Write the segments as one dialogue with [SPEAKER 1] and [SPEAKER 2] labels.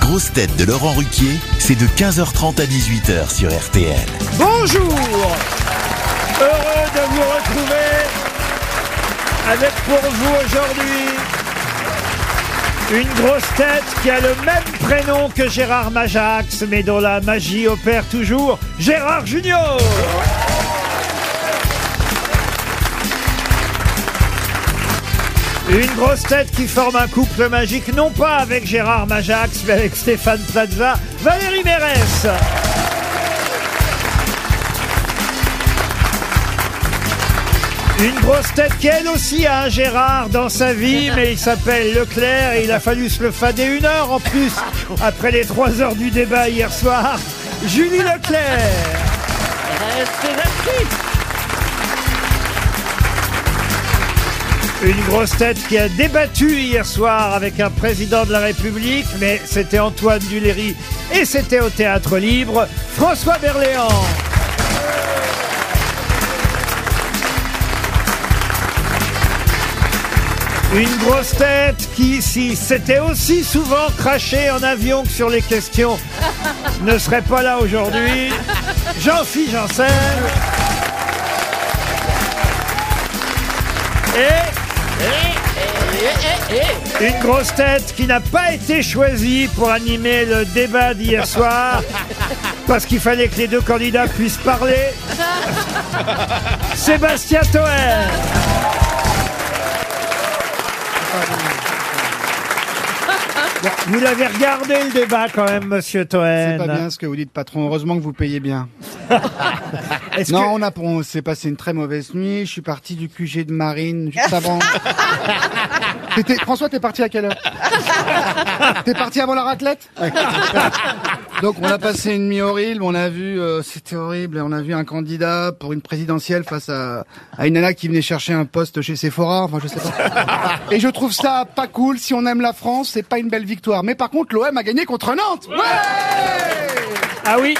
[SPEAKER 1] grosses têtes de Laurent Ruquier, c'est de 15h30 à 18h sur RTL.
[SPEAKER 2] Bonjour Heureux de vous retrouver avec pour vous aujourd'hui une grosse tête qui a le même prénom que Gérard Majax, mais dont la magie opère toujours, Gérard Junior Une grosse tête qui forme un couple magique, non pas avec Gérard Majax, mais avec Stéphane Plaza, Valérie Mérès. Une grosse tête qui elle aussi a un Gérard dans sa vie, mais il s'appelle Leclerc et il a fallu se le fader une heure en plus après les trois heures du débat hier soir. Julie Leclerc. Eh, Une grosse tête qui a débattu hier soir avec un président de la République, mais c'était Antoine Duléry et c'était au Théâtre Libre, François Berléand. Une grosse tête qui, si c'était aussi souvent craché en avion que sur les questions, ne serait pas là aujourd'hui, Jean-Philippe Janssen. Et eh, Une grosse tête qui n'a pas été choisie pour animer le débat d'hier soir parce qu'il fallait que les deux candidats puissent parler.
[SPEAKER 3] Ah
[SPEAKER 2] Sébastien Toer.
[SPEAKER 3] bah
[SPEAKER 2] Vous l'avez regardé le débat quand même, monsieur
[SPEAKER 4] C'est pas bien
[SPEAKER 2] Toen.
[SPEAKER 4] ce que vous dites, patron. Heureusement que vous payez bien.
[SPEAKER 2] Est-ce
[SPEAKER 4] Non,
[SPEAKER 2] que-
[SPEAKER 4] on, a, on s'est passé une très mauvaise nuit. Je suis parti du QG de Marine juste avant. T'étais- François, t'es parti à quelle heure T'es parti avant la raclette Ouais. Donc, on a passé une nuit horrible. On a vu, euh, c'était horrible. On a vu un candidat pour une présidentielle face à, à une nana qui venait chercher un poste chez Sephora. Enfin, je sais pas. Et je trouve ça pas cool. Si on aime la France, c'est pas une belle victoire. Mais par contre, l'OM a gagné contre Nantes. Ouais
[SPEAKER 2] Ah oui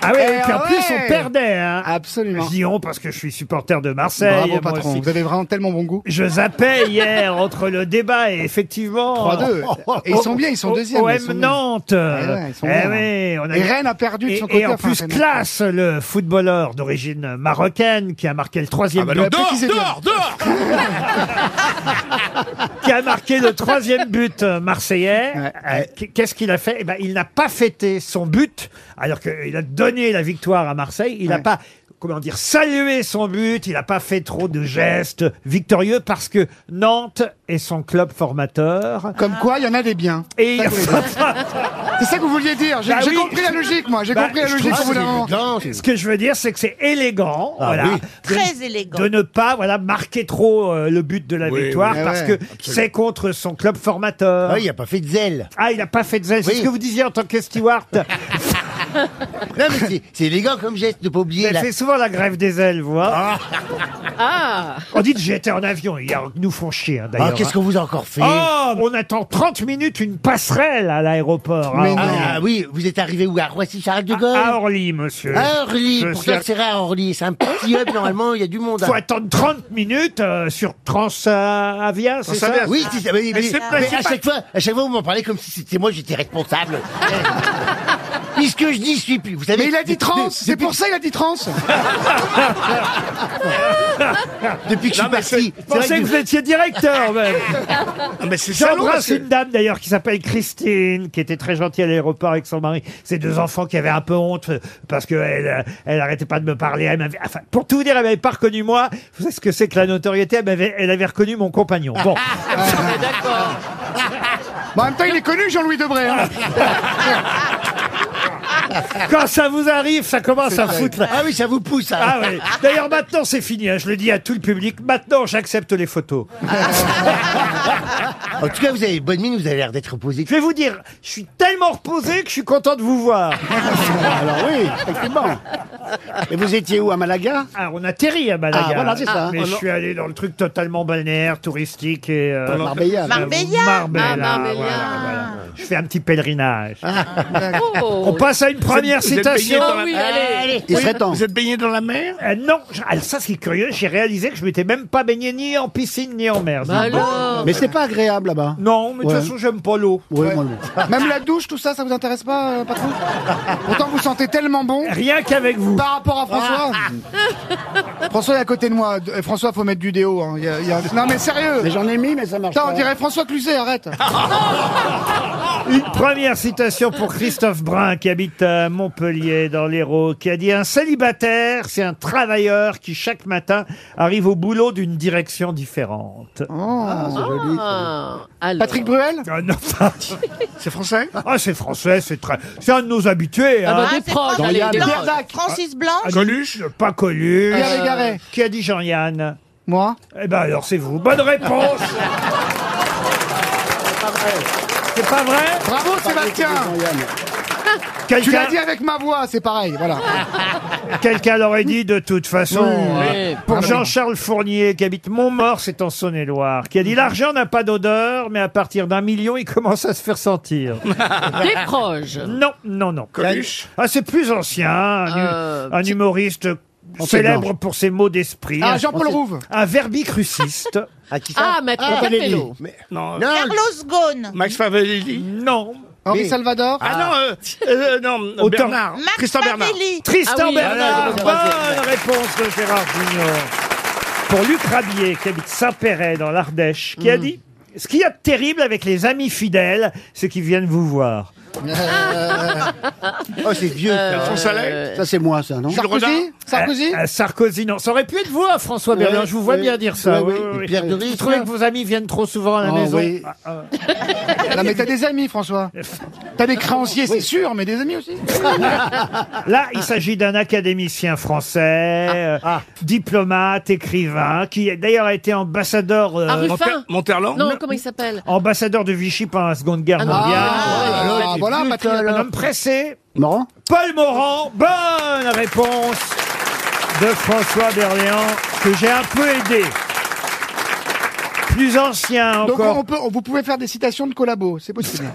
[SPEAKER 2] ah oui,
[SPEAKER 4] Eh
[SPEAKER 2] et puis en
[SPEAKER 4] ouais.
[SPEAKER 2] plus on perdait. Hein.
[SPEAKER 4] Absolument.
[SPEAKER 2] Je dis on parce que je suis supporter de Marseille.
[SPEAKER 4] Bravo
[SPEAKER 2] moi
[SPEAKER 4] patron,
[SPEAKER 2] aussi.
[SPEAKER 4] vous avez vraiment tellement bon goût.
[SPEAKER 2] Je zappais hier entre le débat et effectivement.
[SPEAKER 4] 3-2. Et ils sont bien, ils sont
[SPEAKER 2] O-
[SPEAKER 4] deuxièmes,
[SPEAKER 2] OM
[SPEAKER 4] ils sont bien. Eh
[SPEAKER 2] Nantes. Eh
[SPEAKER 4] ouais, ils sont bien,
[SPEAKER 2] oui, on a
[SPEAKER 4] Et Rennes a perdu de
[SPEAKER 2] Et,
[SPEAKER 4] son
[SPEAKER 2] et
[SPEAKER 4] côté.
[SPEAKER 2] en
[SPEAKER 4] enfin,
[SPEAKER 2] plus,
[SPEAKER 4] Rennes.
[SPEAKER 2] classe le footballeur d'origine marocaine qui a marqué le troisième
[SPEAKER 5] Ah
[SPEAKER 4] bah
[SPEAKER 2] but,
[SPEAKER 4] non, Après, qui c'est
[SPEAKER 3] dehors, dehors
[SPEAKER 2] qui a marqué le troisième but euh, marseillais.
[SPEAKER 4] Ouais.
[SPEAKER 2] Euh, qu- Qu'est-ce qu'il a fait Eh ben, il n'a pas fêté son but alors qu'il a donné la victoire à Marseille. Il n'a
[SPEAKER 4] Ouais.
[SPEAKER 2] pas comment dire salué son but. Il n'a pas fait trop de gestes victorieux parce que Nantes est son club formateur.
[SPEAKER 4] Comme quoi, il y en a des biens.
[SPEAKER 2] Et
[SPEAKER 4] Ça, vous voulez dire. C'est ça que vous vouliez dire. J'ai
[SPEAKER 2] Bah
[SPEAKER 4] j'ai
[SPEAKER 2] oui.
[SPEAKER 4] compris la logique, moi. J'ai
[SPEAKER 2] Bah,
[SPEAKER 4] compris la
[SPEAKER 2] je
[SPEAKER 4] logique
[SPEAKER 2] trouve
[SPEAKER 4] au bout d'un moment.
[SPEAKER 2] ce que je veux dire, c'est que c'est élégant,
[SPEAKER 6] Ah
[SPEAKER 2] voilà,
[SPEAKER 6] oui.
[SPEAKER 2] de-
[SPEAKER 7] Très élégant.
[SPEAKER 2] de ne pas voilà marquer trop euh, le but de la
[SPEAKER 3] Oui,
[SPEAKER 2] victoire
[SPEAKER 4] oui.
[SPEAKER 2] parce
[SPEAKER 4] Ah
[SPEAKER 2] que
[SPEAKER 4] ouais,
[SPEAKER 2] c'est contre son club formateur.
[SPEAKER 6] Ah oui, il a pas fait de zèle.
[SPEAKER 2] Ah, il n'a pas fait de zèle. C'est
[SPEAKER 6] Oui.
[SPEAKER 2] ce que vous disiez en tant que steward.
[SPEAKER 6] Non, mais c'est- c'est élégant comme geste de pas oublier. Ah.
[SPEAKER 2] Elle
[SPEAKER 6] Là.
[SPEAKER 2] fait souvent la grève des ailes, vous voyez.
[SPEAKER 7] Ah.
[SPEAKER 2] On dit que j'étais en avion hier, ils nous font chier, hein,
[SPEAKER 6] Ah,
[SPEAKER 2] d'ailleurs.
[SPEAKER 6] qu'est-ce qu'on vous a encore fait
[SPEAKER 2] Oh, on attend 30 minutes une passerelle à l'aéroport. hein.
[SPEAKER 4] Mais non.
[SPEAKER 6] Ah oui, vous êtes arrivé où À Roissy Charles de Gaulle
[SPEAKER 2] À Orly, monsieur.
[SPEAKER 6] À Orly,
[SPEAKER 2] Je
[SPEAKER 6] pourtant
[SPEAKER 2] suis-
[SPEAKER 6] c'est rare Orly, c'est un petit hub normalement, il y a du monde. hein.
[SPEAKER 2] faut attendre 30 minutes euh, sur Transavia, c'est ça
[SPEAKER 6] Oui, c'est ça, mais, mais-
[SPEAKER 3] c'est pas-
[SPEAKER 6] mais
[SPEAKER 3] c'est
[SPEAKER 6] à,
[SPEAKER 3] pas-
[SPEAKER 6] chaque fois, à chaque fois, vous m'en parlez comme si c'était moi, j'étais responsable. Eh. Puisque je dis, je suis plus. Vous savez,
[SPEAKER 4] Mais il a dit
[SPEAKER 6] depuis-
[SPEAKER 4] trans.
[SPEAKER 6] de-
[SPEAKER 4] C'est pour ça il a dit trans.
[SPEAKER 6] Depuis que je suis
[SPEAKER 2] Je
[SPEAKER 6] parti. c'est vrai
[SPEAKER 2] pensais que
[SPEAKER 6] que-
[SPEAKER 2] vous étiez directeur, même.
[SPEAKER 4] Ah,
[SPEAKER 2] Ah,
[SPEAKER 3] Mais c'est ça,
[SPEAKER 2] J'embrasse une dame, d'ailleurs, qui s'appelle Christine, qui était très gentille à l'aéroport avec son mari. Ses deux enfants qui avaient un peu honte euh, parce qu'elle elle elle arrêtait pas de me parler. Elle m'avait- enfin, pour tout vous dire, elle m'avait pas reconnu moi. Vous savez ce que c'est que la notoriété elle, m'avait- elle avait reconnu mon compagnon. Bon, Ah,
[SPEAKER 4] Bon, en même temps, il est connu, Jean-Louis Debré. hein.
[SPEAKER 2] quand ça vous arrive, ça commence à foutre. la-
[SPEAKER 6] Ah oui, ça vous pousse. hein.
[SPEAKER 2] Ah oui. D'ailleurs, maintenant, c'est fini. hein. Je le dis à tout le public. Maintenant, j'accepte les photos.
[SPEAKER 6] En tout cas, vous avez bonne mine, vous avez l'air d'être reposé.
[SPEAKER 2] Je vais vous dire, je suis tellement reposé que je suis content de vous voir.
[SPEAKER 8] Alors oui, effectivement. Et vous étiez où à Malaga
[SPEAKER 2] Ah, on atterrit à Malaga.
[SPEAKER 8] Ah, voilà, c'est ça.
[SPEAKER 2] Mais
[SPEAKER 8] Ah,
[SPEAKER 2] je suis allé dans le truc totalement balnéaire, touristique et. euh,
[SPEAKER 8] Marbella.
[SPEAKER 2] euh,
[SPEAKER 7] Marbella.
[SPEAKER 5] Ah,
[SPEAKER 2] Marbella,
[SPEAKER 7] Ah, Marbella.
[SPEAKER 6] Ah,
[SPEAKER 2] voilà, voilà. Je fais un petit pèlerinage.
[SPEAKER 7] Oh.
[SPEAKER 2] On passe à une une première
[SPEAKER 3] Vous êtes baigné
[SPEAKER 2] citation.
[SPEAKER 3] dans la-
[SPEAKER 5] Ah
[SPEAKER 3] Ah,
[SPEAKER 6] Allez.
[SPEAKER 8] Il serait temps.
[SPEAKER 3] Vous êtes baigné dans la mer
[SPEAKER 2] Euh, non, je- alors ça, ce qui est curieux, j'ai réalisé que je m'étais même pas baigné ni en piscine ni en mer. Dis donc.
[SPEAKER 7] alors
[SPEAKER 8] Bah, Mais c'est pas agréable là-bas.
[SPEAKER 2] Non, mais de
[SPEAKER 8] Ouais.
[SPEAKER 2] toute façon, j'aime pas l'eau.
[SPEAKER 8] Ouais, moi, non.
[SPEAKER 4] Même la douche, tout ça, ça vous intéresse pas, euh, patron Pourtant, vous sentez tellement bon.
[SPEAKER 2] Rien qu'avec vous. Ah.
[SPEAKER 4] Par rapport à François François est à côté de moi. De- eh, François, faut mettre du déo. hein. Il y a- il y a- Non mais sérieux
[SPEAKER 8] Mais j'en ai mis, mais ça marche
[SPEAKER 4] Putain,
[SPEAKER 8] pas.
[SPEAKER 4] on dirait François Cluzet, arrête
[SPEAKER 2] Ah, Une première citation pour Christophe Brun, qui habite à Montpellier, dans l'Hérault, qui a dit Un célibataire, c'est un travailleur qui, chaque matin, arrive au boulot d'une direction différente.
[SPEAKER 9] Ah,
[SPEAKER 7] Ah, alors.
[SPEAKER 4] Patrick Bruel
[SPEAKER 2] Ah, non,
[SPEAKER 8] C'est français
[SPEAKER 2] ah, c'est français, c'est très- c'est un de nos habitués.
[SPEAKER 7] Ah
[SPEAKER 2] hein.
[SPEAKER 7] bah,
[SPEAKER 10] Ah,
[SPEAKER 7] des
[SPEAKER 10] c'est
[SPEAKER 7] proches,
[SPEAKER 10] proche.
[SPEAKER 7] allez,
[SPEAKER 8] Dans
[SPEAKER 7] des
[SPEAKER 8] Yann.
[SPEAKER 7] proches.
[SPEAKER 4] Berzac
[SPEAKER 10] Francis Blanc
[SPEAKER 2] Ah, Coluche Pas Coluche. Euh,
[SPEAKER 4] Pierre Légaré.
[SPEAKER 2] Qui a dit Jean-Yann
[SPEAKER 4] Moi
[SPEAKER 2] Eh ben alors c'est vous. Bonne réponse C'est pas vrai
[SPEAKER 4] Bravo Sébastien Tu l'as
[SPEAKER 2] Quelqu'un
[SPEAKER 4] dit avec ma voix, c'est pareil, voilà.
[SPEAKER 2] quelqu'un l'aurait dit de toute façon. hein.
[SPEAKER 7] Ouais.
[SPEAKER 2] Pour Jean-Charles Fournier, qui habite Montmort, c'est en Saône-et-Loire, qui a dit
[SPEAKER 4] Mm.
[SPEAKER 2] L'argent n'a pas d'odeur, mais à partir d'un million, il commence à se faire sentir.
[SPEAKER 7] Des proches.
[SPEAKER 2] Non, non, non.
[SPEAKER 3] Coluche
[SPEAKER 2] Ah, c'est plus ancien, un, hu-
[SPEAKER 7] Euh,
[SPEAKER 2] un humoriste célèbre pour ses mots d'esprit.
[SPEAKER 4] Ah,
[SPEAKER 2] un-
[SPEAKER 4] Jean-Paul Rouve
[SPEAKER 2] un verbi-cruciste.
[SPEAKER 6] Ah, qui ça
[SPEAKER 7] Ah, Maître
[SPEAKER 8] Ah,
[SPEAKER 7] Capello.
[SPEAKER 3] Non.
[SPEAKER 6] Non,
[SPEAKER 10] Carlos Ghosn
[SPEAKER 3] Max Favelli
[SPEAKER 2] non.
[SPEAKER 4] Henri
[SPEAKER 6] Mais-
[SPEAKER 4] Salvador
[SPEAKER 3] Ah, non, euh, euh, non,
[SPEAKER 2] Autant-
[SPEAKER 3] Bernard.
[SPEAKER 10] Max
[SPEAKER 3] Christian Bernard.
[SPEAKER 10] Favelli
[SPEAKER 2] Tristan
[SPEAKER 7] Ah oui,
[SPEAKER 2] Bernard,
[SPEAKER 6] voilà,
[SPEAKER 2] bonne réponse de Gérard Junior. Pour Luc Rabier, qui habite Saint-Péret dans l'Ardèche, qui a
[SPEAKER 7] Mm.
[SPEAKER 2] dit Ce qu'il y a de terrible avec les amis fidèles, c'est qu'ils viennent vous voir.
[SPEAKER 8] Oh, c'est vieux.
[SPEAKER 7] Euh,
[SPEAKER 8] ça.
[SPEAKER 3] Alphonse Allais
[SPEAKER 8] Ça, c'est moi, ça, non
[SPEAKER 3] Jules Renard
[SPEAKER 4] Sarkozy Sarkozy
[SPEAKER 2] Euh, euh, Sarkozy, non. Ça aurait pu être vous, hein, François Bernard. Je vous vois
[SPEAKER 8] oui.
[SPEAKER 2] bien dire ça.
[SPEAKER 8] Oui,
[SPEAKER 2] Oui,
[SPEAKER 8] oui.
[SPEAKER 2] oui, oui.
[SPEAKER 6] Pierre de
[SPEAKER 2] Vous trouvez que vos amis viennent trop souvent à la
[SPEAKER 8] Oh,
[SPEAKER 2] maison
[SPEAKER 8] oui.
[SPEAKER 2] Ah, ah.
[SPEAKER 4] Non mais t'as des amis François T'as des créanciers, c'est sûr, mais des amis aussi
[SPEAKER 2] Là,
[SPEAKER 8] Ah.
[SPEAKER 2] il s'agit d'un académicien français, euh, diplomate, écrivain, qui d'ailleurs a été ambassadeur euh,
[SPEAKER 7] Ah, Ruffin
[SPEAKER 3] Monter- Monterland
[SPEAKER 7] Non, comment il s'appelle
[SPEAKER 2] Ah, ambassadeur de Vichy pendant la Seconde Guerre
[SPEAKER 7] Ah, non.
[SPEAKER 2] mondiale.
[SPEAKER 7] Ah,
[SPEAKER 4] Ah,
[SPEAKER 7] ouais.
[SPEAKER 4] voilà, Patrick.
[SPEAKER 2] Un homme pressé,
[SPEAKER 8] Marrant
[SPEAKER 2] Paul Morand, bonne réponse de François Berléand, que j'ai un peu aidé. Plus ancien
[SPEAKER 4] Donc
[SPEAKER 2] encore.
[SPEAKER 4] on peut, vous pouvez faire des citations de collabos, c'est possible.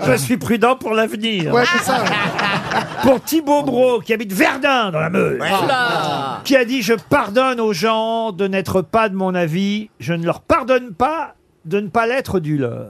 [SPEAKER 2] Je suis prudent pour l'avenir.
[SPEAKER 4] Ah. Ouais, c'est ça. ouais.
[SPEAKER 2] Pour Thibaut Bro, qui habite Verdun dans la Meuse,
[SPEAKER 7] Là.
[SPEAKER 2] qui a dit Je pardonne aux gens de n'être pas de mon avis, je ne leur pardonne pas de ne pas l'être du leur.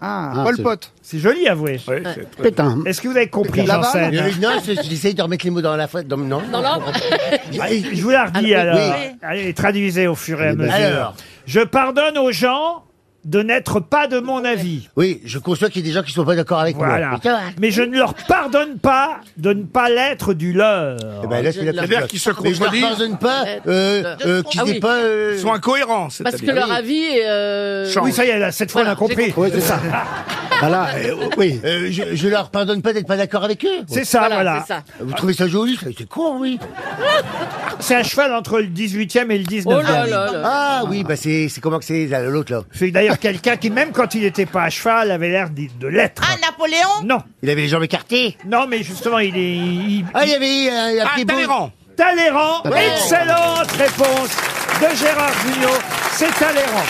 [SPEAKER 4] Ah,
[SPEAKER 8] Ah,
[SPEAKER 4] Pol
[SPEAKER 8] c'est-
[SPEAKER 4] Pot.
[SPEAKER 2] C'est joli, avoué.
[SPEAKER 3] Ouais, c'est très-
[SPEAKER 8] Pétain.
[SPEAKER 2] Est-ce que vous avez compris,
[SPEAKER 4] Laval,
[SPEAKER 2] Janssen
[SPEAKER 6] Euh, non, je- j'essaye de remettre les mots dans la fa- dans- non.
[SPEAKER 7] Dans l'ordre
[SPEAKER 2] Ah, Je vous la redis
[SPEAKER 7] Alors,
[SPEAKER 2] alors.
[SPEAKER 7] Ah, oui.
[SPEAKER 2] Allez, traduisez au fur et à mesure.
[SPEAKER 6] Eh Alors.
[SPEAKER 2] Je pardonne aux gens de n'être pas de mon avis.
[SPEAKER 6] Oui, je conçois qu'il y a des gens qui sont pas d'accord avec
[SPEAKER 2] Voilà.
[SPEAKER 6] moi. Ça va.
[SPEAKER 2] Mais je
[SPEAKER 7] hein.
[SPEAKER 2] ne leur pardonne pas de ne pas l'être du leur.
[SPEAKER 6] Eh ben, là, c'est
[SPEAKER 7] Je-
[SPEAKER 6] la petite
[SPEAKER 3] C'est-à-dire
[SPEAKER 6] place.
[SPEAKER 3] qu'ils se
[SPEAKER 6] Mais je leur
[SPEAKER 3] contredisent,
[SPEAKER 6] pardonne pas euh, euh, qu'ils
[SPEAKER 7] Ah oui.
[SPEAKER 6] n'aient pas. euh,
[SPEAKER 3] ils sont incohérents.
[SPEAKER 7] Parce que
[SPEAKER 3] c'est-à-dire.
[SPEAKER 7] leur avis est... euh,
[SPEAKER 3] Change.
[SPEAKER 2] Oui, ça y est, là, cette fois,
[SPEAKER 7] Voilà,
[SPEAKER 2] on a compris.
[SPEAKER 8] Oui, c'est ça. Voilà, euh, oui.
[SPEAKER 6] euh, je, je leur pardonne pas d'être pas d'accord avec eux.
[SPEAKER 2] C'est ça, voilà.
[SPEAKER 7] Voilà, c'est ça.
[SPEAKER 6] Vous trouvez ça joli ça C'est con, oui.
[SPEAKER 2] C'est à cheval entre le 18e et le
[SPEAKER 7] Oh là
[SPEAKER 2] 19e.
[SPEAKER 7] là là.
[SPEAKER 6] Ah oui, bah c'est c'est comment que c'est là, l'autre là
[SPEAKER 2] c'est d'ailleurs quelqu'un qui, même quand il n'était pas à cheval, avait l'air d'y- de l'être.
[SPEAKER 10] Ah, Napoléon
[SPEAKER 2] Non,
[SPEAKER 6] Il avait les jambes écartées.
[SPEAKER 2] non, mais justement, il est il-
[SPEAKER 6] Ah, il y avait euh, il y a
[SPEAKER 3] Ah,
[SPEAKER 6] pris beau-
[SPEAKER 3] Talleyrand
[SPEAKER 2] Talleyrand.
[SPEAKER 6] Ouais.
[SPEAKER 2] Excellente réponse de Gérard Junior. C'est Talleyrand.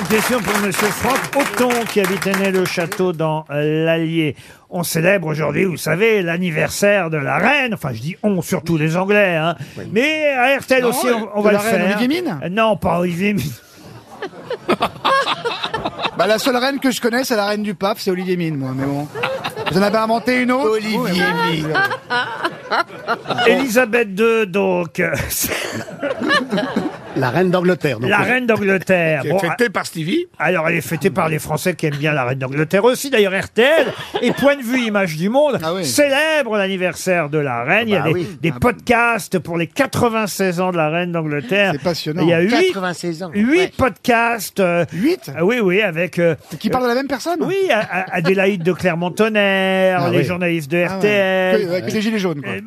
[SPEAKER 2] Une question pour Monsieur Franck Auton qui habite le château dans euh, l'Allier. On célèbre aujourd'hui, vous savez, l'anniversaire de la reine. Enfin, je dis on, surtout les Anglais. hein. Mais à RTL aussi, on, on
[SPEAKER 4] de
[SPEAKER 2] va le
[SPEAKER 4] la reine
[SPEAKER 2] faire.
[SPEAKER 4] Olivier Mine
[SPEAKER 2] Euh, Non, pas Olivier Mine.
[SPEAKER 4] Bah, la seule reine que je connais, c'est la reine du pape, c'est Olivier Mine, moi, mais bon. Vous en avez inventé une autre
[SPEAKER 6] Olivier
[SPEAKER 4] Ouais,
[SPEAKER 2] Ah,
[SPEAKER 4] ouais.
[SPEAKER 5] Ah,
[SPEAKER 2] Elisabeth II, donc, euh, c'est
[SPEAKER 8] La reine d'Angleterre. donc.
[SPEAKER 2] la reine d'Angleterre.
[SPEAKER 3] qui
[SPEAKER 2] Bon,
[SPEAKER 3] est fêté par Stevie.
[SPEAKER 2] Alors, elle est fêtée par les Français qui aiment bien la reine d'Angleterre aussi. D'ailleurs, RTL et Point de vue Image du Monde
[SPEAKER 4] Ah oui. Ah
[SPEAKER 2] célèbre l'anniversaire de la reine. Il y a
[SPEAKER 6] bah
[SPEAKER 2] des,
[SPEAKER 6] oui.
[SPEAKER 2] des podcasts pour les 96 ans de la reine d'Angleterre.
[SPEAKER 4] C'est passionnant.
[SPEAKER 2] Il y a huit,
[SPEAKER 6] 96 ans.
[SPEAKER 2] huit podcasts. euh,
[SPEAKER 4] Huit
[SPEAKER 2] ah oui, oui, avec. euh,
[SPEAKER 4] Qui parle de la même personne
[SPEAKER 2] oui, à- à- Adélaïde de Clermont-Tonnerre,
[SPEAKER 8] Ah
[SPEAKER 2] les
[SPEAKER 8] oui.
[SPEAKER 2] journalistes de
[SPEAKER 4] Ah ouais.
[SPEAKER 2] RTL.
[SPEAKER 4] Que- ouais, que des gilets jaunes, quoi.
[SPEAKER 2] Et-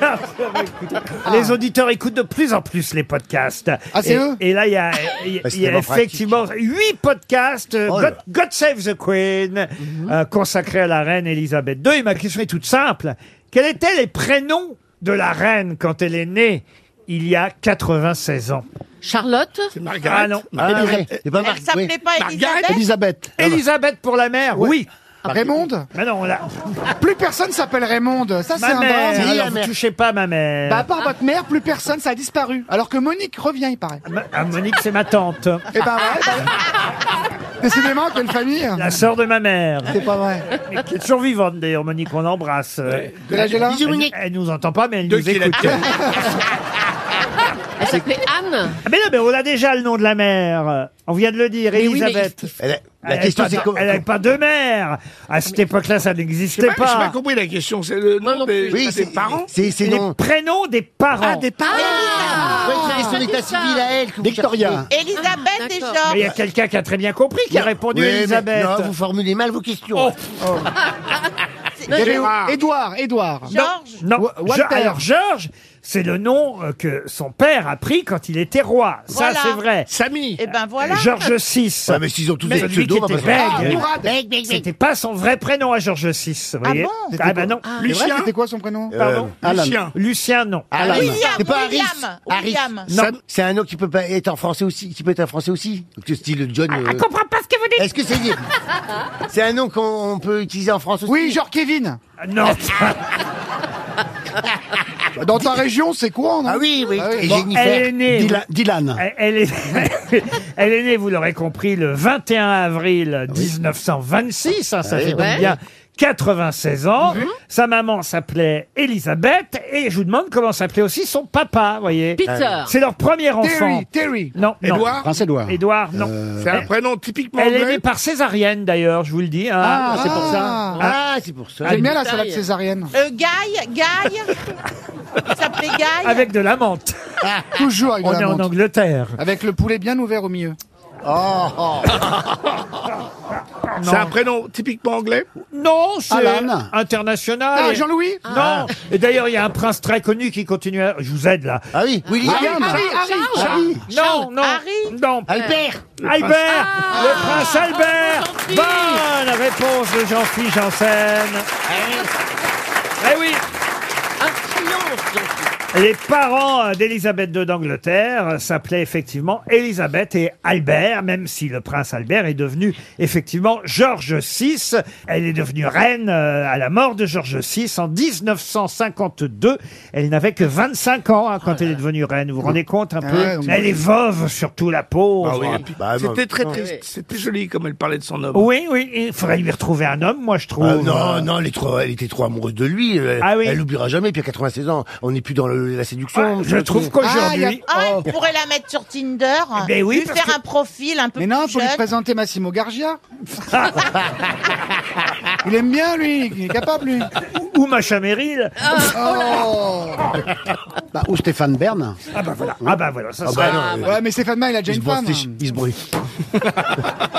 [SPEAKER 2] Ah,
[SPEAKER 3] Ah.
[SPEAKER 5] Ah.
[SPEAKER 2] les auditeurs écoutent de plus en plus les podcasts.
[SPEAKER 4] Ah, c'est
[SPEAKER 2] et,
[SPEAKER 4] eux
[SPEAKER 2] et là, il y a, il y a-
[SPEAKER 6] Bah, c'est
[SPEAKER 2] il y a
[SPEAKER 6] tellement
[SPEAKER 2] effectivement huit podcasts. euh,
[SPEAKER 6] Oh là
[SPEAKER 2] God, God Save the Queen, euh, consacré à la reine Elisabeth II. Et ma question est toute simple. Quels étaient les prénoms de la reine quand elle est née il y a 96 ans.
[SPEAKER 7] Charlotte
[SPEAKER 3] C'est Margaret.
[SPEAKER 2] Ah non.
[SPEAKER 6] Ah, ouais.
[SPEAKER 8] Elisabeth.
[SPEAKER 6] C'est pas
[SPEAKER 10] Elle
[SPEAKER 6] Marc-
[SPEAKER 10] s'appelait
[SPEAKER 6] oui.
[SPEAKER 10] pas
[SPEAKER 3] Margaret
[SPEAKER 10] Elisabeth
[SPEAKER 8] Elisabeth.
[SPEAKER 2] Elisabeth pour la mère, oui.
[SPEAKER 4] Raymonde
[SPEAKER 2] Mais non, on l'a.
[SPEAKER 4] Ah, Plus personne s'appelle Raymonde. Ça, c'est
[SPEAKER 2] Ma
[SPEAKER 4] un
[SPEAKER 2] mère.
[SPEAKER 4] drame.
[SPEAKER 2] Alors, vous
[SPEAKER 6] mère.
[SPEAKER 2] touchez pas ma mère.
[SPEAKER 4] Bah, à part votre mère, plus personne, ça a disparu. Alors que Monique revient, il paraît.
[SPEAKER 2] Ma- ah, Monique, c'est ma tante,
[SPEAKER 4] Et bah, ouais. bah- Décidément, quelle famille.
[SPEAKER 2] la sœur de ma mère,
[SPEAKER 4] C'est pas vrai.
[SPEAKER 2] qui est toujours vivante d'ailleurs. Monique, on l'embrasse. Euh,
[SPEAKER 4] De la Géla
[SPEAKER 6] Bisous,
[SPEAKER 2] Elle,
[SPEAKER 6] Monique.
[SPEAKER 2] elle nous entend pas, mais elle
[SPEAKER 3] Deux
[SPEAKER 2] nous écoute.
[SPEAKER 3] kilomètres.
[SPEAKER 7] Elle s'appelait Anne
[SPEAKER 2] Ah, mais non, mais on a déjà le nom de la mère. On vient de le dire,
[SPEAKER 7] Mais oui, mais
[SPEAKER 2] Elisabeth.
[SPEAKER 6] Elle a- La
[SPEAKER 2] Elle
[SPEAKER 6] question,
[SPEAKER 2] avait
[SPEAKER 6] c'est
[SPEAKER 2] pas-
[SPEAKER 6] comment
[SPEAKER 2] Elle n'avait pas de mère. À cette époque-là, ça
[SPEAKER 3] Je
[SPEAKER 2] n'existait
[SPEAKER 3] n'ai pas
[SPEAKER 2] pas.
[SPEAKER 3] compris la question. C'est le
[SPEAKER 7] Moi
[SPEAKER 3] nom
[SPEAKER 7] non
[SPEAKER 3] des,
[SPEAKER 7] plus.
[SPEAKER 6] Oui,
[SPEAKER 3] des
[SPEAKER 6] c'est
[SPEAKER 3] parents
[SPEAKER 6] C'est c'est
[SPEAKER 2] Les
[SPEAKER 6] non.
[SPEAKER 2] prénoms des parents.
[SPEAKER 6] Ouais, c'est question d'état civil à elle que vous
[SPEAKER 8] Victoria.
[SPEAKER 6] Ah,
[SPEAKER 10] Elisabeth et
[SPEAKER 7] Ah, d'accord.
[SPEAKER 2] Ah, Mais il y
[SPEAKER 10] Georges.
[SPEAKER 2] a quelqu'un qui a très bien compris, qui a répondu
[SPEAKER 6] Oui, mais-
[SPEAKER 2] Elisabeth. Oh,
[SPEAKER 6] Non, vous formulez mal vos questions.
[SPEAKER 3] Gérard.
[SPEAKER 4] Édouard, Édouard.
[SPEAKER 10] Georges.
[SPEAKER 2] Non,
[SPEAKER 4] Wa-
[SPEAKER 2] Je-
[SPEAKER 4] Walter.
[SPEAKER 2] alors Georges, c'est le nom euh, que son père a pris quand il était roi.
[SPEAKER 10] Voilà.
[SPEAKER 2] Ça, c'est vrai.
[SPEAKER 3] Samy.
[SPEAKER 10] Eh ben voilà.
[SPEAKER 2] Georges VI.
[SPEAKER 6] Ouais, mais s'ils ont tous
[SPEAKER 2] Mais
[SPEAKER 6] des
[SPEAKER 2] celui qui
[SPEAKER 6] pseudos, on va
[SPEAKER 2] était
[SPEAKER 6] pas savoir.
[SPEAKER 2] bègue.
[SPEAKER 6] Bec, bec, bec.
[SPEAKER 2] C'était pas son vrai prénom à Georges VI, vous voyez.
[SPEAKER 10] bon
[SPEAKER 4] ben
[SPEAKER 2] ah bah non.
[SPEAKER 4] C'est
[SPEAKER 3] Lucien.
[SPEAKER 4] vrai, c'était quoi son prénom
[SPEAKER 2] Pardon.
[SPEAKER 8] Alan.
[SPEAKER 3] Lucien.
[SPEAKER 2] Lucien, non.
[SPEAKER 6] Euh,
[SPEAKER 2] Ah,
[SPEAKER 6] Alan.
[SPEAKER 10] William,
[SPEAKER 6] C'est Ah, pas Harris.
[SPEAKER 10] William,
[SPEAKER 6] Harris.
[SPEAKER 10] William.
[SPEAKER 6] Sam- C'est un nom qui peut pas être en français aussi, qui peut être en français aussi. Donc, le style John.
[SPEAKER 2] Ah,
[SPEAKER 6] euh,
[SPEAKER 7] comprends pas ce que vous dites
[SPEAKER 6] Est-ce que c'est C'est un nom qu'on on peut utiliser en France aussi
[SPEAKER 4] Oui, genre Kevin.
[SPEAKER 2] Ah, Non.
[SPEAKER 4] Dans ta région, c'est quoi, non
[SPEAKER 6] Ah oui, oui. Et
[SPEAKER 4] Bon,
[SPEAKER 6] Jennifer.
[SPEAKER 2] Elle est née.
[SPEAKER 8] Dylan. Dylan.
[SPEAKER 2] Elle- Elle est, elle est née, vous l'aurez compris, le 21 avril 1926. hein, ça
[SPEAKER 6] oui,
[SPEAKER 2] fait donc
[SPEAKER 7] ouais.
[SPEAKER 2] bien 96 ans. Sa maman s'appelait Elisabeth. Et je vous demande comment s'appelait aussi son papa, vous voyez. Euh,
[SPEAKER 7] Peter
[SPEAKER 2] C'est leur premier enfant.
[SPEAKER 4] Terry, Terry.
[SPEAKER 2] Non, non.
[SPEAKER 3] Édouard.
[SPEAKER 8] Prince Édouard.
[SPEAKER 2] Édouard, non.
[SPEAKER 3] C'est un prénom typiquement
[SPEAKER 2] Elle est née
[SPEAKER 3] anglais.
[SPEAKER 2] par césarienne, d'ailleurs, je vous le dis. hein.
[SPEAKER 8] Ah, c'est pour ça.
[SPEAKER 4] Ah.
[SPEAKER 6] Ah, c'est pour ça.
[SPEAKER 4] J'aime bien la
[SPEAKER 7] Taille.
[SPEAKER 4] salade césarienne.
[SPEAKER 10] Euh, Guy, Guy. Il s'appelait Guy.
[SPEAKER 2] Avec de la menthe.
[SPEAKER 4] Ah, Toujours avec de
[SPEAKER 2] On
[SPEAKER 4] la
[SPEAKER 2] est en
[SPEAKER 4] menthe.
[SPEAKER 2] Angleterre.
[SPEAKER 4] Avec le poulet bien ouvert au milieu.
[SPEAKER 6] Oh.
[SPEAKER 3] C'est un prénom typiquement anglais.
[SPEAKER 2] Non, c'est
[SPEAKER 8] Alan.
[SPEAKER 2] international.
[SPEAKER 4] Ah,
[SPEAKER 2] Et-
[SPEAKER 4] Jean-Louis
[SPEAKER 2] Non. Et d'ailleurs, il y a un prince très connu qui continue à... Je vous aide, là.
[SPEAKER 6] Ah oui, William.
[SPEAKER 4] William.
[SPEAKER 8] Harry.
[SPEAKER 2] Non, non.
[SPEAKER 10] Harry
[SPEAKER 2] Non.
[SPEAKER 6] Albert.
[SPEAKER 2] Albert, le prince Albert. Bonne réponse de Jean-Philippe Janssen. Eh oui. Ah, Les parents d'Élisabeth II d'Angleterre s'appelaient effectivement Élisabeth et Albert, même si le prince Albert est devenu effectivement Georges VI. Elle est devenue reine euh, à la mort de Georges VI en 1952. Elle n'avait que 25 ans
[SPEAKER 4] Ah
[SPEAKER 2] hein, quand elle est devenue reine. Vous vous rendez compte un peu
[SPEAKER 4] ouais, donc-
[SPEAKER 2] Elle est veuve, surtout la pauvre.
[SPEAKER 3] Ah oui.
[SPEAKER 6] Ah, bah, non.
[SPEAKER 3] C'était très triste. C'était joli comme elle parlait de son homme.
[SPEAKER 2] Oui, oui, il faudrait lui retrouver un homme, moi je trouve.
[SPEAKER 6] Ah, non, non, elle, est trop- elle était trop amoureuse de lui. Elle,
[SPEAKER 2] Ah oui.
[SPEAKER 6] elle l'oubliera jamais. Puis à 96 ans, on n'est plus dans le- la séduction.
[SPEAKER 2] Je trouve
[SPEAKER 4] Ah, il y a-
[SPEAKER 2] qu'aujourd'hui,
[SPEAKER 10] Ah, on pourrait la mettre sur Tinder.
[SPEAKER 2] Ben oui,
[SPEAKER 10] lui
[SPEAKER 2] parce
[SPEAKER 10] faire
[SPEAKER 2] que-
[SPEAKER 10] un profil un peu
[SPEAKER 4] Mais non,
[SPEAKER 10] plus
[SPEAKER 4] faut lui
[SPEAKER 10] jeune.
[SPEAKER 4] présenter Massimo Gargia. il aime bien, lui. Il est capable, lui.
[SPEAKER 2] ou Macha Meryl,
[SPEAKER 8] Bah, ou Stéphane Bern.
[SPEAKER 2] ah bah voilà, ah bah voilà, ça
[SPEAKER 6] Ah
[SPEAKER 2] serait-
[SPEAKER 6] bah non, euh,
[SPEAKER 4] Ouais, mais Stéphane Main, il a déjà
[SPEAKER 6] il se
[SPEAKER 4] une
[SPEAKER 6] brosse
[SPEAKER 4] femme. hein.
[SPEAKER 6] les che- il se brosse.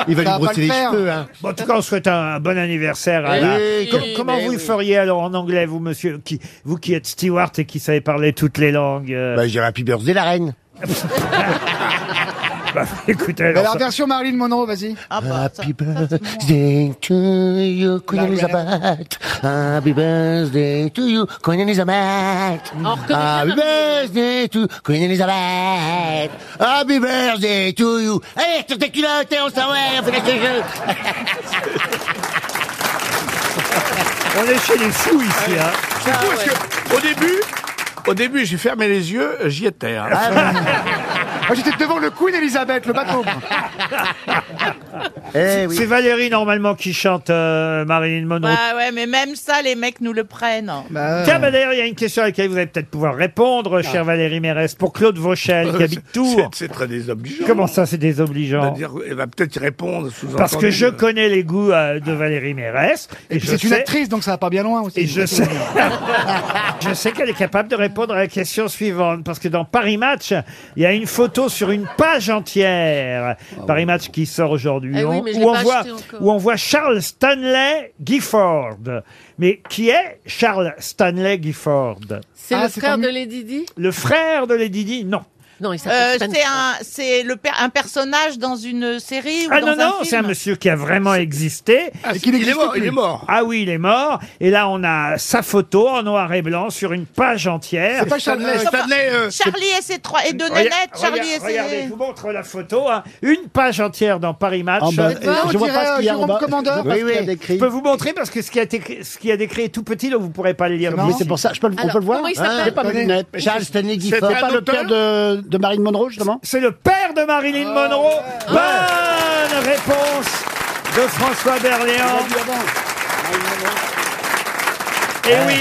[SPEAKER 6] il va lui
[SPEAKER 4] Ça va pas
[SPEAKER 6] brosser
[SPEAKER 4] le
[SPEAKER 6] les
[SPEAKER 4] faire.
[SPEAKER 6] cheveux. Hein.
[SPEAKER 2] Bon, en tout cas, on souhaite un bon anniversaire. à
[SPEAKER 6] Oui,
[SPEAKER 2] la-
[SPEAKER 6] oui,
[SPEAKER 2] Com-
[SPEAKER 6] oui,
[SPEAKER 2] comment
[SPEAKER 6] mais
[SPEAKER 2] vous le
[SPEAKER 6] oui.
[SPEAKER 2] feriez alors en anglais, vous monsieur, qui, vous qui êtes steward et qui savez parler toutes les langues euh,
[SPEAKER 6] Bah, j'irai à Birthday la reine.
[SPEAKER 2] bah, Écoutez,
[SPEAKER 4] Bah,
[SPEAKER 2] alors,
[SPEAKER 4] la
[SPEAKER 2] ça-
[SPEAKER 4] version Marilyn Monroe, vas-y.
[SPEAKER 10] Ah bah, ça-
[SPEAKER 6] Happy birthday to you, Queen Elizabeth. Happy birthday to you, Queen Elizabeth.
[SPEAKER 7] reconnaît bien la
[SPEAKER 6] Happy
[SPEAKER 7] mélodie.
[SPEAKER 6] birthday to Queen Elizabeth. Happy birthday to you. Eh, Allez, sur tes culottes et on s'en va, on fait quelque chose.
[SPEAKER 2] on est chez les fous ici. hein.
[SPEAKER 3] C'est fou, parce que au début, au début, j'ai fermé les yeux, euh, j'y étais.
[SPEAKER 2] Ah,
[SPEAKER 3] hein. Ah,
[SPEAKER 4] Moi, j'étais devant le Queen
[SPEAKER 6] Ah,
[SPEAKER 4] Elizabeth, le bateau.
[SPEAKER 6] Eh oui.
[SPEAKER 2] C'est Valérie normalement qui chante euh, Marilyn Monroe.
[SPEAKER 10] Bah ouais, mais même ça, les mecs nous le prennent.
[SPEAKER 4] Bah, Ah. euh,
[SPEAKER 2] Tiens, bah, d'ailleurs, il y a une question à laquelle vous allez peut-être pouvoir répondre, chère Valérie Mérès, pour Claude Vauchel, qui habite Tours.
[SPEAKER 3] C'est- C'est très désobligeant.
[SPEAKER 2] Comment ça, c'est désobligeant
[SPEAKER 3] C'est-à-dire, elle va peut-être y répondre sous
[SPEAKER 2] Parce que je connais les goûts euh, de Valérie Mérès. Et, je
[SPEAKER 4] C'est une
[SPEAKER 2] sais,
[SPEAKER 4] actrice, donc ça va pas bien loin aussi.
[SPEAKER 2] Et je sais, je sais qu'elle est capable de répondre à la question suivante. Parce que dans Paris Match, il y a une photo sur une page entière. Paris Match qui sort aujourd'hui.
[SPEAKER 7] Ah Eh oui,
[SPEAKER 2] on-
[SPEAKER 7] mais je l'ai
[SPEAKER 2] où, on
[SPEAKER 7] pas
[SPEAKER 2] voit-
[SPEAKER 7] acheté encore.
[SPEAKER 2] où on voit Charles Stanley Gifford. Mais qui est Charles Stanley Gifford
[SPEAKER 7] C'est
[SPEAKER 4] Ah,
[SPEAKER 7] le
[SPEAKER 4] c'est
[SPEAKER 7] frère
[SPEAKER 4] pas
[SPEAKER 7] de
[SPEAKER 4] mieux.
[SPEAKER 7] Lady Di
[SPEAKER 2] Le frère de Lady Di Non.
[SPEAKER 7] Non, il s'appelle
[SPEAKER 10] Euh,
[SPEAKER 7] Spencer.
[SPEAKER 10] c'est un, c'est le per- un personnage dans une série ou
[SPEAKER 2] Ah
[SPEAKER 10] dans
[SPEAKER 2] non,
[SPEAKER 10] un
[SPEAKER 2] non,
[SPEAKER 10] film.
[SPEAKER 2] c'est un monsieur qui a vraiment existé.
[SPEAKER 3] Ah, il, est mort, il est mort.
[SPEAKER 2] Ah oui, il est mort. Et là, on a sa photo en noir et blanc sur une page entière.
[SPEAKER 4] C'est pas Chadley.
[SPEAKER 3] Euh, Stanley, euh,
[SPEAKER 10] Charlie et ses trois et deux
[SPEAKER 2] Regarde-
[SPEAKER 10] nanettes. Charlie
[SPEAKER 2] regarde-
[SPEAKER 10] et ses.
[SPEAKER 2] Regardez, je vous montre la photo. hein. Une page entière dans Paris Match. Euh,
[SPEAKER 8] Ah, bah,
[SPEAKER 4] pas, on
[SPEAKER 8] je vois
[SPEAKER 4] dirait,
[SPEAKER 8] pas ce qu'il y
[SPEAKER 4] euh,
[SPEAKER 8] a en
[SPEAKER 4] Jérôme
[SPEAKER 8] bas.
[SPEAKER 4] Commandeur.
[SPEAKER 8] Je vois pas
[SPEAKER 6] Oui,
[SPEAKER 8] ce qu'il y a
[SPEAKER 6] oui.
[SPEAKER 8] d'écrit.
[SPEAKER 2] Je peux vous montrer parce que ce qui a été, écrit- ce qui a décrit est tout petit, donc vous pourrez pas le lire.
[SPEAKER 8] Mais c'est pour ça, je peux le, on
[SPEAKER 7] Alors,
[SPEAKER 8] peut le voir
[SPEAKER 7] comment il
[SPEAKER 8] J'ai
[SPEAKER 7] s'appelle
[SPEAKER 8] pas mes
[SPEAKER 4] Attendez.
[SPEAKER 8] lunettes.
[SPEAKER 6] Charles Stanley
[SPEAKER 3] C'était
[SPEAKER 6] Gifford.
[SPEAKER 3] un
[SPEAKER 8] Pas le
[SPEAKER 3] auteur
[SPEAKER 8] père de, de Marine Monroe, justement
[SPEAKER 2] C'est le père de Marilyn
[SPEAKER 7] Ah.
[SPEAKER 2] Monroe. Bonne réponse de François Berléand. Et Eh oui.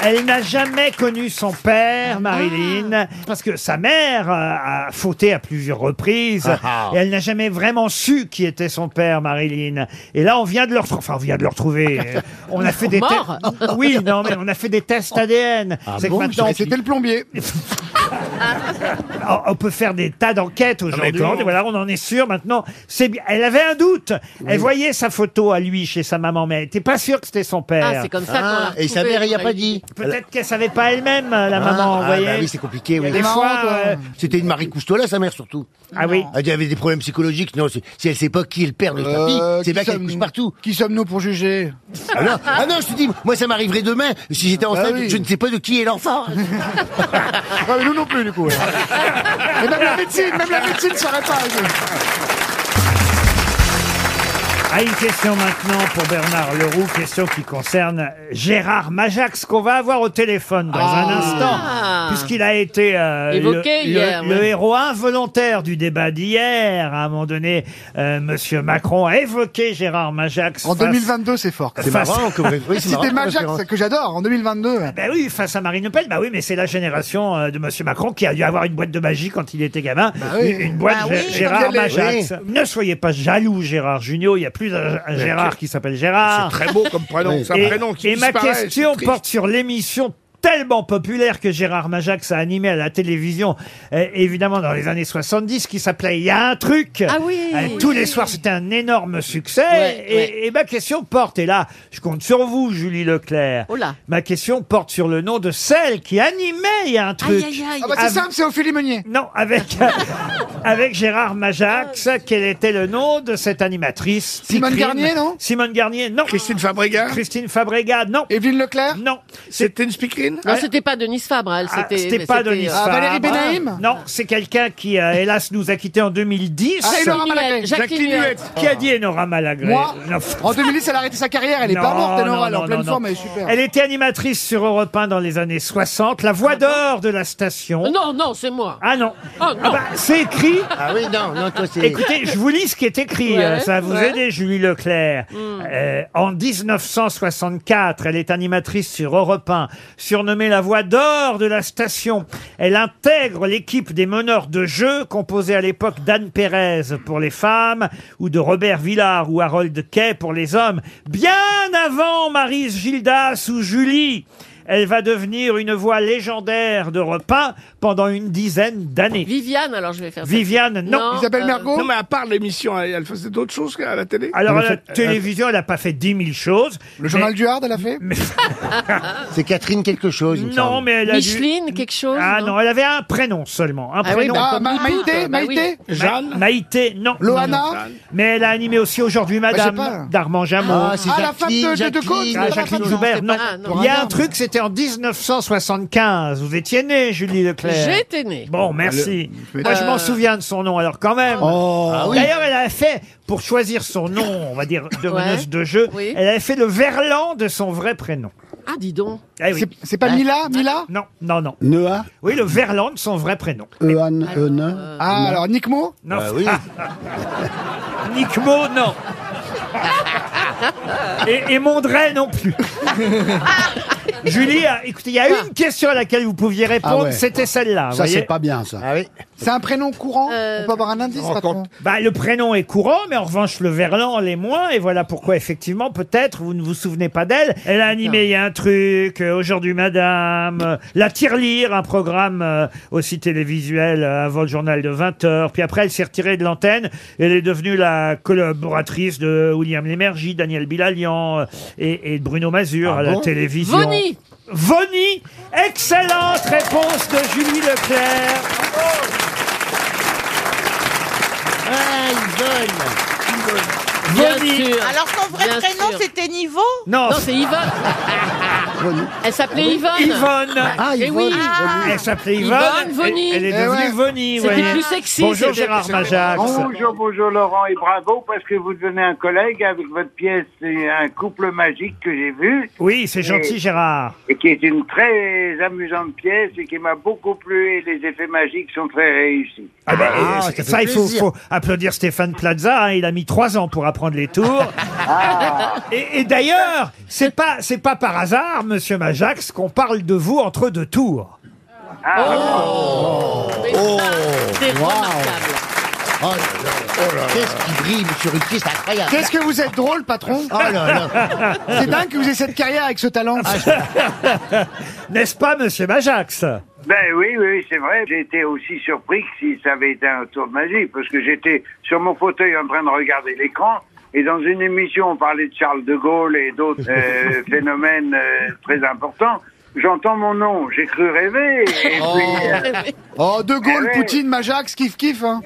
[SPEAKER 2] Elle n'a jamais connu son père, Marilyn, parce que sa mère euh, a fauté à plusieurs reprises.
[SPEAKER 6] ah.
[SPEAKER 2] Et elle n'a jamais vraiment su qui était son père, Marilyn. Et là, on vient de le retrouver. Enfin, on vient de le retrouver. Euh, On a fait des
[SPEAKER 7] Mort.
[SPEAKER 2] tests. Oui, non, mais on a fait des tests ADN. C'est que
[SPEAKER 6] bon,
[SPEAKER 2] maintenant,
[SPEAKER 4] C'était le plombier.
[SPEAKER 2] Ah, on- on peut faire des tas d'enquêtes
[SPEAKER 3] mais
[SPEAKER 2] aujourd'hui.
[SPEAKER 3] tout le monde.
[SPEAKER 2] Voilà, on en est sûr maintenant. C'est bien. Elle avait un doute. Elle voyait sa photo à lui chez sa maman, mais elle n'était pas sûre que c'était son père.
[SPEAKER 7] Ah, c'est comme ça qu'on l'a
[SPEAKER 6] Ah, et sa
[SPEAKER 7] retrouvé,
[SPEAKER 6] mère, il n'y a
[SPEAKER 7] on
[SPEAKER 6] pas
[SPEAKER 7] eu-
[SPEAKER 6] dit.
[SPEAKER 2] Peut-être qu'elle savait pas elle-même, euh, la maman,
[SPEAKER 6] Ah,
[SPEAKER 2] vous
[SPEAKER 6] ah,
[SPEAKER 2] voyez.
[SPEAKER 6] bah oui, c'est compliqué. Oui.
[SPEAKER 2] Des fois, euh,
[SPEAKER 6] C'était une Marie Cousteau, là, sa mère, surtout.
[SPEAKER 2] ah oui.
[SPEAKER 6] Elle dit, elle avait des problèmes psychologiques. Non, si si elle sait pas qui est le père de sa fille,
[SPEAKER 4] Euh,
[SPEAKER 6] c'est
[SPEAKER 4] qui
[SPEAKER 6] bien qu'elle
[SPEAKER 4] sommes-nous
[SPEAKER 6] couche partout.
[SPEAKER 4] Qui sommes-nous pour juger Bah
[SPEAKER 6] Ah non, ah non, je te dis, moi, ça m'arriverait demain. Si j'étais enceinte,
[SPEAKER 4] oui.
[SPEAKER 6] je ne sais pas de qui est l'enfant.
[SPEAKER 4] Ah, mais Nous non plus, du coup. alors. Et même la médecine, même la médecine ne saurait pas.
[SPEAKER 2] Ah, une question maintenant pour Bernard Leroux, question qui concerne Gérard Majax, qu'on va avoir au téléphone dans
[SPEAKER 6] Ah.
[SPEAKER 2] un instant, puisqu'il a été euh,
[SPEAKER 7] Évoqué
[SPEAKER 2] le,
[SPEAKER 7] hier,
[SPEAKER 2] le- le
[SPEAKER 7] ouais.
[SPEAKER 2] héros involontaire du débat d'hier. À un moment donné, euh, Monsieur Macron a évoqué Gérard Majax.
[SPEAKER 4] En
[SPEAKER 2] face-
[SPEAKER 4] 2022, c'est fort. quand même.
[SPEAKER 6] C'est
[SPEAKER 2] Face-
[SPEAKER 6] marrant. comme- Oui, c'est
[SPEAKER 4] C'était
[SPEAKER 6] marrant,
[SPEAKER 4] Majax,
[SPEAKER 6] parce que-
[SPEAKER 4] que j'adore, en 2022. ouais.
[SPEAKER 2] Ben oui, face à Marine Le Pen, bah oui, mais c'est la génération euh, de Monsieur Macron qui a dû avoir une boîte de magie quand il était gamin.
[SPEAKER 4] oui.
[SPEAKER 2] Une- Une boîte
[SPEAKER 10] Bah
[SPEAKER 2] Gé-
[SPEAKER 10] oui.
[SPEAKER 2] Gérard
[SPEAKER 6] Quelle est-
[SPEAKER 2] Majax. Ne soyez pas jaloux, Gérard Junior. Il n'y a plus un, un Gérard qui s'appelle Gérard.
[SPEAKER 3] Très beau comme prénom. C'est un
[SPEAKER 2] Ah. Et,
[SPEAKER 3] prénom qui
[SPEAKER 2] et ma
[SPEAKER 3] disparaît,
[SPEAKER 2] question
[SPEAKER 3] c'est triste.
[SPEAKER 2] porte sur l'émission tellement populaire que Gérard Majax a animé à la télévision, euh, évidemment dans les années 70, qui s'appelait Il y a un truc. Euh,
[SPEAKER 7] Ah oui.
[SPEAKER 2] tous les soirs, c'était un énorme succès.
[SPEAKER 7] Ouais,
[SPEAKER 2] et,
[SPEAKER 7] ouais.
[SPEAKER 2] et ma question porte, et là, je compte sur vous, Julie Leclerc.
[SPEAKER 7] Oh là.
[SPEAKER 2] Ma question porte sur le nom de celle qui animait Il y a un truc.
[SPEAKER 7] Aïe, aïe, aïe.
[SPEAKER 4] Ah bah c'est
[SPEAKER 2] Ah,
[SPEAKER 4] simple, c'est Ophélie Meunier.
[SPEAKER 2] Non, avec, avec Gérard Majax,
[SPEAKER 7] Ah.
[SPEAKER 2] quel était le nom de cette animatrice
[SPEAKER 4] Simone
[SPEAKER 2] Picrine
[SPEAKER 4] Garnier, non
[SPEAKER 2] Simone Garnier, non.
[SPEAKER 3] Christine Fabrega,
[SPEAKER 2] Christine Fabrega, non.
[SPEAKER 4] Evelyne Leclerc
[SPEAKER 2] Non. C'est
[SPEAKER 3] c'était une speakerine
[SPEAKER 7] Non, c'était pas Denise Fabre, elle.
[SPEAKER 2] ah,
[SPEAKER 7] C'était
[SPEAKER 2] c'était pas
[SPEAKER 7] c'était, euh,
[SPEAKER 2] Denise
[SPEAKER 4] Ah,
[SPEAKER 2] Fabre.
[SPEAKER 4] Valérie Benaïm
[SPEAKER 2] Non, c'est quelqu'un qui, euh, hélas, nous a quittés en 2010.
[SPEAKER 4] Ah, Laurent Malagré.
[SPEAKER 7] Jacqueline Jacqueline Huette.
[SPEAKER 2] Qui a dit Enora Malagré
[SPEAKER 4] Moi
[SPEAKER 2] Non, pff,
[SPEAKER 4] En 2010, elle a arrêté sa carrière, elle est pas
[SPEAKER 2] non,
[SPEAKER 4] morte, elle
[SPEAKER 2] non,
[SPEAKER 4] elle est en
[SPEAKER 2] non,
[SPEAKER 4] pleine
[SPEAKER 2] non,
[SPEAKER 4] forme,
[SPEAKER 2] non.
[SPEAKER 4] elle est super.
[SPEAKER 2] Elle était animatrice sur Europe 1 dans les années 60, la voix d'or de la station.
[SPEAKER 7] Non, non, c'est moi.
[SPEAKER 2] Ah non.
[SPEAKER 7] Oh, non.
[SPEAKER 2] Ah bah, c'est écrit.
[SPEAKER 6] Ah oui, non, non, toi, c'est.
[SPEAKER 2] Écoutez, je vous lis ce qui est écrit.
[SPEAKER 7] Ouais,
[SPEAKER 2] euh, ça va vous
[SPEAKER 7] ouais. Hmm.
[SPEAKER 2] aider, Julie Leclerc. Euh, en 1964, elle est animatrice sur Europe 1, surnommée la voix d'or de la station. Elle intègre l'équipe des meneurs de jeu, composée à l'époque d'Anne Pérez pour les femmes, ou de Robert Villard ou Harold Kay pour les hommes. Bien avant Marise Gildas ou Julie. Elle va devenir une voix légendaire de repas pendant une dizaine d'années.
[SPEAKER 7] Viviane, alors je vais faire ça.
[SPEAKER 2] Viviane, non.
[SPEAKER 4] Isabelle Mergo
[SPEAKER 3] Non, mais à part l'émission, elle elle faisait d'autres choses qu'à la télé
[SPEAKER 2] Alors, à la télévision, elle n'a pas fait 10 000 choses.
[SPEAKER 4] Le journal du Hard, elle a fait
[SPEAKER 6] C'est Catherine quelque chose. il me
[SPEAKER 2] Non,
[SPEAKER 6] semble.
[SPEAKER 2] mais elle a dû-
[SPEAKER 7] Micheline, quelque chose.
[SPEAKER 2] Ah non, elle avait un prénom seulement. Un
[SPEAKER 7] Ah oui,
[SPEAKER 2] prénom.
[SPEAKER 7] bah,
[SPEAKER 4] Ah,
[SPEAKER 7] comme
[SPEAKER 4] Ma-
[SPEAKER 7] tout le
[SPEAKER 4] Maïté
[SPEAKER 7] monde, bah oui.
[SPEAKER 4] Maïté
[SPEAKER 3] Jeanne
[SPEAKER 2] Maïté, non. Non, non.
[SPEAKER 4] Loana Bah,
[SPEAKER 2] Mais elle a animé aussi aujourd'hui
[SPEAKER 4] je sais
[SPEAKER 2] Madame
[SPEAKER 4] pas.
[SPEAKER 2] d'Armand Jameau.
[SPEAKER 6] Ah, c'est
[SPEAKER 4] Ah, la femme de- de- de
[SPEAKER 6] Jacqueline,
[SPEAKER 4] Côte,
[SPEAKER 6] Jacqueline.
[SPEAKER 4] c'est
[SPEAKER 2] Ah,
[SPEAKER 4] pas la
[SPEAKER 2] Jacqueline
[SPEAKER 4] femme-
[SPEAKER 2] Joubert, non.
[SPEAKER 7] non, c'est pas-
[SPEAKER 2] Il y a
[SPEAKER 4] non.
[SPEAKER 2] un truc, c'était en 1975. Vous étiez née, Julie Leclerc.
[SPEAKER 7] J'étais Euh, née.
[SPEAKER 2] Bon, merci.
[SPEAKER 4] Ah,
[SPEAKER 2] Moi, je m'en souviens de son nom, alors quand même.
[SPEAKER 6] Ah oui.
[SPEAKER 2] D'ailleurs, elle a fait, pour choisir son nom, on va dire, de
[SPEAKER 7] Ouais.
[SPEAKER 2] meneuse de jeu,
[SPEAKER 7] Oui.
[SPEAKER 2] elle avait fait le verlan de son vrai prénom.
[SPEAKER 7] Ah, dis donc.
[SPEAKER 2] Eh oui.
[SPEAKER 4] C'est- C'est pas Mila Mila
[SPEAKER 2] Non, non, non.
[SPEAKER 8] Noah,
[SPEAKER 2] Oui, le Verlan de son vrai prénom.
[SPEAKER 8] Ehan, Eun.
[SPEAKER 4] Ah, alors Nick Mo
[SPEAKER 2] Non.
[SPEAKER 8] Bah
[SPEAKER 6] Ah oui.
[SPEAKER 2] Nick Mo, non. et, et Mondray non plus. Julie, ah, écoutez, il y a une question à laquelle vous pouviez répondre,
[SPEAKER 8] Ah ouais.
[SPEAKER 2] c'était celle-là. vous
[SPEAKER 8] Ça,
[SPEAKER 2] voyez
[SPEAKER 8] c'est pas bien, ça.
[SPEAKER 6] Ah oui.
[SPEAKER 4] C'est un prénom courant
[SPEAKER 7] Euh,
[SPEAKER 4] On peut avoir un indice, patron
[SPEAKER 2] Bah, le prénom est courant, mais en revanche, le verlan l'est moins. Et voilà pourquoi, effectivement, peut-être, vous ne vous souvenez pas d'elle. Elle a animé Il y a un truc, euh, Aujourd'hui Madame, euh, La Tirelire, un programme euh, aussi télévisuel euh, avant le journal de 20h. Puis après, elle s'est retirée de l'antenne. Elle est devenue la collaboratrice de William Lémergie, Daniel Bilalian euh, et, et Bruno Mazur
[SPEAKER 6] Ah
[SPEAKER 5] Ah
[SPEAKER 2] à Ah, la télévision.
[SPEAKER 7] Vonnie.
[SPEAKER 2] Vonnie Excellente réponse de Julie Leclerc.
[SPEAKER 6] Ah, Yvonne
[SPEAKER 7] Bien
[SPEAKER 2] Bonnie.
[SPEAKER 7] sûr.
[SPEAKER 10] Alors son vrai
[SPEAKER 7] Bien
[SPEAKER 10] prénom
[SPEAKER 7] sûr.
[SPEAKER 10] c'était Niveau
[SPEAKER 7] Non,
[SPEAKER 2] Non,
[SPEAKER 7] c'est Yvonne. Elle s'appelait Yvonne.
[SPEAKER 2] Yvonne.
[SPEAKER 8] Ah,
[SPEAKER 7] Eh
[SPEAKER 8] il
[SPEAKER 7] oui.
[SPEAKER 2] Elle s'appppelait Yvonne.
[SPEAKER 7] Yvonne Vonny.
[SPEAKER 2] Elle, elle est
[SPEAKER 4] Eh
[SPEAKER 2] devenue
[SPEAKER 4] ouais.
[SPEAKER 2] Vonny, vous
[SPEAKER 7] C'était
[SPEAKER 2] voyez.
[SPEAKER 7] plus sexy,
[SPEAKER 2] Bonjour
[SPEAKER 7] c'était-
[SPEAKER 2] Gérard Majax.
[SPEAKER 11] Bonjour, bonjour Laurent et bravo parce que vous devenez un collègue avec votre pièce C'est un couple magique que j'ai vu
[SPEAKER 2] Oui, c'est gentil Gérard.
[SPEAKER 11] et qui est une très amusante pièce et qui m'a beaucoup plu et les effets magiques sont très réussis.
[SPEAKER 2] Ah bah, euh,
[SPEAKER 6] Ah,
[SPEAKER 2] c'est-
[SPEAKER 6] ça fait
[SPEAKER 2] ça, il faut,
[SPEAKER 6] plaisir.
[SPEAKER 2] faut applaudir Stéphane Plaza. hein, il a mis trois ans pour apprendre les tours.
[SPEAKER 5] Ah.
[SPEAKER 2] Et, et d'ailleurs, c'est pas c'est pas par hasard, Monsieur Majax, qu'on parle de vous entre deux tours.
[SPEAKER 7] Mais ça, C'est remarquable.
[SPEAKER 6] Oh là là Qu'est-ce qui brille sur une piste incroyable
[SPEAKER 4] Qu'est-ce que vous êtes drôle, patron
[SPEAKER 6] Oh là là
[SPEAKER 4] C'est dingue que vous ayez cette carrière avec ce talent.
[SPEAKER 2] Ah, N'est-ce pas, Monsieur Majax
[SPEAKER 11] Ben oui, oui, c'est vrai. J'ai été aussi surpris que si ça avait été un tour de magie parce que j'étais sur mon fauteuil en train de regarder l'écran. Et dans une émission, on parlait de Charles de Gaulle et d'autres euh, phénomènes euh, très importants. J'entends mon nom, j'ai cru rêver. Et puis, euh,
[SPEAKER 4] Oh, De Gaulle,
[SPEAKER 11] Eh oui.
[SPEAKER 4] Poutine, Majax, kiff kiff. hein.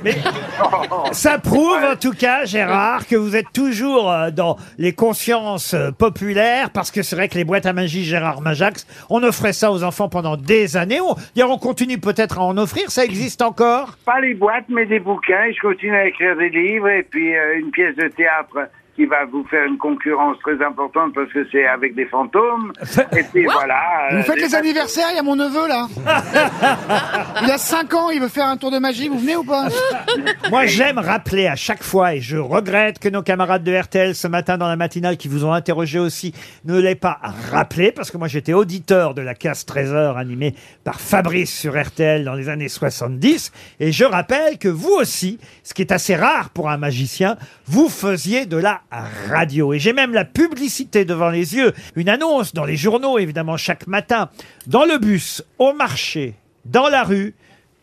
[SPEAKER 2] Ça prouve en tout cas, Gérard, que vous êtes toujours euh, dans les consciences euh, populaires, parce que c'est vrai que les boîtes à magie Gérard Majax, on offrait ça aux enfants pendant des années. On, d'ailleurs, on continue peut-être à en offrir, ça existe encore.
[SPEAKER 11] pas les boîtes, mais des bouquins. Et je continue à écrire des livres et puis euh, une pièce de théâtre qui va vous faire une concurrence très importante parce que c'est avec des fantômes. Et puis voilà. euh,
[SPEAKER 4] Vous faites
[SPEAKER 11] des
[SPEAKER 4] les anniversaires, il y a mon neveu là. Il a 5 ans, il veut faire un tour de magie, vous venez ou pas
[SPEAKER 2] Moi, j'aime rappeler à chaque fois, et je regrette que nos camarades de RTL ce matin dans la matinale qui vous ont interrogé aussi ne l'aient pas rappelé, parce que moi j'étais auditeur de la casse trésor animée par Fabrice sur RTL dans les années 70, et je rappelle que vous aussi, ce qui est assez rare pour un magicien, vous faisiez de la radio. Et j'ai même la publicité devant les yeux, une annonce dans les journaux évidemment chaque matin, dans le bus, au marché, dans la rue,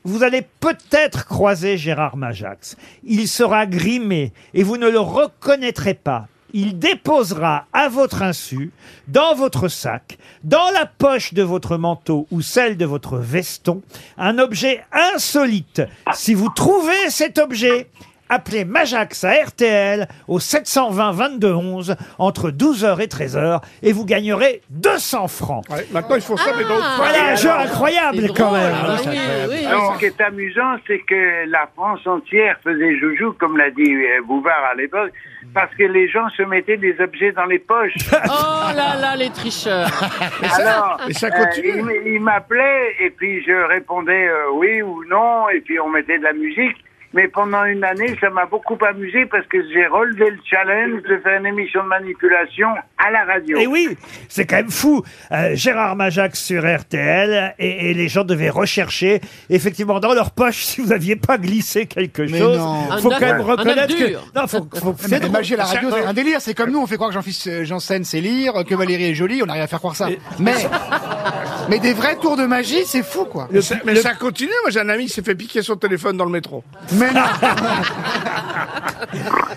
[SPEAKER 2] vous allez peut-être croiser Gérard Majax. Il sera grimé et vous ne le reconnaîtrez pas. Il déposera à votre insu, dans votre sac, dans la poche de votre manteau ou celle de votre veston, un objet insolite. Si vous trouvez cet objet, appelez Majax à RTL au 720 22 11 entre 12h et 13h et vous gagnerez 200 francs.
[SPEAKER 3] Ouais, maintenant, ils font ça, mais dans le
[SPEAKER 2] Ah. Voilà un jeu
[SPEAKER 7] C'est
[SPEAKER 2] incroyable
[SPEAKER 7] drôle,
[SPEAKER 2] quand même.
[SPEAKER 7] ah oui, oui.
[SPEAKER 11] hein, Alors, ce qui est amusant, c'est que la France entière faisait joujou, comme l'a dit euh, Bouvard à l'époque, parce que les gens se mettaient des objets dans les poches.
[SPEAKER 7] Oh là là, les tricheurs. oh
[SPEAKER 11] Alors,
[SPEAKER 3] et ça
[SPEAKER 11] euh,
[SPEAKER 3] continue.
[SPEAKER 11] il m- il m'appelait et puis je répondais euh, oui ou non et puis on mettait de la musique. Mais pendant une année, ça m'a beaucoup amusé parce que j'ai relevé le challenge de faire une émission de manipulation à la radio.
[SPEAKER 2] Et oui, c'est quand même fou. Euh, Gérard Majax sur RTL et, et les gens devaient rechercher effectivement dans leur poche si vous aviez pas glissé quelque
[SPEAKER 4] Mais
[SPEAKER 2] chose.
[SPEAKER 4] non.
[SPEAKER 2] Faut
[SPEAKER 7] Un
[SPEAKER 2] quand même
[SPEAKER 7] œuf- un œuf
[SPEAKER 2] reconnaître que
[SPEAKER 7] dur.
[SPEAKER 2] non, faut, faut-
[SPEAKER 4] C'est
[SPEAKER 2] c'est
[SPEAKER 4] la
[SPEAKER 2] drôle.
[SPEAKER 4] magie à la radio, c'est un délire. C'est comme nous, on fait croire que Jean-Fils euh, Janssen c'est lire, que Valérie est jolie, on arrive à faire croire ça. Mais, mais des vrais tours de magie, c'est fou quoi.
[SPEAKER 3] Mais, ça, mais ça continue. Moi, j'ai un ami qui s'est fait piquer son téléphone dans le métro.
[SPEAKER 4] Mais non.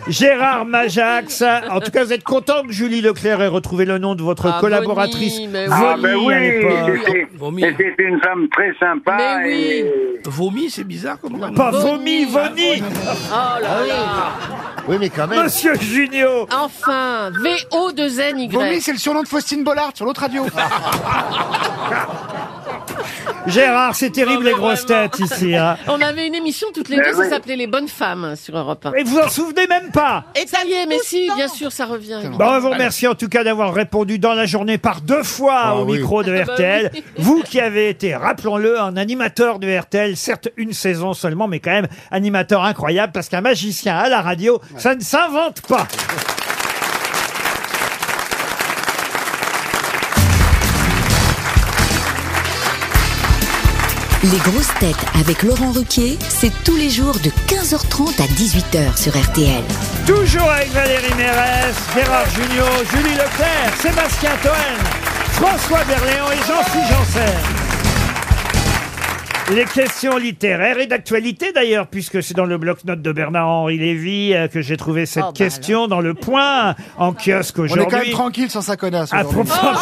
[SPEAKER 2] Gérard Majax. En tout cas, vous êtes content que Julie Leclerc ait retrouvé le nom de votre
[SPEAKER 7] Ah,
[SPEAKER 2] collaboratrice.
[SPEAKER 7] Bonnie, mais oui.
[SPEAKER 11] Ah
[SPEAKER 2] Bonnie
[SPEAKER 11] ben oui,
[SPEAKER 2] à l'époque.
[SPEAKER 11] c'était-
[SPEAKER 3] Vomi.
[SPEAKER 11] et c'était une femme très sympa.
[SPEAKER 7] Mais oui.
[SPEAKER 11] et-
[SPEAKER 3] Vomi, c'est bizarre comme ça.
[SPEAKER 2] Pas
[SPEAKER 7] Bonnie.
[SPEAKER 2] vomi, vomi.
[SPEAKER 7] Oh là
[SPEAKER 2] Ah
[SPEAKER 7] là.
[SPEAKER 6] Oui, mais quand même
[SPEAKER 2] Monsieur Junio.
[SPEAKER 7] Enfin, VO2NY.
[SPEAKER 4] Vomi, c'est le surnom de Faustine Bollard sur l'autre radio.
[SPEAKER 2] Ah Gérard, c'est terrible
[SPEAKER 7] Non, mais
[SPEAKER 2] les grosses
[SPEAKER 7] vraiment.
[SPEAKER 2] têtes ici. hein.
[SPEAKER 7] On avait une émission toutes les
[SPEAKER 11] Mais
[SPEAKER 7] deux,
[SPEAKER 11] oui.
[SPEAKER 7] ça s'appelait Les Bonnes Femmes sur Europe 1.
[SPEAKER 2] Et vous en souvenez même pas.
[SPEAKER 10] Et
[SPEAKER 7] Ça y est, mais si, bien
[SPEAKER 10] sûr.
[SPEAKER 7] sûr, ça revient.
[SPEAKER 2] Bon, Bah, on vous remercie en tout cas d'avoir répondu dans la journée par deux fois au micro de
[SPEAKER 7] Ah bah
[SPEAKER 2] RTL.
[SPEAKER 7] oui.
[SPEAKER 2] Vous qui avez été, rappelons-le, un animateur de RTL, certes une saison seulement, mais quand même animateur incroyable parce qu'un magicien à la radio, ça ne s'invente pas.
[SPEAKER 12] Les grosses têtes avec Laurent Ruquier, c'est tous les jours de 15h30 à 18h sur RTL.
[SPEAKER 2] Toujours avec Valérie Mérès, Gérard Junior, Julie Leclerc, Sébastien Toen, François Berléand et Jean-Philippe Janssen. Les questions littéraires et d'actualité d'ailleurs, puisque c'est dans le bloc-notes de Bernard-Henri Lévy euh, que j'ai trouvé cette
[SPEAKER 4] Oh, bah
[SPEAKER 2] question dans le point en kiosque
[SPEAKER 4] On est quand même
[SPEAKER 2] aujourd'hui. Ah,
[SPEAKER 4] tranquille sans sa connasse.
[SPEAKER 2] À
[SPEAKER 4] aujourd'hui.
[SPEAKER 2] propos-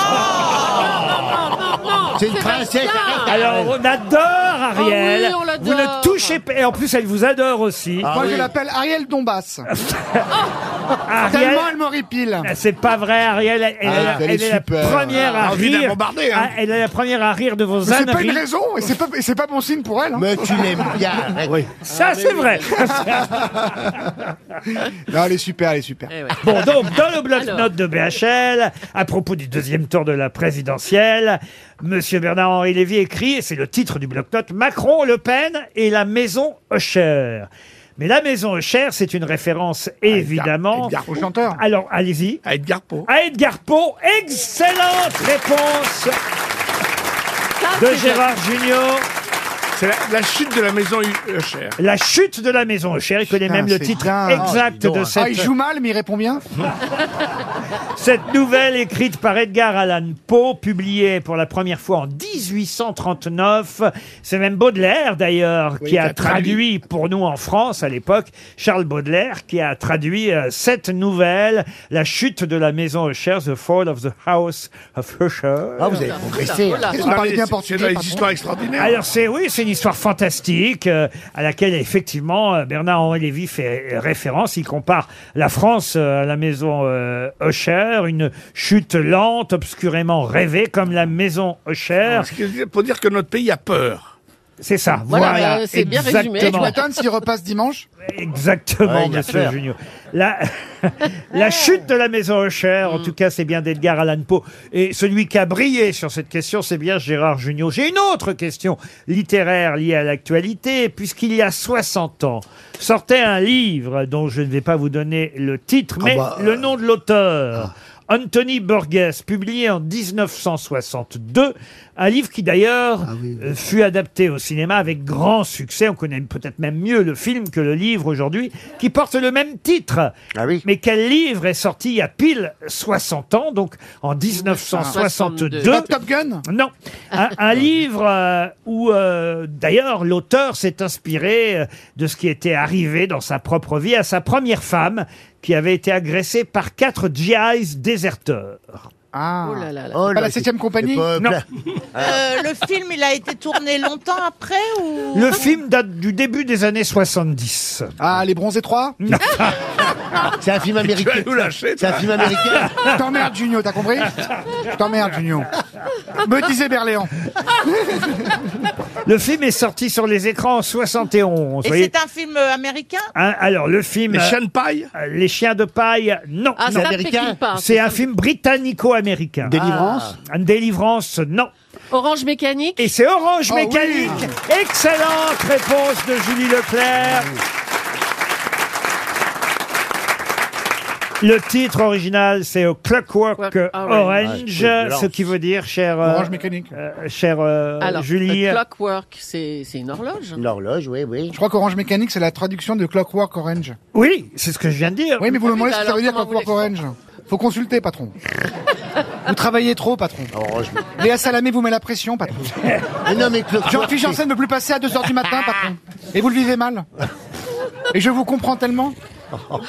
[SPEAKER 6] C'est une princesse
[SPEAKER 7] Sébastien.
[SPEAKER 6] arrête, arrête.
[SPEAKER 2] Alors on adore adore Ariel.
[SPEAKER 4] Ah oui, on l'adore.
[SPEAKER 2] vous ne touchez pas. Et en plus, elle vous adore aussi. Ah
[SPEAKER 4] Moi, je l'appelle Ariel Dombas.
[SPEAKER 2] Ariel-
[SPEAKER 4] Tellement elle m'horripile.
[SPEAKER 2] Eh, C'est pas vrai, Ariel. Elle,
[SPEAKER 4] Ah,
[SPEAKER 2] elle-
[SPEAKER 4] elle est
[SPEAKER 2] elle est la
[SPEAKER 4] super.
[SPEAKER 2] première à
[SPEAKER 4] Ah, envie
[SPEAKER 2] rire.
[SPEAKER 4] d'être bombardée, hein.
[SPEAKER 2] Ah, Elle est la première à rire de vos
[SPEAKER 4] Mais C'est pas une
[SPEAKER 2] âneries.
[SPEAKER 4] raison, et c'est pas, et c'est pas bon signe pour elle. hein. Mais tu l'aimes bien.
[SPEAKER 2] Ça, Ah, mais c'est oui. vrai.
[SPEAKER 4] non, elle est super, elle est super.
[SPEAKER 2] Bon, donc, dans le bloc-notes de BHL, à propos du deuxième tour de la présidentielle, Monsieur Bernard-Henri Lévy écrit, et c'est le titre du bloc-notes, Macron, Le Pen et la maison Hocher. Mais la maison Hocher, c'est une référence, évidemment...
[SPEAKER 4] Edgar Poe. Au chanteur.
[SPEAKER 2] Alors, allez-y. À Edgar Poe. À Edgar Poe. Excellente réponse de Gérard Junior.
[SPEAKER 3] C'est la, la chute de la maison Cher.
[SPEAKER 2] La chute de la maison Hocher. Il connaît même le titre exact de cette...
[SPEAKER 4] Ah, il joue mal, mais il répond bien.
[SPEAKER 2] Cette nouvelle écrite par Edgar Allan Poe, publiée pour la première fois en 1839, c'est même Baudelaire d'ailleurs
[SPEAKER 9] Oui,
[SPEAKER 2] qui a
[SPEAKER 9] qui a traduit.
[SPEAKER 2] traduit pour nous en France à l'époque, Charles Baudelaire qui a traduit euh, cette nouvelle, La chute de la maison Usher, The Fall of the House of Usher.
[SPEAKER 6] Ah, vous avez
[SPEAKER 3] hein.
[SPEAKER 6] progressé. Oh là, oh là. Vous parlez bien C'est- portugais, c'est des pardon. histoires extraordinaires.
[SPEAKER 2] Alors c'est oui, c'est une histoire fantastique euh, à laquelle effectivement euh, Bernard-Henri Lévy fait référence. Il compare la France euh, à la maison euh, Usher, une chute lente, obscurément rêvée, comme la maison Hocher.
[SPEAKER 3] Pour dire que notre pays a peur.
[SPEAKER 2] C'est ça.
[SPEAKER 3] Ah, Voilà,
[SPEAKER 2] Voilà,
[SPEAKER 3] euh, c'est bien
[SPEAKER 2] exactement.
[SPEAKER 3] résumé.
[SPEAKER 4] Tu m'étonnes s'il repasse dimanche
[SPEAKER 2] Exactement,
[SPEAKER 4] Ouais, il a
[SPEAKER 2] monsieur
[SPEAKER 4] peur.
[SPEAKER 2] Junior. La, la chute de la maison Hocher,
[SPEAKER 4] Mm.
[SPEAKER 2] en tout cas, c'est bien d'Edgar Allan Poe. Et celui qui a brillé sur cette question, c'est bien Gérard Junior. J'ai une autre question littéraire liée à l'actualité, puisqu'il y a 60 ans, sortait un livre dont je ne vais pas vous donner le titre,
[SPEAKER 4] Ah
[SPEAKER 2] mais
[SPEAKER 9] bah,
[SPEAKER 2] le nom de l'auteur. Anthony Burgess, publié en 1962, un livre qui d'ailleurs euh, fut adapté au cinéma avec grand succès. On connaît peut-être même mieux le film que le livre aujourd'hui, qui porte le même titre. Mais quel livre est sorti il y a pile 60 ans, donc en 1962
[SPEAKER 4] Pas Top Gun
[SPEAKER 2] Non. Un, un livre euh, où euh, d'ailleurs l'auteur s'est inspiré euh, de ce qui était arrivé dans sa propre vie à sa première femme qui avait été agressée par quatre GIs déserteurs.
[SPEAKER 4] Ah.
[SPEAKER 10] Oh là là là.
[SPEAKER 4] C'est pas Ah. la 7ème compagnie
[SPEAKER 2] Non.
[SPEAKER 10] Euh, le film, il a été tourné longtemps après ou
[SPEAKER 2] Le film date du début des années 70.
[SPEAKER 4] Ah, les bronzés 3
[SPEAKER 6] C'est un film américain. C'est un film américain.
[SPEAKER 4] Je T'emmerde, Junio, t'as compris Je T'emmerde, Junio. Me disait Berléand.
[SPEAKER 2] Le film est sorti sur les écrans en 71.
[SPEAKER 10] Et
[SPEAKER 2] voyez.
[SPEAKER 10] c'est un film euh, américain
[SPEAKER 2] Hein, alors le film
[SPEAKER 3] Les
[SPEAKER 2] euh,
[SPEAKER 3] chiens de paille
[SPEAKER 2] euh, Les chiens de paille, non.
[SPEAKER 10] Ah,
[SPEAKER 2] non.
[SPEAKER 10] c'est américain
[SPEAKER 2] C'est un film britannico-américain.
[SPEAKER 7] Délivrance
[SPEAKER 2] Ah. Délivrance, non.
[SPEAKER 9] Bah,
[SPEAKER 7] Orange mécanique.
[SPEAKER 2] Et c'est Orange
[SPEAKER 7] Oh
[SPEAKER 6] Ah
[SPEAKER 7] oui.
[SPEAKER 2] mécanique. Excellente réponse de Julie Leclerc. Le titre original, c'est A Clockwork
[SPEAKER 9] Clockwork Orange.
[SPEAKER 2] Orange,
[SPEAKER 9] Ouais, c'est
[SPEAKER 2] ce qui veut dire, euh, cher,
[SPEAKER 9] Orange mécanique.
[SPEAKER 2] cher
[SPEAKER 9] Euh, Alors,
[SPEAKER 2] euh, Julie,
[SPEAKER 9] le clockwork, c'est c'est une horloge.
[SPEAKER 6] Une horloge, oui, oui.
[SPEAKER 4] Je crois qu'Orange Mécanique, c'est la traduction de Clockwork Orange.
[SPEAKER 2] Oui, c'est ce que je viens de dire.
[SPEAKER 4] Oui, mais vous me demandez
[SPEAKER 9] Ah oui,
[SPEAKER 4] ce que ça
[SPEAKER 9] alors
[SPEAKER 4] veut dire
[SPEAKER 9] comment
[SPEAKER 4] Clockwork Orange. Faut consulter, patron. vous travaillez trop, patron.
[SPEAKER 6] Ah, Orange mécanique.
[SPEAKER 4] Léa Salamé vous met la pression, patron.
[SPEAKER 6] Mais non, mais Clockwork,
[SPEAKER 4] Jean-Philippe
[SPEAKER 6] c'est-
[SPEAKER 4] Janssen ne veut plus passer à 2h du matin, patron. Et vous le vivez mal. Et je vous comprends tellement.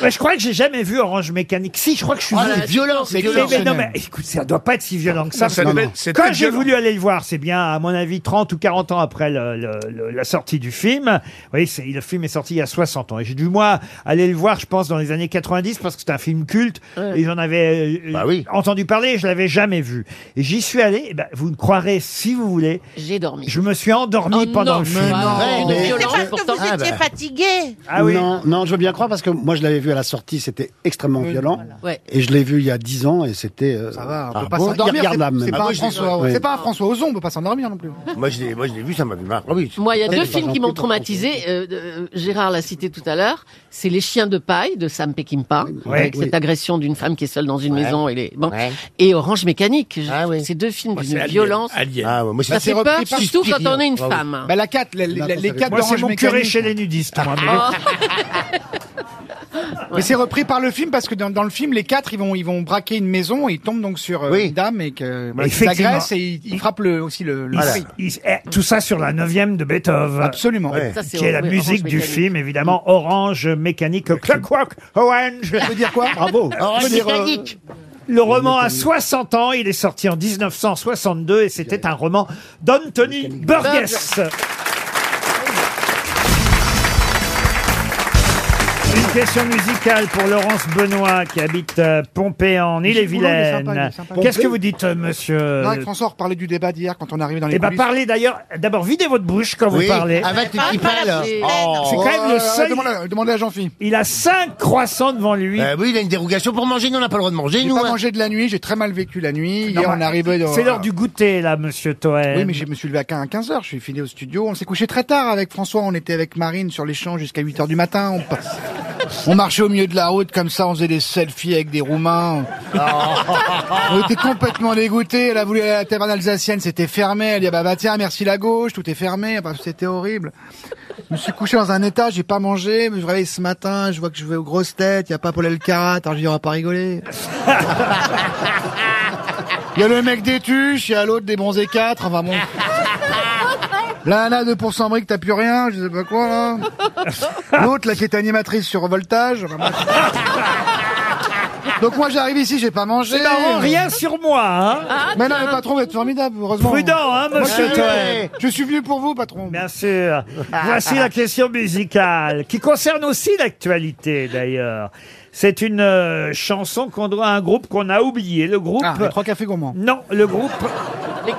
[SPEAKER 2] Ouais, je crois que j'ai jamais vu Orange Mécanique. Si, je crois que je suis
[SPEAKER 4] Ah,
[SPEAKER 2] venu.
[SPEAKER 4] c'est violent, c'est
[SPEAKER 2] Mais-
[SPEAKER 4] violent.
[SPEAKER 2] Mais, non, mais écoute, ça doit pas être si violent que ça.
[SPEAKER 3] Non, ça
[SPEAKER 2] parce
[SPEAKER 3] devait
[SPEAKER 2] que
[SPEAKER 3] être- c'est
[SPEAKER 2] quand
[SPEAKER 3] très
[SPEAKER 2] j'ai
[SPEAKER 3] violent.
[SPEAKER 2] voulu aller le voir, c'est bien, à mon avis, 30 ou 40 ans après le- le- le- la sortie du film. Vous voyez, c'est- le film est sorti il y a 60 ans. Et j'ai dû, moi, aller le voir, je pense, dans les années 90, parce que c'est un film culte.
[SPEAKER 9] Ouais.
[SPEAKER 2] Et j'en avais
[SPEAKER 3] Bah
[SPEAKER 2] euh, entendu parler et je l'avais jamais vu. Et j'y suis allé, et ben, vous me croirez, si vous voulez.
[SPEAKER 9] J'ai dormi.
[SPEAKER 2] Je me suis endormi
[SPEAKER 9] Oh
[SPEAKER 2] pendant
[SPEAKER 9] non,
[SPEAKER 2] le film.
[SPEAKER 9] mais non. Ouais, mais-
[SPEAKER 10] C'est
[SPEAKER 9] Violent,
[SPEAKER 10] parce que
[SPEAKER 9] pourtant.
[SPEAKER 10] vous
[SPEAKER 9] Ah,
[SPEAKER 10] étiez
[SPEAKER 9] bah.
[SPEAKER 10] fatigué.
[SPEAKER 2] Ah oui.
[SPEAKER 8] Non, non, je veux bien croire parce que moi je l'avais vu à la sortie, c'était extrêmement violent.
[SPEAKER 9] Ouais.
[SPEAKER 8] Et je l'ai vu il y a 10 ans et c'était. euh, ah
[SPEAKER 4] Ça va,
[SPEAKER 6] Ah
[SPEAKER 4] on peut pas s'endormir. c'est- C'est pas, un François- c'est pas un François Ozon, on peut pas s'endormir non plus.
[SPEAKER 6] Moi, je l'ai moi, je l'ai vu, ça m'a vu marre. Ah oui.
[SPEAKER 9] Moi, il y a
[SPEAKER 6] Ça,
[SPEAKER 9] deux
[SPEAKER 6] c'est pas
[SPEAKER 9] films qui
[SPEAKER 6] gentil
[SPEAKER 9] m'ont
[SPEAKER 6] pour-
[SPEAKER 9] traumatisé. Euh, euh, Gérard l'a cité tout à l'heure. C'est Les Chiens de paille de Sam Peckinpah,
[SPEAKER 6] Ouais.
[SPEAKER 9] avec
[SPEAKER 6] Oui.
[SPEAKER 9] cette agression d'une femme qui est seule dans une
[SPEAKER 6] Ouais.
[SPEAKER 9] maison. Et, les... bon.
[SPEAKER 6] Ouais.
[SPEAKER 9] et Orange Mécanique. Je- Ces deux films d'une violence.
[SPEAKER 6] Ah, ouais, moi,
[SPEAKER 9] Ça fait peur, surtout quand on est une femme.
[SPEAKER 4] Bah, la 4, les,
[SPEAKER 9] Non,
[SPEAKER 4] les-
[SPEAKER 9] ça,
[SPEAKER 4] les
[SPEAKER 9] ça
[SPEAKER 4] quatre
[SPEAKER 2] Moi, c'est
[SPEAKER 4] d'Orange
[SPEAKER 2] mon curé
[SPEAKER 4] Mécanique.
[SPEAKER 2] chez les nudistes, moi, mais-
[SPEAKER 4] Oh. Mais c'est repris par le film parce que dans, dans le film, les quatre, ils vont, ils vont braquer une maison et ils tombent donc sur euh, une dame et que, bah, ils
[SPEAKER 2] Effectivement.
[SPEAKER 4] agressent et ils, ils frappent le, aussi le, le
[SPEAKER 2] Il-
[SPEAKER 4] prix.
[SPEAKER 2] il- eh, tout ça sur la neuvième de Beethoven.
[SPEAKER 4] Absolument.
[SPEAKER 2] Euh,
[SPEAKER 4] Ça, c'est
[SPEAKER 2] qui est la
[SPEAKER 4] oui,
[SPEAKER 2] musique
[SPEAKER 4] Orange
[SPEAKER 2] du
[SPEAKER 4] Mécanique.
[SPEAKER 2] film, évidemment. Orange Mécanique, Clockwork Orange.
[SPEAKER 4] Ça veut dire quoi
[SPEAKER 2] Bravo.
[SPEAKER 6] Orange
[SPEAKER 4] euh,
[SPEAKER 6] Mécanique.
[SPEAKER 2] Le roman a 60 ans, il est sorti en 1962 et c'était un roman d'Anthony Burgess. Une question musicale pour Laurence Benoît qui habite euh, Pompée en
[SPEAKER 4] Boulon, il est sympa, il
[SPEAKER 2] Ille-et-Vilaine.
[SPEAKER 4] est sympa.
[SPEAKER 2] Qu'est-ce que
[SPEAKER 4] Pompée
[SPEAKER 2] vous dites, euh, monsieur
[SPEAKER 4] Non, avec François, on reparlait du débat d'hier quand on est arrivé dans les
[SPEAKER 2] Eh ben,
[SPEAKER 4] coulisses.
[SPEAKER 2] parlez d'ailleurs. D'abord, videz votre bouche quand
[SPEAKER 4] Oui,
[SPEAKER 2] vous parlez.
[SPEAKER 4] avec Parle qui pas parle. la plaine.
[SPEAKER 2] Oh. C'est quand même
[SPEAKER 4] Oh,
[SPEAKER 2] le seul.
[SPEAKER 4] demandez-
[SPEAKER 2] à Jean-Philippe. Il a cinq croissants devant lui.
[SPEAKER 6] oui, il a une dérogation pour manger, nous on n'a pas le droit de manger,
[SPEAKER 4] J'ai
[SPEAKER 6] nous.
[SPEAKER 4] pas
[SPEAKER 6] hein.
[SPEAKER 4] mangé de la nuit, j'ai très mal vécu la nuit. Hier,
[SPEAKER 6] Non,
[SPEAKER 4] on est arrivé dans...
[SPEAKER 2] C'est l'heure du goûter, là, monsieur Toen.
[SPEAKER 4] Oui, mais je me suis levé à 15h, je suis filé au studio. On s'est couché très tard avec François, on était avec Marine sur les champs jusqu'à 8h du matin. On, passe- on marchait au milieu de la route comme ça, on faisait des selfies avec des Roumains. On était complètement dégoûtés. Elle a voulu aller à la taverne alsacienne, c'était fermé. Elle dit, ah bah, bah tiens, merci la gauche, tout est fermé. Ah bah, c'était horrible. Je me suis couché dans un état, j'ai pas mangé. Je me réveille ce matin, je vois que je vais aux grosses têtes, il y a pas Paul Elkarat. Alors je dis, on va pas rigoler. Il y a le mec des tuches, il y a l'autre des bronzés 4. Enfin bon. Là, là, 2% brique, t'as plus rien, je sais pas quoi, là. L'autre, là, qui est animatrice sur Voltage. Enfin, bref. Donc moi, j'arrive ici, j'ai pas mangé.
[SPEAKER 2] C'est marrant, rien sur moi, hein.
[SPEAKER 9] Ah,
[SPEAKER 4] Mais non, le patron, vous êtes formidable, heureusement.
[SPEAKER 2] Prudent, hein,
[SPEAKER 4] Moi, je suis
[SPEAKER 2] monsieur Toen.
[SPEAKER 4] venu- Je suis venu pour vous, patron.
[SPEAKER 2] Bien sûr. Voici la question musicale, qui concerne aussi l'actualité d'ailleurs. C'est une euh, chanson qu'on doit à un groupe qu'on a oublié. Le groupe.
[SPEAKER 4] Ah, les trois cafés gourmands.
[SPEAKER 2] Non, le groupe.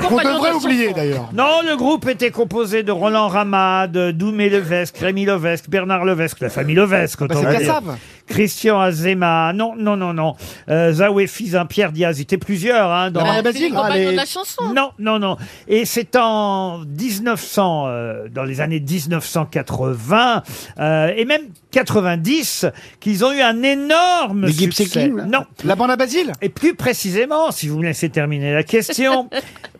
[SPEAKER 4] Qu'on devrait oublier, d'ailleurs.
[SPEAKER 2] Non, le groupe était composé de Roland Ramade, Doumé Levesque, Rémi Levesque, Bernard Levesque, la famille Levesque.
[SPEAKER 4] Bah,
[SPEAKER 2] autant
[SPEAKER 4] c'est
[SPEAKER 2] dire.
[SPEAKER 4] Kassav.
[SPEAKER 2] Christian Azema, non, non, non, non. Euh, Zaoué Fizin, Pierre Diaz, il était plusieurs. Hein, dans...
[SPEAKER 9] Ah, Basile, c'est les compagnons de la chanson.
[SPEAKER 2] Non, non, non. Et c'est en 1900, euh, dans les années 1980 euh, et même 90, qu'ils ont eu un énorme
[SPEAKER 4] Les Gypsy
[SPEAKER 2] succès.
[SPEAKER 4] Kings, là
[SPEAKER 2] Non.
[SPEAKER 4] La bande à Basile
[SPEAKER 2] Et plus précisément, si vous me laissez terminer la question,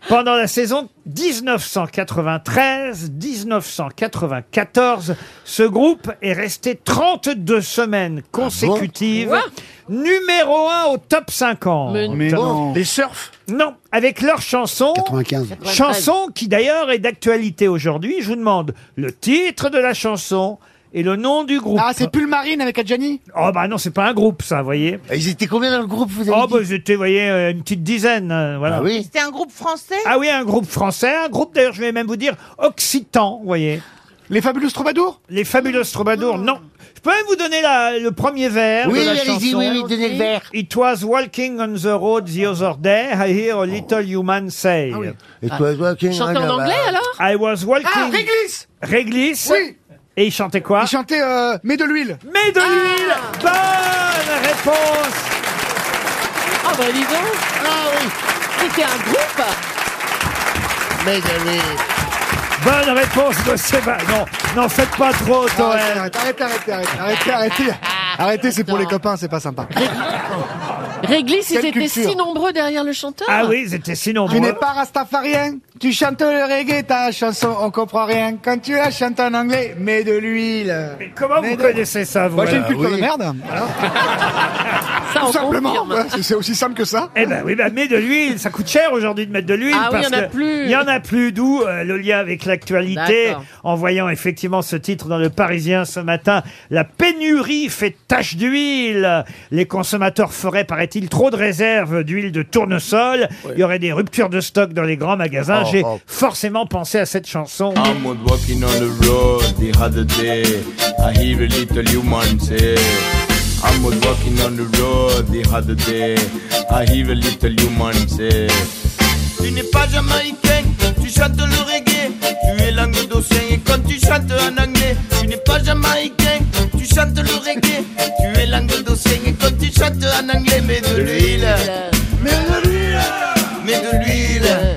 [SPEAKER 2] pendant la saison 1993-1994, ce groupe est resté 32 semaines
[SPEAKER 4] Ah
[SPEAKER 2] consécutives
[SPEAKER 3] Quoi
[SPEAKER 2] numéro 1 au top 50.
[SPEAKER 3] Mais non. Les surfs
[SPEAKER 2] Non, avec leur chanson.
[SPEAKER 8] 95.
[SPEAKER 2] Chanson qui d'ailleurs est d'actualité aujourd'hui. Je vous demande le titre de la chanson et le nom du groupe.
[SPEAKER 4] Ah, c'est Pulmarine avec Adjani
[SPEAKER 2] Oh bah non, c'est pas un groupe ça, vous voyez.
[SPEAKER 6] Ils étaient combien dans le groupe, vous avez
[SPEAKER 2] Oh bah ils étaient, vous voyez, euh, une petite dizaine, euh, voilà.
[SPEAKER 6] Ah oui.
[SPEAKER 10] C'était un groupe français
[SPEAKER 2] Ah oui, un groupe français, un groupe d'ailleurs, je vais même vous dire occitan, vous voyez.
[SPEAKER 4] Les Fabuleux Troubadours
[SPEAKER 2] Les Fabuleux
[SPEAKER 10] Ah.
[SPEAKER 2] Troubadours, non. Je peux même vous donner la- le premier vers
[SPEAKER 6] Oui,
[SPEAKER 2] de la
[SPEAKER 6] allez-y,
[SPEAKER 2] chanson.
[SPEAKER 6] oui, oui, donnez le vers.
[SPEAKER 2] It was walking on the road the other day, I hear a little human say.
[SPEAKER 6] Et toi, toi, qui-
[SPEAKER 9] Chanteur d'anglais alors
[SPEAKER 2] I was walking...
[SPEAKER 4] Ah, Réglisse
[SPEAKER 2] Réglisse
[SPEAKER 4] Oui
[SPEAKER 2] Et il chantait quoi
[SPEAKER 4] Il chantait euh, Mets de l'huile Ah.
[SPEAKER 2] Mais de l'huile Bonne réponse
[SPEAKER 9] Ah bah dis donc
[SPEAKER 6] Ah oui,
[SPEAKER 9] C'était un groupe
[SPEAKER 6] mais j'avais...
[SPEAKER 2] Bonne réponse de Sébastien. Non, n'en faites pas trop, Toël.
[SPEAKER 4] Arrête, arrête, arrête, arrête, arrête, arrêtez, arrêtez, c'est pour les copains, c'est pas sympa.
[SPEAKER 9] Réglisse, ils
[SPEAKER 4] Quelle
[SPEAKER 9] étaient
[SPEAKER 4] culture.
[SPEAKER 9] si nombreux derrière le chanteur
[SPEAKER 2] Ah oui, ils étaient si nombreux.
[SPEAKER 4] Tu n'es pas rastafarien, tu chantes le reggae, ta chanson, on comprend rien. Quand tu la chantes en anglais, mets de l'huile.
[SPEAKER 2] Mais comment vous
[SPEAKER 4] Mais de-
[SPEAKER 2] connaissez ça, vous
[SPEAKER 4] Moi j'ai une
[SPEAKER 2] alors
[SPEAKER 4] culture
[SPEAKER 6] oui.
[SPEAKER 4] de merde, voilà.
[SPEAKER 9] Ça, on
[SPEAKER 4] tout simplement.
[SPEAKER 9] confirme.
[SPEAKER 4] voilà, c'est- C'est aussi simple que ça.
[SPEAKER 2] Eh ben oui, ben, mais de l'huile, ça coûte cher aujourd'hui de mettre de l'huile.
[SPEAKER 9] Ah oui,
[SPEAKER 2] parce
[SPEAKER 9] y en a
[SPEAKER 2] que
[SPEAKER 9] plus.
[SPEAKER 2] Il y en a plus, d'où euh, le lien avec l'actualité.
[SPEAKER 9] D'accord.
[SPEAKER 2] En voyant effectivement ce titre dans le Parisien ce matin, la pénurie fait tache d'huile. Les consommateurs feraient, paraît-il, trop de réserves d'huile de tournesol. Il y aurait des ruptures de stock dans les grands magasins.
[SPEAKER 6] Oh,
[SPEAKER 2] J'ai
[SPEAKER 6] oh.
[SPEAKER 2] forcément pensé à cette chanson.
[SPEAKER 13] I'm out walking on the road the other day. I hear a little human say. I'm out walking on the road the other day. I hear a little human say. Tu n'es pas jamaïcaine, tu chantes le reggae. Tu es langue d'océan et quand tu chantes en anglais. Tu n'es pas jamaïcain, tu chantes le reggae. Tu es langue d'océan et quand tu chantes en anglais. Mais de l'huile, mais de l'huile, mais de l'huile.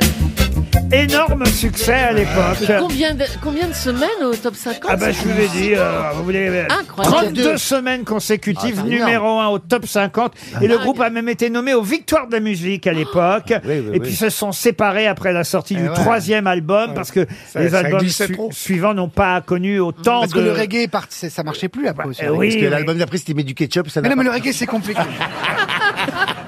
[SPEAKER 2] Énorme succès à l'époque.
[SPEAKER 9] Combien de, combien de semaines au top 50
[SPEAKER 2] Ah bah je vous ai dit, euh, vous voulez euh,
[SPEAKER 9] Incroyable.
[SPEAKER 2] 32 semaines consécutives,
[SPEAKER 6] Ah, c'est
[SPEAKER 2] numéro 1 au top 50. Et le groupe a même été nommé aux Victoires de la musique à l'époque.
[SPEAKER 6] Oui, oui,
[SPEAKER 2] Et
[SPEAKER 6] oui.
[SPEAKER 2] puis se sont séparés après la sortie du
[SPEAKER 8] ouais.
[SPEAKER 2] troisième album parce que
[SPEAKER 8] Ça-
[SPEAKER 2] les
[SPEAKER 8] ça
[SPEAKER 2] albums
[SPEAKER 8] glissait
[SPEAKER 2] su-
[SPEAKER 8] trop.
[SPEAKER 2] suivants n'ont pas connu autant
[SPEAKER 4] Parce
[SPEAKER 2] de...
[SPEAKER 4] que le reggae, est parti, ça- ça marchait plus après aussi.
[SPEAKER 2] Eh oui,
[SPEAKER 6] Parce que
[SPEAKER 2] oui.
[SPEAKER 6] l'album d'après, c'était Mets du ketchup, ça
[SPEAKER 4] Mais
[SPEAKER 6] n'a
[SPEAKER 4] non, mais
[SPEAKER 6] pas...
[SPEAKER 4] le reggae, c'est compliqué.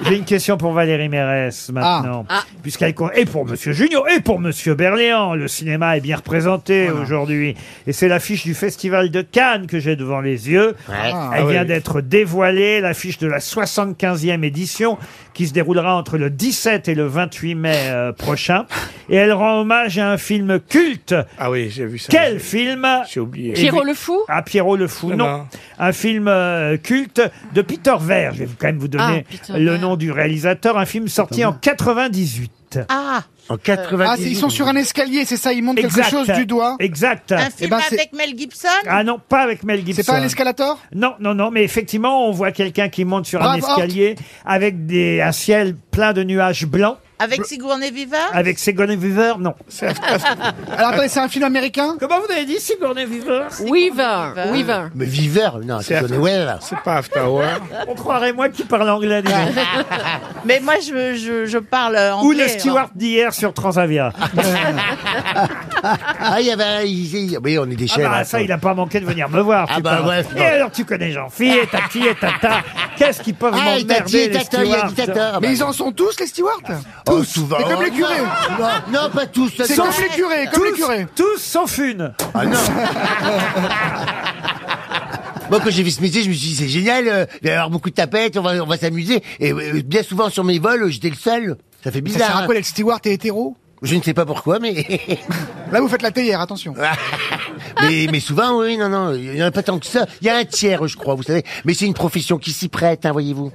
[SPEAKER 2] J'ai une question pour Valérie Mérès maintenant.
[SPEAKER 14] Ah. Ah.
[SPEAKER 2] Puisqu'elle con- et pour Monsieur Junior et pour Monsieur Berléand, le cinéma est bien représenté aujourd'hui. Et c'est l'affiche du Festival de Cannes que j'ai devant les yeux.
[SPEAKER 14] Ah,
[SPEAKER 2] Elle
[SPEAKER 14] oui.
[SPEAKER 2] vient d'être dévoilée, l'affiche de la 75e édition qui se déroulera entre le 17 et le 28 mai euh, prochain. Et elle rend hommage à un film culte.
[SPEAKER 3] Ah oui, j'ai vu ça.
[SPEAKER 2] Quel film
[SPEAKER 3] J'ai oublié.
[SPEAKER 2] Pierrot le Fou Ah, Pierrot le Fou, non. Un film euh, culte de Peter Ver. Je vais quand même vous donner
[SPEAKER 14] Ah, Peter
[SPEAKER 2] le
[SPEAKER 14] Weir.
[SPEAKER 2] nom du réalisateur. Un film sorti en 98.
[SPEAKER 10] Ah
[SPEAKER 2] En
[SPEAKER 4] Ah, c'est- ils sont sur un escalier, c'est ça, ils montent quelque
[SPEAKER 2] Exact.
[SPEAKER 4] chose du doigt. Eh ben,
[SPEAKER 2] Exact. Eh ben,
[SPEAKER 10] Un film avec Mel Gibson
[SPEAKER 2] Ah non, pas avec Mel Gibson.
[SPEAKER 4] C'est pas un escalator
[SPEAKER 2] Non, non, non, mais effectivement, on voit quelqu'un qui monte sur un
[SPEAKER 10] Brave
[SPEAKER 2] escalier avec des, un ciel plein de nuages blancs.
[SPEAKER 10] Avec Sigourney Viva
[SPEAKER 2] Avec Sigourney Weaver, non.
[SPEAKER 4] Alors attendez, c'est un film américain
[SPEAKER 2] Comment vous avez dit Sigourney Weaver
[SPEAKER 10] Weaver.
[SPEAKER 9] Weaver.
[SPEAKER 6] Mais viveur, non, c'est Johnny Weaver.
[SPEAKER 3] C'est pas After Hour.
[SPEAKER 2] On croirait moi qui parle anglais. dis donc.
[SPEAKER 10] Mais moi, je, je, je parle anglais. hein. bah,
[SPEAKER 2] Ou le steward d'hier sur Transavia.
[SPEAKER 6] Ah, il y avait. il- il- Mais on est des
[SPEAKER 2] Ah
[SPEAKER 6] chèvres.
[SPEAKER 2] bah, ça, il a pas manqué de venir me voir.
[SPEAKER 6] Ah
[SPEAKER 2] putain.
[SPEAKER 6] bah, bref,
[SPEAKER 2] Et
[SPEAKER 6] bon.
[SPEAKER 2] alors, tu connais Jean-Phi et Tati et Tata. Qu'est-ce qu'ils peuvent
[SPEAKER 6] Ah,
[SPEAKER 2] m'emmerder
[SPEAKER 6] et Tati et
[SPEAKER 2] les
[SPEAKER 6] Tata, il y a du
[SPEAKER 2] stewards. Ah bah,
[SPEAKER 6] Tata.
[SPEAKER 4] Mais ils en sont tous, les stewards
[SPEAKER 6] Oh, souvent.
[SPEAKER 4] C'est comme les curés.
[SPEAKER 6] Non, non, pas tous.
[SPEAKER 4] C'est
[SPEAKER 6] Sauf-
[SPEAKER 4] comme les curés, comme les
[SPEAKER 2] Tous-
[SPEAKER 4] curés.
[SPEAKER 2] Tous sauf une.
[SPEAKER 6] Ah non Moi, quand j'ai vu ce métier, je me suis dit, c'est génial, euh, il va y avoir beaucoup de tapettes, on va, on va s'amuser. Et euh, bien souvent, sur mes vols, euh, j'étais le seul. Ça fait
[SPEAKER 4] Ça sert
[SPEAKER 6] bizarre.
[SPEAKER 4] à quoi,
[SPEAKER 6] hein.
[SPEAKER 4] les stewards et hétéro
[SPEAKER 6] Je ne sais pas pourquoi, mais...
[SPEAKER 4] Là, vous faites la théière, attention.
[SPEAKER 6] mais... Mais souvent, oui, non, non, il n'y en a pas tant que ça. Il y a un tiers, je crois, vous savez. Mais c'est une profession qui s'y prête, hein, voyez-vous.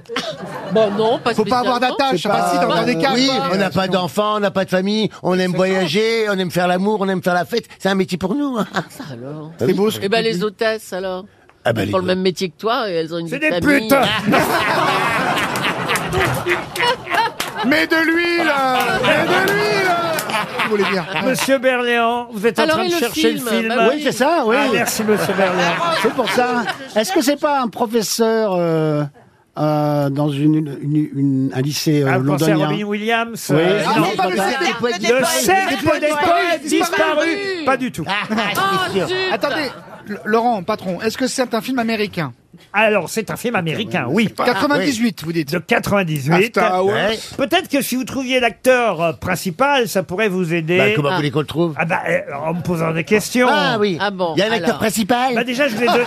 [SPEAKER 9] Bon, Oh non, pas
[SPEAKER 4] Faut pas avoir d'attache,
[SPEAKER 6] C'est
[SPEAKER 4] pas si dans dans des cas.
[SPEAKER 6] Oui,
[SPEAKER 4] quoi.
[SPEAKER 6] on n'a pas d'enfants, on n'a pas de famille, on aime voyager, on aime faire l'amour, on aime faire la fête. C'est un métier pour nous. hein.
[SPEAKER 9] Alors
[SPEAKER 6] C'est beau, ce
[SPEAKER 9] Eh
[SPEAKER 6] que
[SPEAKER 9] ben,
[SPEAKER 6] tu
[SPEAKER 9] les
[SPEAKER 6] dis.
[SPEAKER 9] hôtesses, alors.
[SPEAKER 6] Ah ben,
[SPEAKER 9] Elles
[SPEAKER 6] les
[SPEAKER 9] font le même métier que toi et elles ont une
[SPEAKER 2] C'est
[SPEAKER 9] vie de
[SPEAKER 2] des
[SPEAKER 9] famille.
[SPEAKER 2] putes.
[SPEAKER 4] Mais de l'huile euh, Mais de l'huile euh. Vous voulez dire
[SPEAKER 2] Monsieur Berléand, vous êtes
[SPEAKER 4] Alors,
[SPEAKER 2] en train
[SPEAKER 4] et
[SPEAKER 2] de
[SPEAKER 4] le
[SPEAKER 2] chercher
[SPEAKER 4] film,
[SPEAKER 2] le film.
[SPEAKER 4] bah
[SPEAKER 8] Oui, c'est ça, oui.
[SPEAKER 2] Ah, merci, monsieur Berléand.
[SPEAKER 8] C'est pour ça. Est-ce que c'est pas un professeur euh, euh, dans une, une- une- un lycée euh,
[SPEAKER 2] Ah, vous pensez à
[SPEAKER 8] londonien
[SPEAKER 2] Robin Williams
[SPEAKER 8] Oui.
[SPEAKER 2] euh,
[SPEAKER 8] Ah,
[SPEAKER 2] non.
[SPEAKER 8] c'est pas le cercle
[SPEAKER 2] Le
[SPEAKER 8] des poètes.
[SPEAKER 2] cercle des poètes disparu. Pas du
[SPEAKER 4] Ah,
[SPEAKER 10] Ah,
[SPEAKER 2] tout.
[SPEAKER 4] Attendez, L- Laurent, patron, est-ce que c'est un film américain
[SPEAKER 2] Alors, c'est un film américain, oui.
[SPEAKER 4] 98, vous dites.
[SPEAKER 2] De 98.
[SPEAKER 4] After Hours.
[SPEAKER 6] Ouais.
[SPEAKER 2] Peut-être que si vous trouviez l'acteur euh, principal, ça pourrait vous aider.
[SPEAKER 6] Bah, comment vous voulez qu'on le trouve
[SPEAKER 2] Ah bah, euh, en me posant des questions.
[SPEAKER 6] Ah oui.
[SPEAKER 9] Ah bon,
[SPEAKER 6] Il y a un acteur
[SPEAKER 9] alors.
[SPEAKER 6] principal.
[SPEAKER 2] Bah déjà, je vais deux.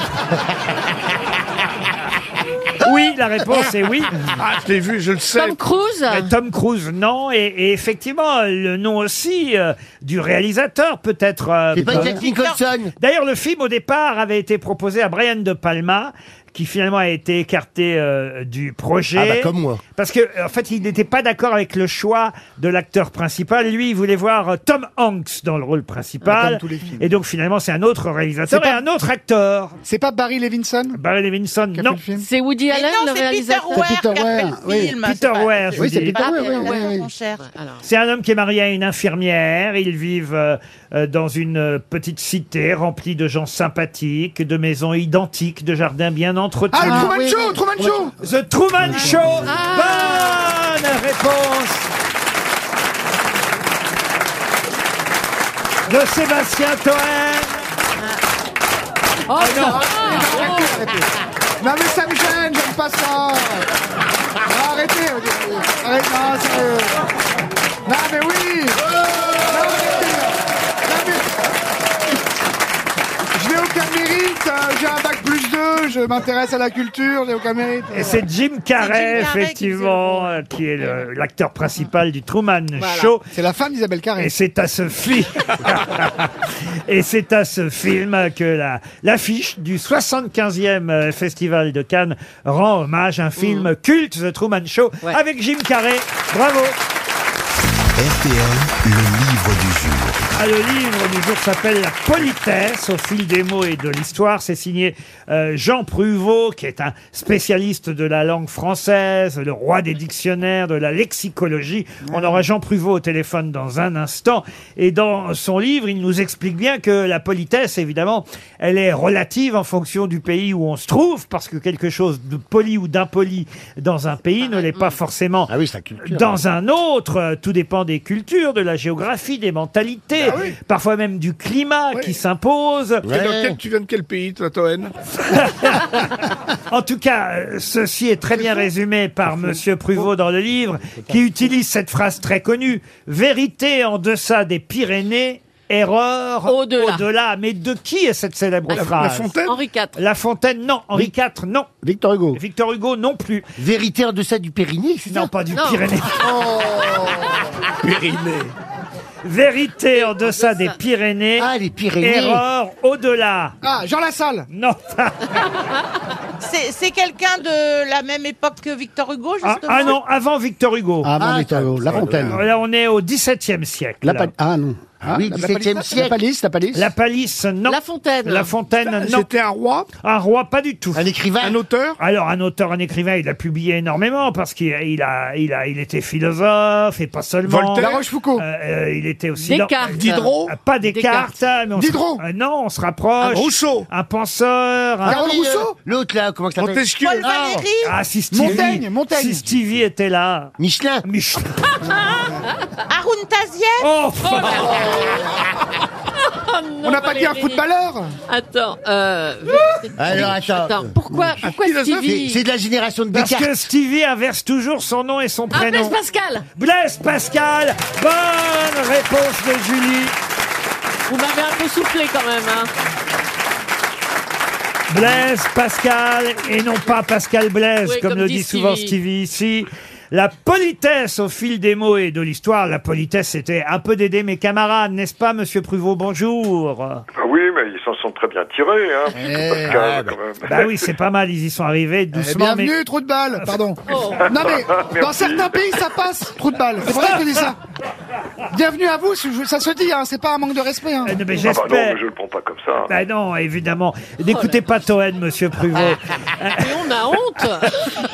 [SPEAKER 2] Oui, la réponse est oui.
[SPEAKER 3] Ah, je l'ai vu, je le sais.
[SPEAKER 9] Tom Cruise
[SPEAKER 2] Mais Tom Cruise, non. Et, et effectivement, le nom aussi euh, du réalisateur, peut-être. euh,
[SPEAKER 6] C'est pas
[SPEAKER 2] peut-
[SPEAKER 6] Jack Nicholson.
[SPEAKER 2] D'ailleurs, le film, au départ, avait été proposé à Brian De Palma, qui finalement a été écarté euh, du projet.
[SPEAKER 6] Ah bah, comme moi.
[SPEAKER 2] Parce que, en fait, il n'était pas d'accord avec le choix de l'acteur principal. Lui, il voulait voir euh, Tom Hanks dans le rôle principal.
[SPEAKER 4] Comme tous les films.
[SPEAKER 2] Et donc, finalement, c'est un autre réalisateur
[SPEAKER 4] C'est
[SPEAKER 2] et
[SPEAKER 4] pas-
[SPEAKER 2] Ah, un autre acteur.
[SPEAKER 4] C'est pas Barry Levinson
[SPEAKER 2] Barry Levinson,
[SPEAKER 4] qui a fait
[SPEAKER 2] non.
[SPEAKER 4] le film
[SPEAKER 9] C'est Woody Allen,
[SPEAKER 10] non,
[SPEAKER 9] le
[SPEAKER 10] c'est Peter
[SPEAKER 9] réalisateur.
[SPEAKER 10] Weir qui a fait
[SPEAKER 8] Weir,
[SPEAKER 10] le
[SPEAKER 8] oui.
[SPEAKER 10] film.
[SPEAKER 2] Peter
[SPEAKER 10] c'est pas-
[SPEAKER 2] Weir, je
[SPEAKER 8] Oui, c'est
[SPEAKER 2] dis.
[SPEAKER 8] Peter
[SPEAKER 10] Ah,
[SPEAKER 8] Weir, oui,
[SPEAKER 10] Peter
[SPEAKER 8] oui,
[SPEAKER 10] Weir,
[SPEAKER 8] oui.
[SPEAKER 10] on cherche.
[SPEAKER 9] Alors,
[SPEAKER 2] C'est un homme qui est marié à une infirmière. Ils vivent euh, euh, dans une euh, petite cité remplie de gens sympathiques, de maisons identiques, de jardins bien entretenus.
[SPEAKER 4] Ah, le Truman Show, Truman Show Ah.
[SPEAKER 2] The Truman Show. Bonne réponse de Sébastien Toen. Ah,
[SPEAKER 9] Oh, ça
[SPEAKER 10] Ah,
[SPEAKER 9] Oh.
[SPEAKER 4] Non mais ça me gêne, j'aime pas ça Arrêtez Arrêtez, non, sérieux Non mais oui Non, arrêtez. Non, mais- Je n'ai aucun mérite, euh, j'ai un bac plus 2, je m'intéresse à la culture, j'ai aucun mérite.
[SPEAKER 2] Et c'est Jim Carrey,
[SPEAKER 10] Carrey qui faisait le
[SPEAKER 2] effectivement, euh, qui est le- l'acteur principal du Truman Show.
[SPEAKER 4] C'est la femme d'Isabelle Carré.
[SPEAKER 2] Et c'est à ce film. Et c'est à ce film que la l'affiche du 75e euh, Festival de Cannes rend hommage à un
[SPEAKER 10] Mm.
[SPEAKER 2] film culte, The Truman Show, avec Jim Carrey. Bravo.
[SPEAKER 1] RTL, le livre du jour.
[SPEAKER 2] Ah, le livre du jour s'appelle La politesse au fil des mots et de l'histoire. C'est signé euh, Jean Pruvot, qui est un spécialiste de la langue française, le roi des dictionnaires, de la lexicologie. On aura Jean Pruvot au téléphone dans un instant. Et dans son livre, il nous explique bien que la politesse, évidemment, elle est relative en fonction du pays où on se trouve, parce que quelque chose de poli ou d'impoli dans un pays ne l'est pas forcément
[SPEAKER 6] Mm. Ah oui, c'est la culture.
[SPEAKER 2] dans un autre. Euh, Tout dépend des cultures, de la géographie, des mentalités,
[SPEAKER 6] Ah
[SPEAKER 2] parfois même du climat qui s'impose.
[SPEAKER 3] Et dans quel- tu viens de quel pays, toi, Toen
[SPEAKER 2] En tout cas, euh, ceci est très bien résumé par Monsieur Pruvot dans le livre, qui utilise cette phrase très connue Vérité en deçà des Pyrénées. Erreur au-delà. Mais de qui est cette célèbre
[SPEAKER 9] La- La
[SPEAKER 2] phrase
[SPEAKER 9] Fontaine Henri IV.
[SPEAKER 2] La Fontaine, non. Henri IV, non. Victor Hugo. Victor Hugo, non plus. Vérité en deçà du Pyrénées, c'est Non, pas du
[SPEAKER 9] Non. Oh.
[SPEAKER 2] Pyrénées. Pyrénées. Vérité en deçà des Pyrénées. Ah, les
[SPEAKER 6] Pyrénées.
[SPEAKER 2] Erreur au-delà. Ah, Jean Lassalle. Non.
[SPEAKER 10] C'est c'est quelqu'un de la même époque que Victor Hugo,
[SPEAKER 2] Ah,
[SPEAKER 10] justement
[SPEAKER 2] ah non, avant Victor Hugo.
[SPEAKER 8] Avant Ah, Victor Hugo, La Fontaine.
[SPEAKER 2] Là, on est au XVIIe siècle.
[SPEAKER 8] La pa- ah non. Ah,
[SPEAKER 2] oui,
[SPEAKER 8] la- la
[SPEAKER 2] 17e siècle.
[SPEAKER 8] palisse- La palisse, la palisse.
[SPEAKER 2] La Palisse, non. La Fontaine. La Fontaine, non.
[SPEAKER 3] C'était un roi
[SPEAKER 2] Un roi, pas du tout. Un écrivain. Un auteur Alors, un auteur, un écrivain, il a publié énormément parce qu'il a, il a, il a, il était philosophe et pas seulement.
[SPEAKER 3] Voltaire. La Rochefoucauld.
[SPEAKER 2] Euh, euh, il était aussi.
[SPEAKER 3] Descartes.
[SPEAKER 2] dans-
[SPEAKER 3] Diderot.
[SPEAKER 2] Euh, Pas Descartes. mais on se-
[SPEAKER 3] Diderot.
[SPEAKER 2] Euh, non, on se rapproche.
[SPEAKER 3] Ah, Rousseau.
[SPEAKER 2] Un penseur. un-
[SPEAKER 6] Carole Rousseau Ah euh, L'autre là, comment ça s'appelle
[SPEAKER 3] Montesquieu. Paul Valéry.
[SPEAKER 2] Ah, si Stevie.
[SPEAKER 6] Montaigne, Montaigne.
[SPEAKER 2] Si Stevie était là.
[SPEAKER 6] Michelin.
[SPEAKER 2] Michelin.
[SPEAKER 10] Haroun Taziev
[SPEAKER 2] Oh,
[SPEAKER 10] bah,
[SPEAKER 9] On n'a pas dit un footballeur Attends, euh... vérité-
[SPEAKER 6] Ah, Alors,
[SPEAKER 9] Oui,
[SPEAKER 6] attends.
[SPEAKER 9] Pourquoi, pourquoi Stevie
[SPEAKER 6] C'est- C'est de la génération de
[SPEAKER 2] Parce
[SPEAKER 6] Descartes.
[SPEAKER 2] que Stevie inverse toujours son nom et son
[SPEAKER 9] Ah,
[SPEAKER 2] prénom.
[SPEAKER 9] Blaise Pascal
[SPEAKER 2] Blaise Pascal Bonne réponse de Julie
[SPEAKER 9] Vous m'avez un peu soufflé quand même, hein
[SPEAKER 2] Blaise Pascal et non pas Pascal Blaise,
[SPEAKER 9] Oui,
[SPEAKER 2] comme,
[SPEAKER 9] comme
[SPEAKER 2] le
[SPEAKER 9] dit
[SPEAKER 2] dit souvent
[SPEAKER 9] Stevie.
[SPEAKER 2] Stevie ici. La politesse au fil des mots et de l'histoire. La politesse, c'était un peu d'aider mes camarades, n'est-ce pas, monsieur Pruvot Bonjour.
[SPEAKER 14] Ah oui, mais ils s'en sont très bien tirés, hein. parce que Pascal, quand même.
[SPEAKER 2] Eh, Bah oui, c'est pas mal, ils y sont arrivés
[SPEAKER 4] Eh,
[SPEAKER 2] doucement. mais-
[SPEAKER 4] bienvenue, trou de balle, pardon. Non mais, dans
[SPEAKER 14] Merci.
[SPEAKER 4] certains pays, ça passe, trou de balle. C'est pour ça que je dis ça. Bienvenue à vous, je- ça se dit, hein, c'est pas un manque de respect.
[SPEAKER 6] Eh,
[SPEAKER 4] Hein.
[SPEAKER 2] non, mais
[SPEAKER 14] Ah bah non,
[SPEAKER 2] j'espère.
[SPEAKER 14] mais je le prends pas comme ça. Oh
[SPEAKER 2] Bah non, évidemment. N'écoutez pas Toen, monsieur Pruvot.
[SPEAKER 9] Mais on a honte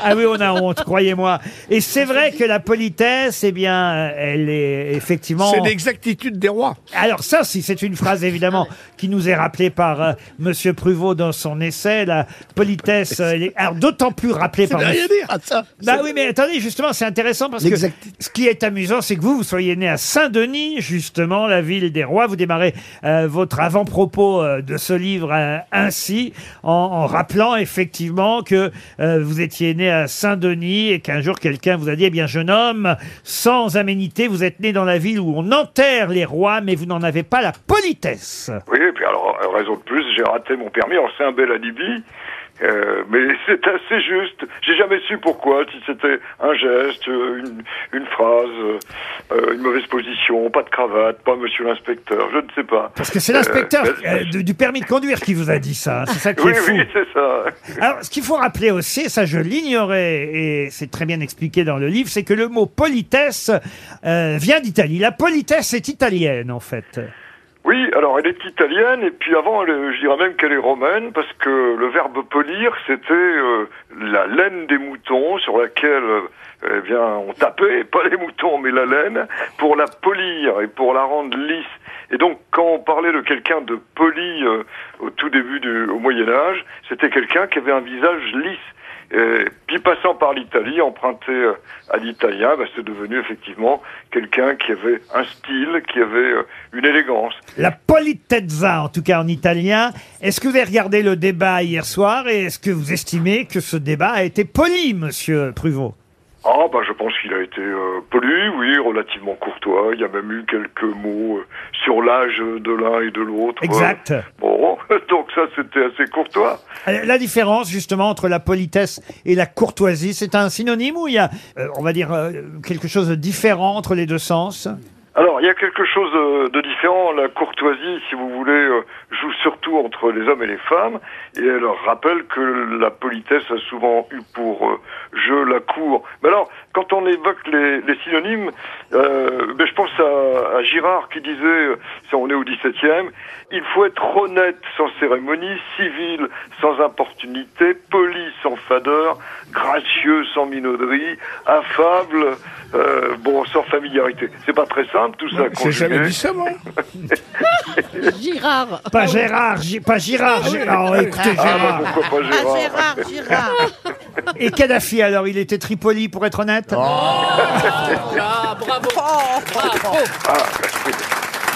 [SPEAKER 2] Ah oui, on a honte, croyez-moi. Et c'est vrai que la politesse, eh bien, elle est effectivement...
[SPEAKER 3] C'est l'exactitude des rois.
[SPEAKER 2] Alors ça, si c'est une phrase évidemment qui nous est rappelée par euh, Monsieur Pruvot dans son essai, la politesse. euh, elle est- alors d'autant plus rappelée
[SPEAKER 3] Ça
[SPEAKER 2] par.
[SPEAKER 3] veut rien dire, ça.
[SPEAKER 2] Bah oui, mais attendez, justement, c'est intéressant parce que ce qui est amusant, c'est que vous, vous soyez né à Saint-Denis, justement, la ville des rois. Vous démarrez euh, votre avant-propos euh, de ce livre euh, ainsi, en, en rappelant effectivement que euh, vous étiez né à Saint-Denis et qu'un jour quelqu'un vous a dit, eh bien, jeune homme, sans aménité, vous êtes né dans la ville où on enterre les rois, mais vous n'en avez pas la politesse.
[SPEAKER 14] Oui, et puis alors, euh, raison de plus, j'ai raté mon permis, alors c'est un bel alibi. euh, mais c'est assez juste. J'ai jamais su pourquoi, si c'était un geste, euh, une, une phrase, euh, euh, une mauvaise position, pas de cravate, pas monsieur l'inspecteur, je ne sais pas.
[SPEAKER 2] Parce que c'est l'inspecteur
[SPEAKER 14] Euh,
[SPEAKER 2] euh, du du permis de conduire qui vous a dit ça. hein. C'est ça qui
[SPEAKER 14] oui,
[SPEAKER 2] est fou.
[SPEAKER 14] oui, c'est ça.
[SPEAKER 2] Alors, ce qu'il faut rappeler aussi, ça je l'ignorais et c'est très bien expliqué dans le livre, c'est que le mot politesse euh, vient d'Italie. La politesse est italienne en fait.
[SPEAKER 14] Oui, alors elle est italienne et puis avant, elle est- je dirais même qu'elle est romaine parce que le verbe polir, c'était euh, la laine des moutons sur laquelle euh, eh bien on tapait, pas les moutons mais la laine pour la polir et pour la rendre lisse. Et donc quand on parlait de quelqu'un de poli euh, au tout début du au Moyen Âge, c'était quelqu'un qui avait un visage lisse. Et puis passant par l'Italie, emprunté euh, à l'italien, bah, c'est devenu effectivement quelqu'un qui avait un style, qui avait euh, une élégance.
[SPEAKER 2] La politezza, en tout cas en italien. Est-ce que vous avez regardé le débat hier soir et est-ce que vous estimez que ce débat a été poli, monsieur Pruvot
[SPEAKER 14] Ah bah je pense qu'il a été euh, poli, oui, relativement courtois. Il y a même eu quelques mots euh, sur l'âge de l'un et de l'autre.
[SPEAKER 2] Exact.
[SPEAKER 14] Euh, bon, donc ça c'était assez courtois.
[SPEAKER 2] Euh, La différence justement entre la politesse et la courtoisie, c'est un synonyme ou il y a, euh, on va dire, euh, quelque chose de différent entre les deux sens
[SPEAKER 14] Alors, il y a quelque chose euh, de différent. La courtoisie, si vous voulez, euh, joue surtout entre les hommes et les femmes. Et elle leur rappelle que la politesse a souvent eu pour euh, jeu la cour. Mais alors, quand on évoque les, les synonymes, euh, ben, je pense à, à Girard qui disait, euh, ça, on est au 17e, il faut être honnête sans cérémonie, civil sans importunité, poli sans fadeur, gracieux sans minauderie, affable, euh, bon, sans familiarité. C'est pas très simple tout ça.
[SPEAKER 3] J'ai jamais
[SPEAKER 14] conjugué.
[SPEAKER 3] dit ça, moi.
[SPEAKER 9] Girard
[SPEAKER 2] Pas Gérard, Gi- pas Girard, Gérard. Oh, écoutez,
[SPEAKER 14] Ah,
[SPEAKER 2] Gérard.
[SPEAKER 14] bah, pourquoi pas Gérard
[SPEAKER 2] Et
[SPEAKER 5] Oh.
[SPEAKER 2] Kadhafi, alors, il était Tripoli, pour être honnête
[SPEAKER 9] Ah, bravo
[SPEAKER 4] patron.
[SPEAKER 14] Ah, oui.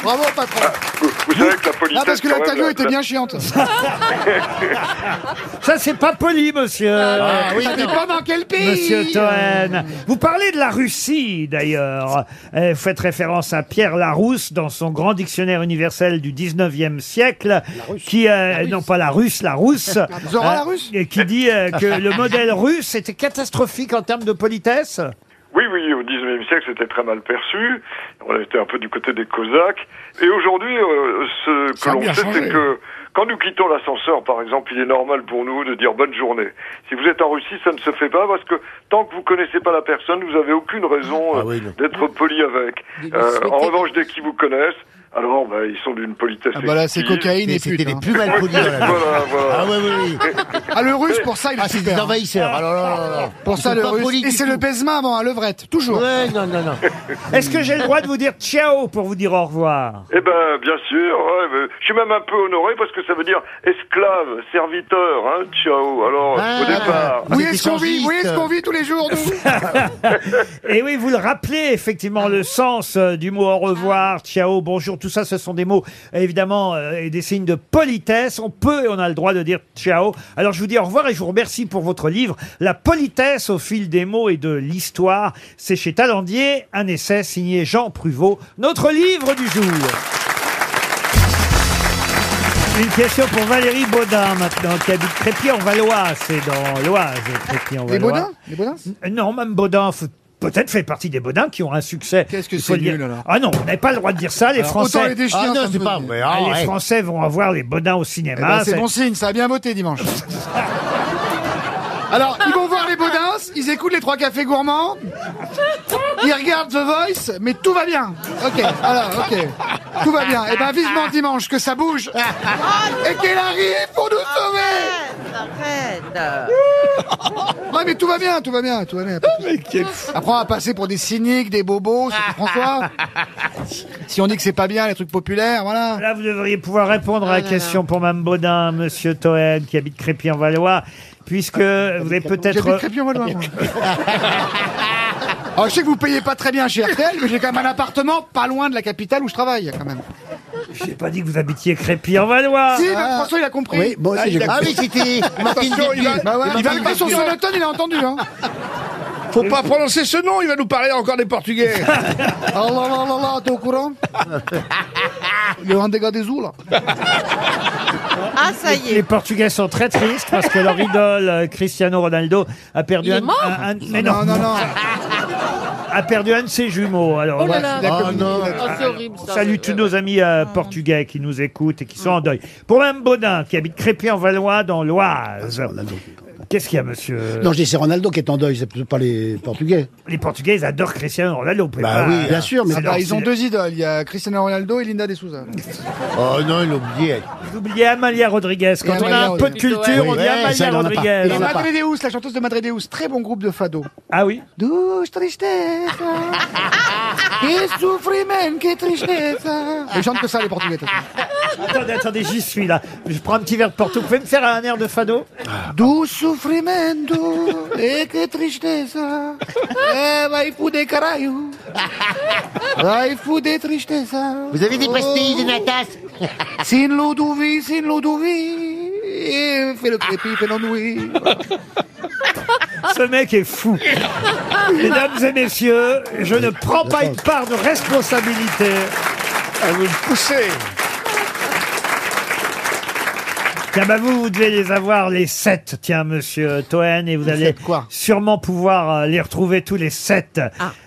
[SPEAKER 4] Bravo, patron.
[SPEAKER 14] Vous, vous savez que la politesse.
[SPEAKER 4] Ah, parce que
[SPEAKER 14] quand
[SPEAKER 4] l'interview
[SPEAKER 14] même,
[SPEAKER 4] était bien chiante.
[SPEAKER 2] Ça, c'est pas poli, monsieur.
[SPEAKER 4] Ah, oui, Ça non. dépend dans quel pays.
[SPEAKER 2] Monsieur Toen. Vous parlez de la Russie, d'ailleurs. Euh, Vous faites référence à Pierre Larousse dans son grand dictionnaire universel du 19e siècle, qui, euh, non pas la Russe, la Rousse, hein,
[SPEAKER 4] Zora la Russe
[SPEAKER 2] et qui dit euh, que le modèle russe était catastrophique en termes de politesse.
[SPEAKER 14] Oui, oui, au 19e siècle, c'était très mal perçu. On était un peu du côté des Cosaques. Et aujourd'hui, euh, ce que
[SPEAKER 15] Ça a
[SPEAKER 14] l'on
[SPEAKER 15] bien
[SPEAKER 14] sait,
[SPEAKER 15] changé.
[SPEAKER 14] c'est que quand nous quittons l'ascenseur, par exemple, il est normal pour nous de dire bonne journée. Si vous êtes en Russie, ça ne se fait pas parce que tant que vous connaissez pas la personne, vous avez aucune
[SPEAKER 6] Ah
[SPEAKER 14] raison euh, d'être poli avec. Euh,
[SPEAKER 6] souhaiter-
[SPEAKER 14] en revanche, dès qu'ils vous connaissent, alors bah, ils sont d'une politesse.
[SPEAKER 4] Ah bah là, c'est
[SPEAKER 14] excessive.
[SPEAKER 4] cocaïne et pute.
[SPEAKER 6] Plus mal poli dans la vie.
[SPEAKER 14] hein. Voilà, voilà.
[SPEAKER 6] Ah ouais, oui, oui.
[SPEAKER 4] Ah, le russe, pour ça, il
[SPEAKER 6] Ah,
[SPEAKER 4] est
[SPEAKER 6] c'est
[SPEAKER 4] super. hein.
[SPEAKER 6] des envahisseurs. Alors, là, là, là, là.
[SPEAKER 4] ah, Pour
[SPEAKER 6] Ils
[SPEAKER 4] ça,
[SPEAKER 6] sont
[SPEAKER 4] le
[SPEAKER 6] pas
[SPEAKER 4] russe.
[SPEAKER 6] polis
[SPEAKER 4] Et
[SPEAKER 6] du
[SPEAKER 4] c'est
[SPEAKER 6] tout.
[SPEAKER 4] le baisement avant, à levrette, toujours.
[SPEAKER 6] Ouais, non, non, non.
[SPEAKER 2] Est-ce que j'ai le droit de vous dire ciao pour vous dire au revoir
[SPEAKER 14] Eh ben, bien sûr. ouais, mais je suis même un peu honoré parce que ça veut dire esclave, serviteur. Hein, ciao. Alors,
[SPEAKER 6] Ah.
[SPEAKER 14] au
[SPEAKER 4] Ah.
[SPEAKER 14] départ.
[SPEAKER 4] Oui, est-ce qu'on vit, oui, est-ce qu'on vit tous les jours, nous
[SPEAKER 2] Et Eh oui, vous le rappelez, effectivement, le sens euh, du mot au revoir, ciao, bonjour, tout ça, ce sont des mots, évidemment, euh, et des signes de politesse. On peut et on a le droit de dire ciao. Alors, je vous dis au revoir et je vous remercie pour votre livre, La politesse au fil des mots et de l'histoire. C'est chez Talandier, un essai signé Jean Pruvot, notre livre du jour. Une question pour Valérie Baudin maintenant, qui habite Crépy-en-Valois. C'est dans l'Oise, Crépy-en-Valois.
[SPEAKER 4] Les Baudins Les Baudins
[SPEAKER 2] N- Euh, Non, même Baudin, f- peut-être fait partie des Baudins qui ont un succès. Qu'est-ce que
[SPEAKER 4] c'est nul, alors
[SPEAKER 2] Ah non, on n'avait pas le droit de dire ça, les
[SPEAKER 4] Alors,
[SPEAKER 2] Français.
[SPEAKER 4] autant les déchiens, Ah non, ça me c'est fait pas dire. vrai. Ah,
[SPEAKER 2] les
[SPEAKER 4] ouais.
[SPEAKER 2] Français vont avoir les Baudins au
[SPEAKER 4] Eh
[SPEAKER 2] cinéma.
[SPEAKER 4] ben, c'est
[SPEAKER 2] ça-
[SPEAKER 4] bon signe, ça a bien voté dimanche. Alors, ils vont voir les Baudins, ils écoutent les trois cafés gourmands, ils regardent The Voice, mais tout va bien. Ok, alors, ok. Tout va bien. Et ben, vivement dimanche, que ça bouge. Et qu'elle arrive pour nous sauver
[SPEAKER 10] bah,
[SPEAKER 4] Ouais, mais tout va bien, tout va bien, tout va bien. Après, on va passer pour des cyniques, des bobos, c'est François. Si on dit que c'est pas bien, les trucs populaires, voilà.
[SPEAKER 2] Là, vous devriez pouvoir répondre à la question pour Mme Baudin, Monsieur Toen, qui habite Crépy-en-Valois, puisque Euh, vous avez
[SPEAKER 4] Ah, J'habite
[SPEAKER 2] peut-être...
[SPEAKER 4] Crépy-en-Valois, moi. Alors, je sais que vous payez pas très bien chez RTL, mais j'ai quand même un appartement pas loin de la capitale où je travaille, quand même.
[SPEAKER 2] J'ai pas dit que vous habitiez Crépy-en-Valois.
[SPEAKER 4] Si, même François, il a compris.
[SPEAKER 2] Oui, moi aussi, j'ai
[SPEAKER 4] il a
[SPEAKER 2] compris.
[SPEAKER 4] compris.
[SPEAKER 2] Ah oui, c'était Martine
[SPEAKER 4] Attention, il va-
[SPEAKER 2] Guilpil.
[SPEAKER 4] Bah ouais,
[SPEAKER 2] Martine
[SPEAKER 4] Il va lever son
[SPEAKER 2] Guilpil.
[SPEAKER 4] sonotone, il a entendu, hein.
[SPEAKER 3] Faut pas prononcer ce nom, il va nous parler encore des Portugais.
[SPEAKER 4] Oh là là là là, t'es au courant Il y a un dégât des eaux, là.
[SPEAKER 10] Ah, ça y
[SPEAKER 2] Les Portugais sont très tristes parce que leur idole euh, Cristiano Ronaldo a perdu
[SPEAKER 10] Il est
[SPEAKER 2] un,
[SPEAKER 10] mort
[SPEAKER 2] un- un- mais
[SPEAKER 4] Non,
[SPEAKER 2] non,
[SPEAKER 4] non, non.
[SPEAKER 2] a perdu un de ses jumeaux. Alors
[SPEAKER 4] Oh là là.
[SPEAKER 2] voilà.
[SPEAKER 4] Ah, non.
[SPEAKER 9] Oh, c'est horrible, ça.
[SPEAKER 2] Salut tous nos amis euh, portugais qui nous écoutent et qui sont en deuil. Pour Mme Baudin, qui habite Crépy-en-Valois dans l'Oise. Qu'est-ce qu'il y a, monsieur
[SPEAKER 8] Non, je dis c'est Ronaldo qui est en deuil, c'est pas les Portugais.
[SPEAKER 2] Les Portugais, ils adorent Cristiano Ronaldo. vous pouvez
[SPEAKER 8] Bah
[SPEAKER 2] pas-
[SPEAKER 8] oui, bien sûr, mais-
[SPEAKER 2] C'est
[SPEAKER 8] Ah,
[SPEAKER 2] leur-
[SPEAKER 4] Ils ont deux idoles, il y a Cristiano Ronaldo et Linda de Souza.
[SPEAKER 6] Oh non, il l'a oublié.
[SPEAKER 2] Vous oubliez Amalia Rodriguez. Quand
[SPEAKER 4] Et
[SPEAKER 2] on a
[SPEAKER 4] Amalia
[SPEAKER 2] un peu de
[SPEAKER 4] Rodriguez.
[SPEAKER 2] culture,
[SPEAKER 6] Oui,
[SPEAKER 2] on dit
[SPEAKER 6] ouais, Eh, ça,
[SPEAKER 2] Amalia
[SPEAKER 6] elle en a pas.
[SPEAKER 2] Rodriguez.
[SPEAKER 6] Elle
[SPEAKER 4] Et
[SPEAKER 6] en a pas.
[SPEAKER 4] Madredeus, la chanteuse de Madredeus, très bon groupe de fado.
[SPEAKER 2] Ah oui
[SPEAKER 4] Douche tristeza, que souffriment, que tristeza. Ils chantent que ça, les Portugais. de toute façon.
[SPEAKER 2] Attendez, attendez, j'y suis là. Je prends un petit verre de Porto. Vous pouvez me faire un air de fado
[SPEAKER 6] Ah.
[SPEAKER 4] Douce souffrimento, et que tristeza, eh, vai fuder caralho, vai fuder tristeza.
[SPEAKER 6] Vous avez des pastilles, des natas
[SPEAKER 4] Oh. Sin Ludovic, sin Ludovic, et fais le crépi, fais l'ennui.
[SPEAKER 2] Ce mec est fou. Mesdames et messieurs, je ne prends pas une part de responsabilité.
[SPEAKER 3] vous le poussez.
[SPEAKER 2] Tiens, bah vous, vous devez les avoir, les sept, tiens, monsieur Toen, et vous allez sûrement pouvoir euh, les retrouver tous les sept.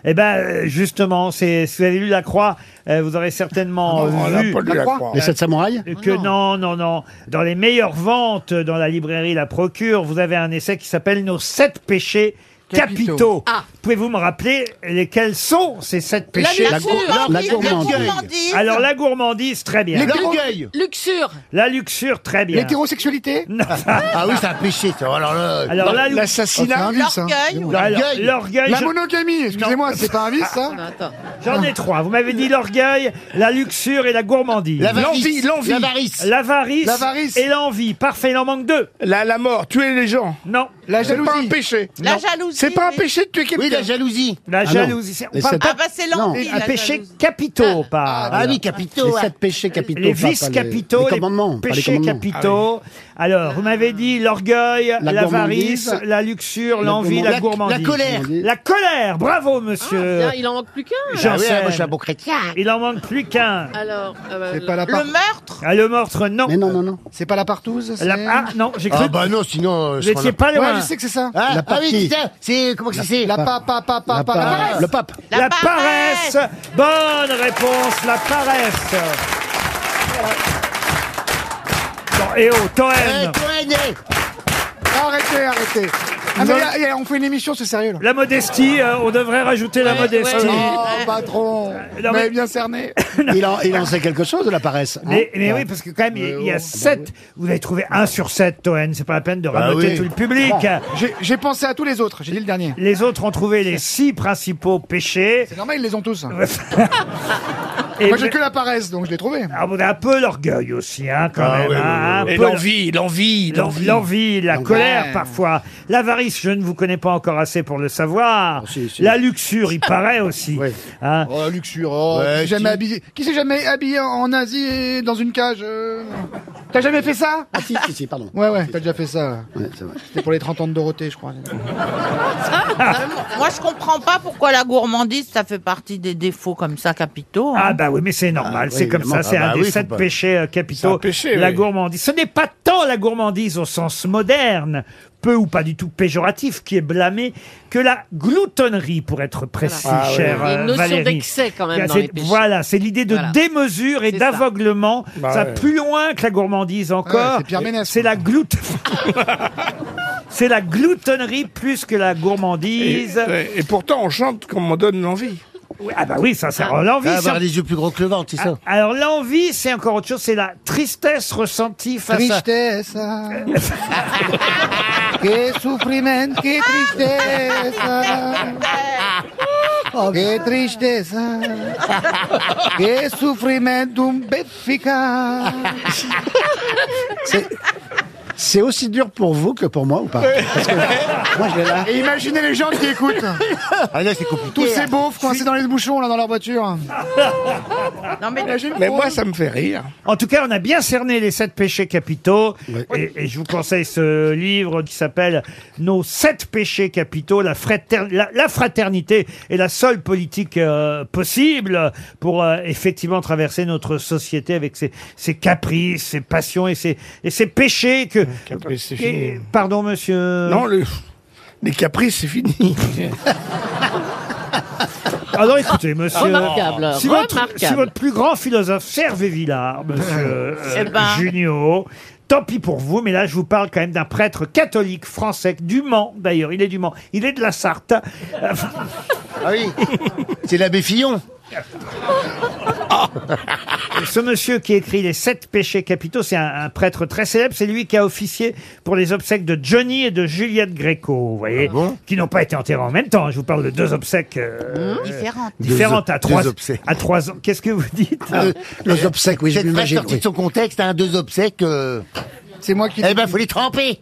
[SPEAKER 2] Eh ben, euh, justement, c'est, si vous avez lu La Croix, euh, vous aurez certainement
[SPEAKER 8] Ah Non, on
[SPEAKER 2] euh,
[SPEAKER 8] l'a
[SPEAKER 2] vu
[SPEAKER 8] pas lu, La La Croix. Croix. Les sept samouraïs
[SPEAKER 2] Que non. non, non, Dans les meilleures ventes, dans la librairie La Procure, vous avez un essai qui s'appelle Nos sept péchés capitaux.
[SPEAKER 8] Capitaux.
[SPEAKER 2] Pouvez-vous me rappeler lesquels sont ces sept
[SPEAKER 8] La
[SPEAKER 2] péchés
[SPEAKER 8] luxure, La gour- la- la gourmandise. gourmandise.
[SPEAKER 2] Alors, la gourmandise, très bien.
[SPEAKER 6] L'orgueil.
[SPEAKER 2] Luxure. La luxure, très bien.
[SPEAKER 4] L'hétérosexualité
[SPEAKER 6] Ah oui, c'est un péché, ça. Alors là.
[SPEAKER 2] Alors là,
[SPEAKER 4] L'assassinat. Oh, c'est un vice, hein.
[SPEAKER 2] L'orgueil. Alors, l'orgueil,
[SPEAKER 4] La
[SPEAKER 2] je-
[SPEAKER 4] monogamie, excusez-moi, c'est pas un
[SPEAKER 2] Ah,
[SPEAKER 4] vice, hein ça
[SPEAKER 2] J'en ai trois. Vous m'avez dit l'orgueil, la luxure et la gourmandise.
[SPEAKER 3] L'envie, l'envie.
[SPEAKER 2] L'avarice. et l'envie. Parfait, il en manque deux.
[SPEAKER 3] La, la mort, tuer les gens.
[SPEAKER 2] Non.
[SPEAKER 3] C'est pas un péché.
[SPEAKER 10] La jalousie.
[SPEAKER 2] C'est pas un péché de tuer quelqu'un.
[SPEAKER 6] Oui, la jalousie.
[SPEAKER 2] La
[SPEAKER 6] Ah non.
[SPEAKER 2] jalousie. c'est- on
[SPEAKER 6] Les
[SPEAKER 2] parle
[SPEAKER 6] sept-
[SPEAKER 2] pas-
[SPEAKER 6] Ah bah, c'est l'envie,
[SPEAKER 2] Un
[SPEAKER 6] la
[SPEAKER 2] péché
[SPEAKER 6] jalousie.
[SPEAKER 2] capitaux, pas.
[SPEAKER 6] ah oui, capitaux,
[SPEAKER 2] Les
[SPEAKER 6] ouais.
[SPEAKER 2] sept péchés capitaux.
[SPEAKER 6] Les
[SPEAKER 2] pas- pas
[SPEAKER 6] vices
[SPEAKER 8] les
[SPEAKER 2] capitaux, les,
[SPEAKER 8] commandements, pas les
[SPEAKER 2] péchés
[SPEAKER 8] commandements.
[SPEAKER 2] capitaux. Alors, vous m'avez dit l'orgueil,
[SPEAKER 8] La
[SPEAKER 2] l'avarice,
[SPEAKER 8] gourmandise.
[SPEAKER 2] la luxure,
[SPEAKER 8] La
[SPEAKER 2] l'envie, la
[SPEAKER 8] gourmandise.
[SPEAKER 2] gourmandise.
[SPEAKER 8] La-
[SPEAKER 2] La
[SPEAKER 8] la colère.
[SPEAKER 2] colère, bravo
[SPEAKER 6] Euh, Ah,
[SPEAKER 2] monsieur.
[SPEAKER 9] il en manque plus qu'un.
[SPEAKER 2] Janssen.
[SPEAKER 6] chrétien.
[SPEAKER 2] Il en manque plus qu'un.
[SPEAKER 9] Alors, ah bah,
[SPEAKER 4] C'est pas la part-
[SPEAKER 2] Ah, le meurtre, non.
[SPEAKER 8] Mais non, non, non.
[SPEAKER 4] C'est pas la partouze
[SPEAKER 2] La-
[SPEAKER 4] c'est-
[SPEAKER 2] Ah, non, j'ai cru.
[SPEAKER 6] Ah bah non, sinon. euh,
[SPEAKER 2] Vous
[SPEAKER 6] je prends
[SPEAKER 2] étiez
[SPEAKER 6] la-
[SPEAKER 2] pas loin.
[SPEAKER 4] Ouais, je sais que c'est ça.
[SPEAKER 6] Ah,
[SPEAKER 4] La
[SPEAKER 6] ah oui,
[SPEAKER 4] papille.
[SPEAKER 6] putain, c'est comment que c'est, c'est
[SPEAKER 4] La pa- pa- pa- pa- pa- la paresse.
[SPEAKER 6] Le pape. Ah,
[SPEAKER 2] La, paresse. Bonne réponse, la paresse. Bon, et oh, Toen.
[SPEAKER 4] Eh, Arrêtez, arrêtez. Ah, mais
[SPEAKER 2] Non.
[SPEAKER 4] y a- y a- on fait une émission, c'est sérieux là.
[SPEAKER 2] La modestie, euh, on devrait rajouter la modestie.
[SPEAKER 4] Oh, patron, vous
[SPEAKER 2] Non, mais-
[SPEAKER 4] m'avez bien cerné.
[SPEAKER 8] Il en, il en sait quelque chose de la paresse. hein
[SPEAKER 2] Mais, mais oui, parce que quand même, il y a-
[SPEAKER 4] Oh,
[SPEAKER 2] il y a
[SPEAKER 4] bah
[SPEAKER 2] 7. Vous avez trouvé 1 sur 7, Toen. C'est pas la peine de raboter
[SPEAKER 8] Bah oui.
[SPEAKER 2] tout le public.
[SPEAKER 4] Bon, j'ai- J'ai pensé à tous les autres, j'ai dit le dernier.
[SPEAKER 2] Les autres ont trouvé les 6 principaux péchés.
[SPEAKER 4] C'est normal, ils les ont tous. hein.
[SPEAKER 2] Et
[SPEAKER 4] Moi, j'ai
[SPEAKER 2] vous-
[SPEAKER 4] que la paresse, donc je l'ai trouvé.
[SPEAKER 2] Ah, on a un peu l'orgueil aussi, hein, quand
[SPEAKER 15] Ah
[SPEAKER 2] même.
[SPEAKER 15] ouais,
[SPEAKER 2] hein,
[SPEAKER 15] ouais, ouais.
[SPEAKER 2] un
[SPEAKER 15] Et
[SPEAKER 2] peu
[SPEAKER 15] l'envie, l'envie,
[SPEAKER 2] l'en-
[SPEAKER 15] l'envie.
[SPEAKER 2] L'envie, la
[SPEAKER 15] L'envie.
[SPEAKER 2] colère
[SPEAKER 15] Ouais.
[SPEAKER 2] parfois. L'avarice, je ne vous connais pas encore assez pour le savoir. La luxure, il paraît aussi. hein.
[SPEAKER 4] Oh, la luxure, oh,
[SPEAKER 2] Ouais,
[SPEAKER 4] qui s'est jamais
[SPEAKER 2] qui-
[SPEAKER 4] habillé. Qui s'est jamais habillé en- en Asie et dans une cage euh T'as jamais fait ça
[SPEAKER 8] Ah si, si, si, pardon.
[SPEAKER 4] Ouais, ouais, t'as déjà fait ça.
[SPEAKER 8] Ouais, c'est vrai.
[SPEAKER 4] C'était pour les 30 ans de Dorothée, je crois.
[SPEAKER 10] Moi, je comprends pas pourquoi la gourmandise, ça fait partie des défauts comme ça capitaux. hein.
[SPEAKER 2] Ah bah oui, mais c'est normal,
[SPEAKER 10] Ah,
[SPEAKER 2] c'est
[SPEAKER 10] oui,
[SPEAKER 2] comme
[SPEAKER 10] évidemment.
[SPEAKER 2] ça, c'est
[SPEAKER 10] Ah
[SPEAKER 2] un
[SPEAKER 10] bah
[SPEAKER 2] des
[SPEAKER 10] oui, faut
[SPEAKER 2] sept
[SPEAKER 10] pas-
[SPEAKER 2] péchés euh,
[SPEAKER 10] C'est
[SPEAKER 2] capitaux,
[SPEAKER 10] un péché,
[SPEAKER 2] la
[SPEAKER 10] oui.
[SPEAKER 2] gourmandise. Ce n'est pas tant la gourmandise au sens moderne, peu ou pas du tout péjoratif, qui est blâmée, que la gloutonnerie, pour être précis,
[SPEAKER 9] Voilà. Ah, oui.
[SPEAKER 2] cher
[SPEAKER 9] Il y a une
[SPEAKER 2] euh,
[SPEAKER 9] notion
[SPEAKER 2] Valérie.
[SPEAKER 9] d'excès, quand même, dans
[SPEAKER 2] C'est-
[SPEAKER 9] les péchés.
[SPEAKER 2] Voilà, c'est l'idée de
[SPEAKER 9] Voilà.
[SPEAKER 2] démesure et
[SPEAKER 9] C'est ça.
[SPEAKER 2] d'aveuglement.
[SPEAKER 9] Bah
[SPEAKER 2] ça va
[SPEAKER 9] ouais.
[SPEAKER 2] plus loin que la gourmandise encore.
[SPEAKER 4] c'est Pierre
[SPEAKER 2] c'est la gloute. C'est la gloutonnerie plus que la gourmandise.
[SPEAKER 3] Et, et pourtant, on chante comme on donne l'envie.
[SPEAKER 2] ah bah oui, ça, c'est l'envie.
[SPEAKER 3] Ah, avoir
[SPEAKER 2] ça.
[SPEAKER 3] les yeux plus gros que le ventre, c'est ça.
[SPEAKER 2] Alors l'envie, c'est encore autre chose, c'est la tristesse ressentie face
[SPEAKER 4] Tristeza. que sufrimiento, que tristeza. Que tristeza. Que sufrimiento befica.
[SPEAKER 5] Ah,
[SPEAKER 8] C'est- C'est aussi dur pour vous que pour moi ou pas Parce que moi, je l'ai là.
[SPEAKER 4] Et imaginez les gens qui écoutent.
[SPEAKER 8] Ah là, c'est compliqué.
[SPEAKER 4] Tous ces beaufs coincés dans les bouchons, là, dans leur voiture.
[SPEAKER 10] Non, mais
[SPEAKER 3] Mais moi, ça me fait rire.
[SPEAKER 2] En tout cas, on a bien cerné les sept péchés capitaux. Et, et je vous conseille ce livre qui s'appelle Nos sept péchés capitaux, la, frater- la- la fraternité est la seule politique euh, possible pour euh, effectivement traverser notre société avec ses, ses caprices, ses passions et ses, et ses péchés que...
[SPEAKER 3] Caprice, c'est
[SPEAKER 2] Et-
[SPEAKER 3] fini.
[SPEAKER 2] pardon, monsieur.
[SPEAKER 3] Non, le- les caprices, c'est fini.
[SPEAKER 2] Ah non, écoutez, monsieur.
[SPEAKER 9] Remarquable,
[SPEAKER 2] Si votre,
[SPEAKER 9] remarquable.
[SPEAKER 2] si votre plus grand philosophe, Hervé Villard, monsieur
[SPEAKER 9] Eh
[SPEAKER 2] euh,
[SPEAKER 9] ben.
[SPEAKER 2] Junio, tant pis pour vous, mais là, je vous parle quand même d'un prêtre catholique français, du Mans d'ailleurs, il est du Mans, il est de la Sarthe.
[SPEAKER 6] Ah oui, c'est l'abbé Fillon.
[SPEAKER 2] Ah. Ce monsieur qui écrit les sept péchés capitaux, c'est un, un prêtre très célèbre. C'est lui qui a officié pour les obsèques de Johnny et de Juliette Gréco, vous voyez,
[SPEAKER 6] Ah
[SPEAKER 2] qui n'ont pas été enterrés en même temps. Je vous parle de deux obsèques euh,
[SPEAKER 10] Différentes.
[SPEAKER 2] différentes
[SPEAKER 6] Mmh. Deux
[SPEAKER 2] à
[SPEAKER 6] ob-
[SPEAKER 2] trois
[SPEAKER 6] deux obsèques.
[SPEAKER 2] à trois ans. Qu'est-ce que vous dites
[SPEAKER 6] Euh,
[SPEAKER 2] Euh,
[SPEAKER 6] Les obsèques, oui,
[SPEAKER 8] je
[SPEAKER 6] C'est pas
[SPEAKER 8] m'imagine,
[SPEAKER 6] sorti
[SPEAKER 8] oui.
[SPEAKER 6] de son contexte, hein, deux obsèques. euh,
[SPEAKER 4] C'est moi qui.
[SPEAKER 6] Eh ben, faut les tremper.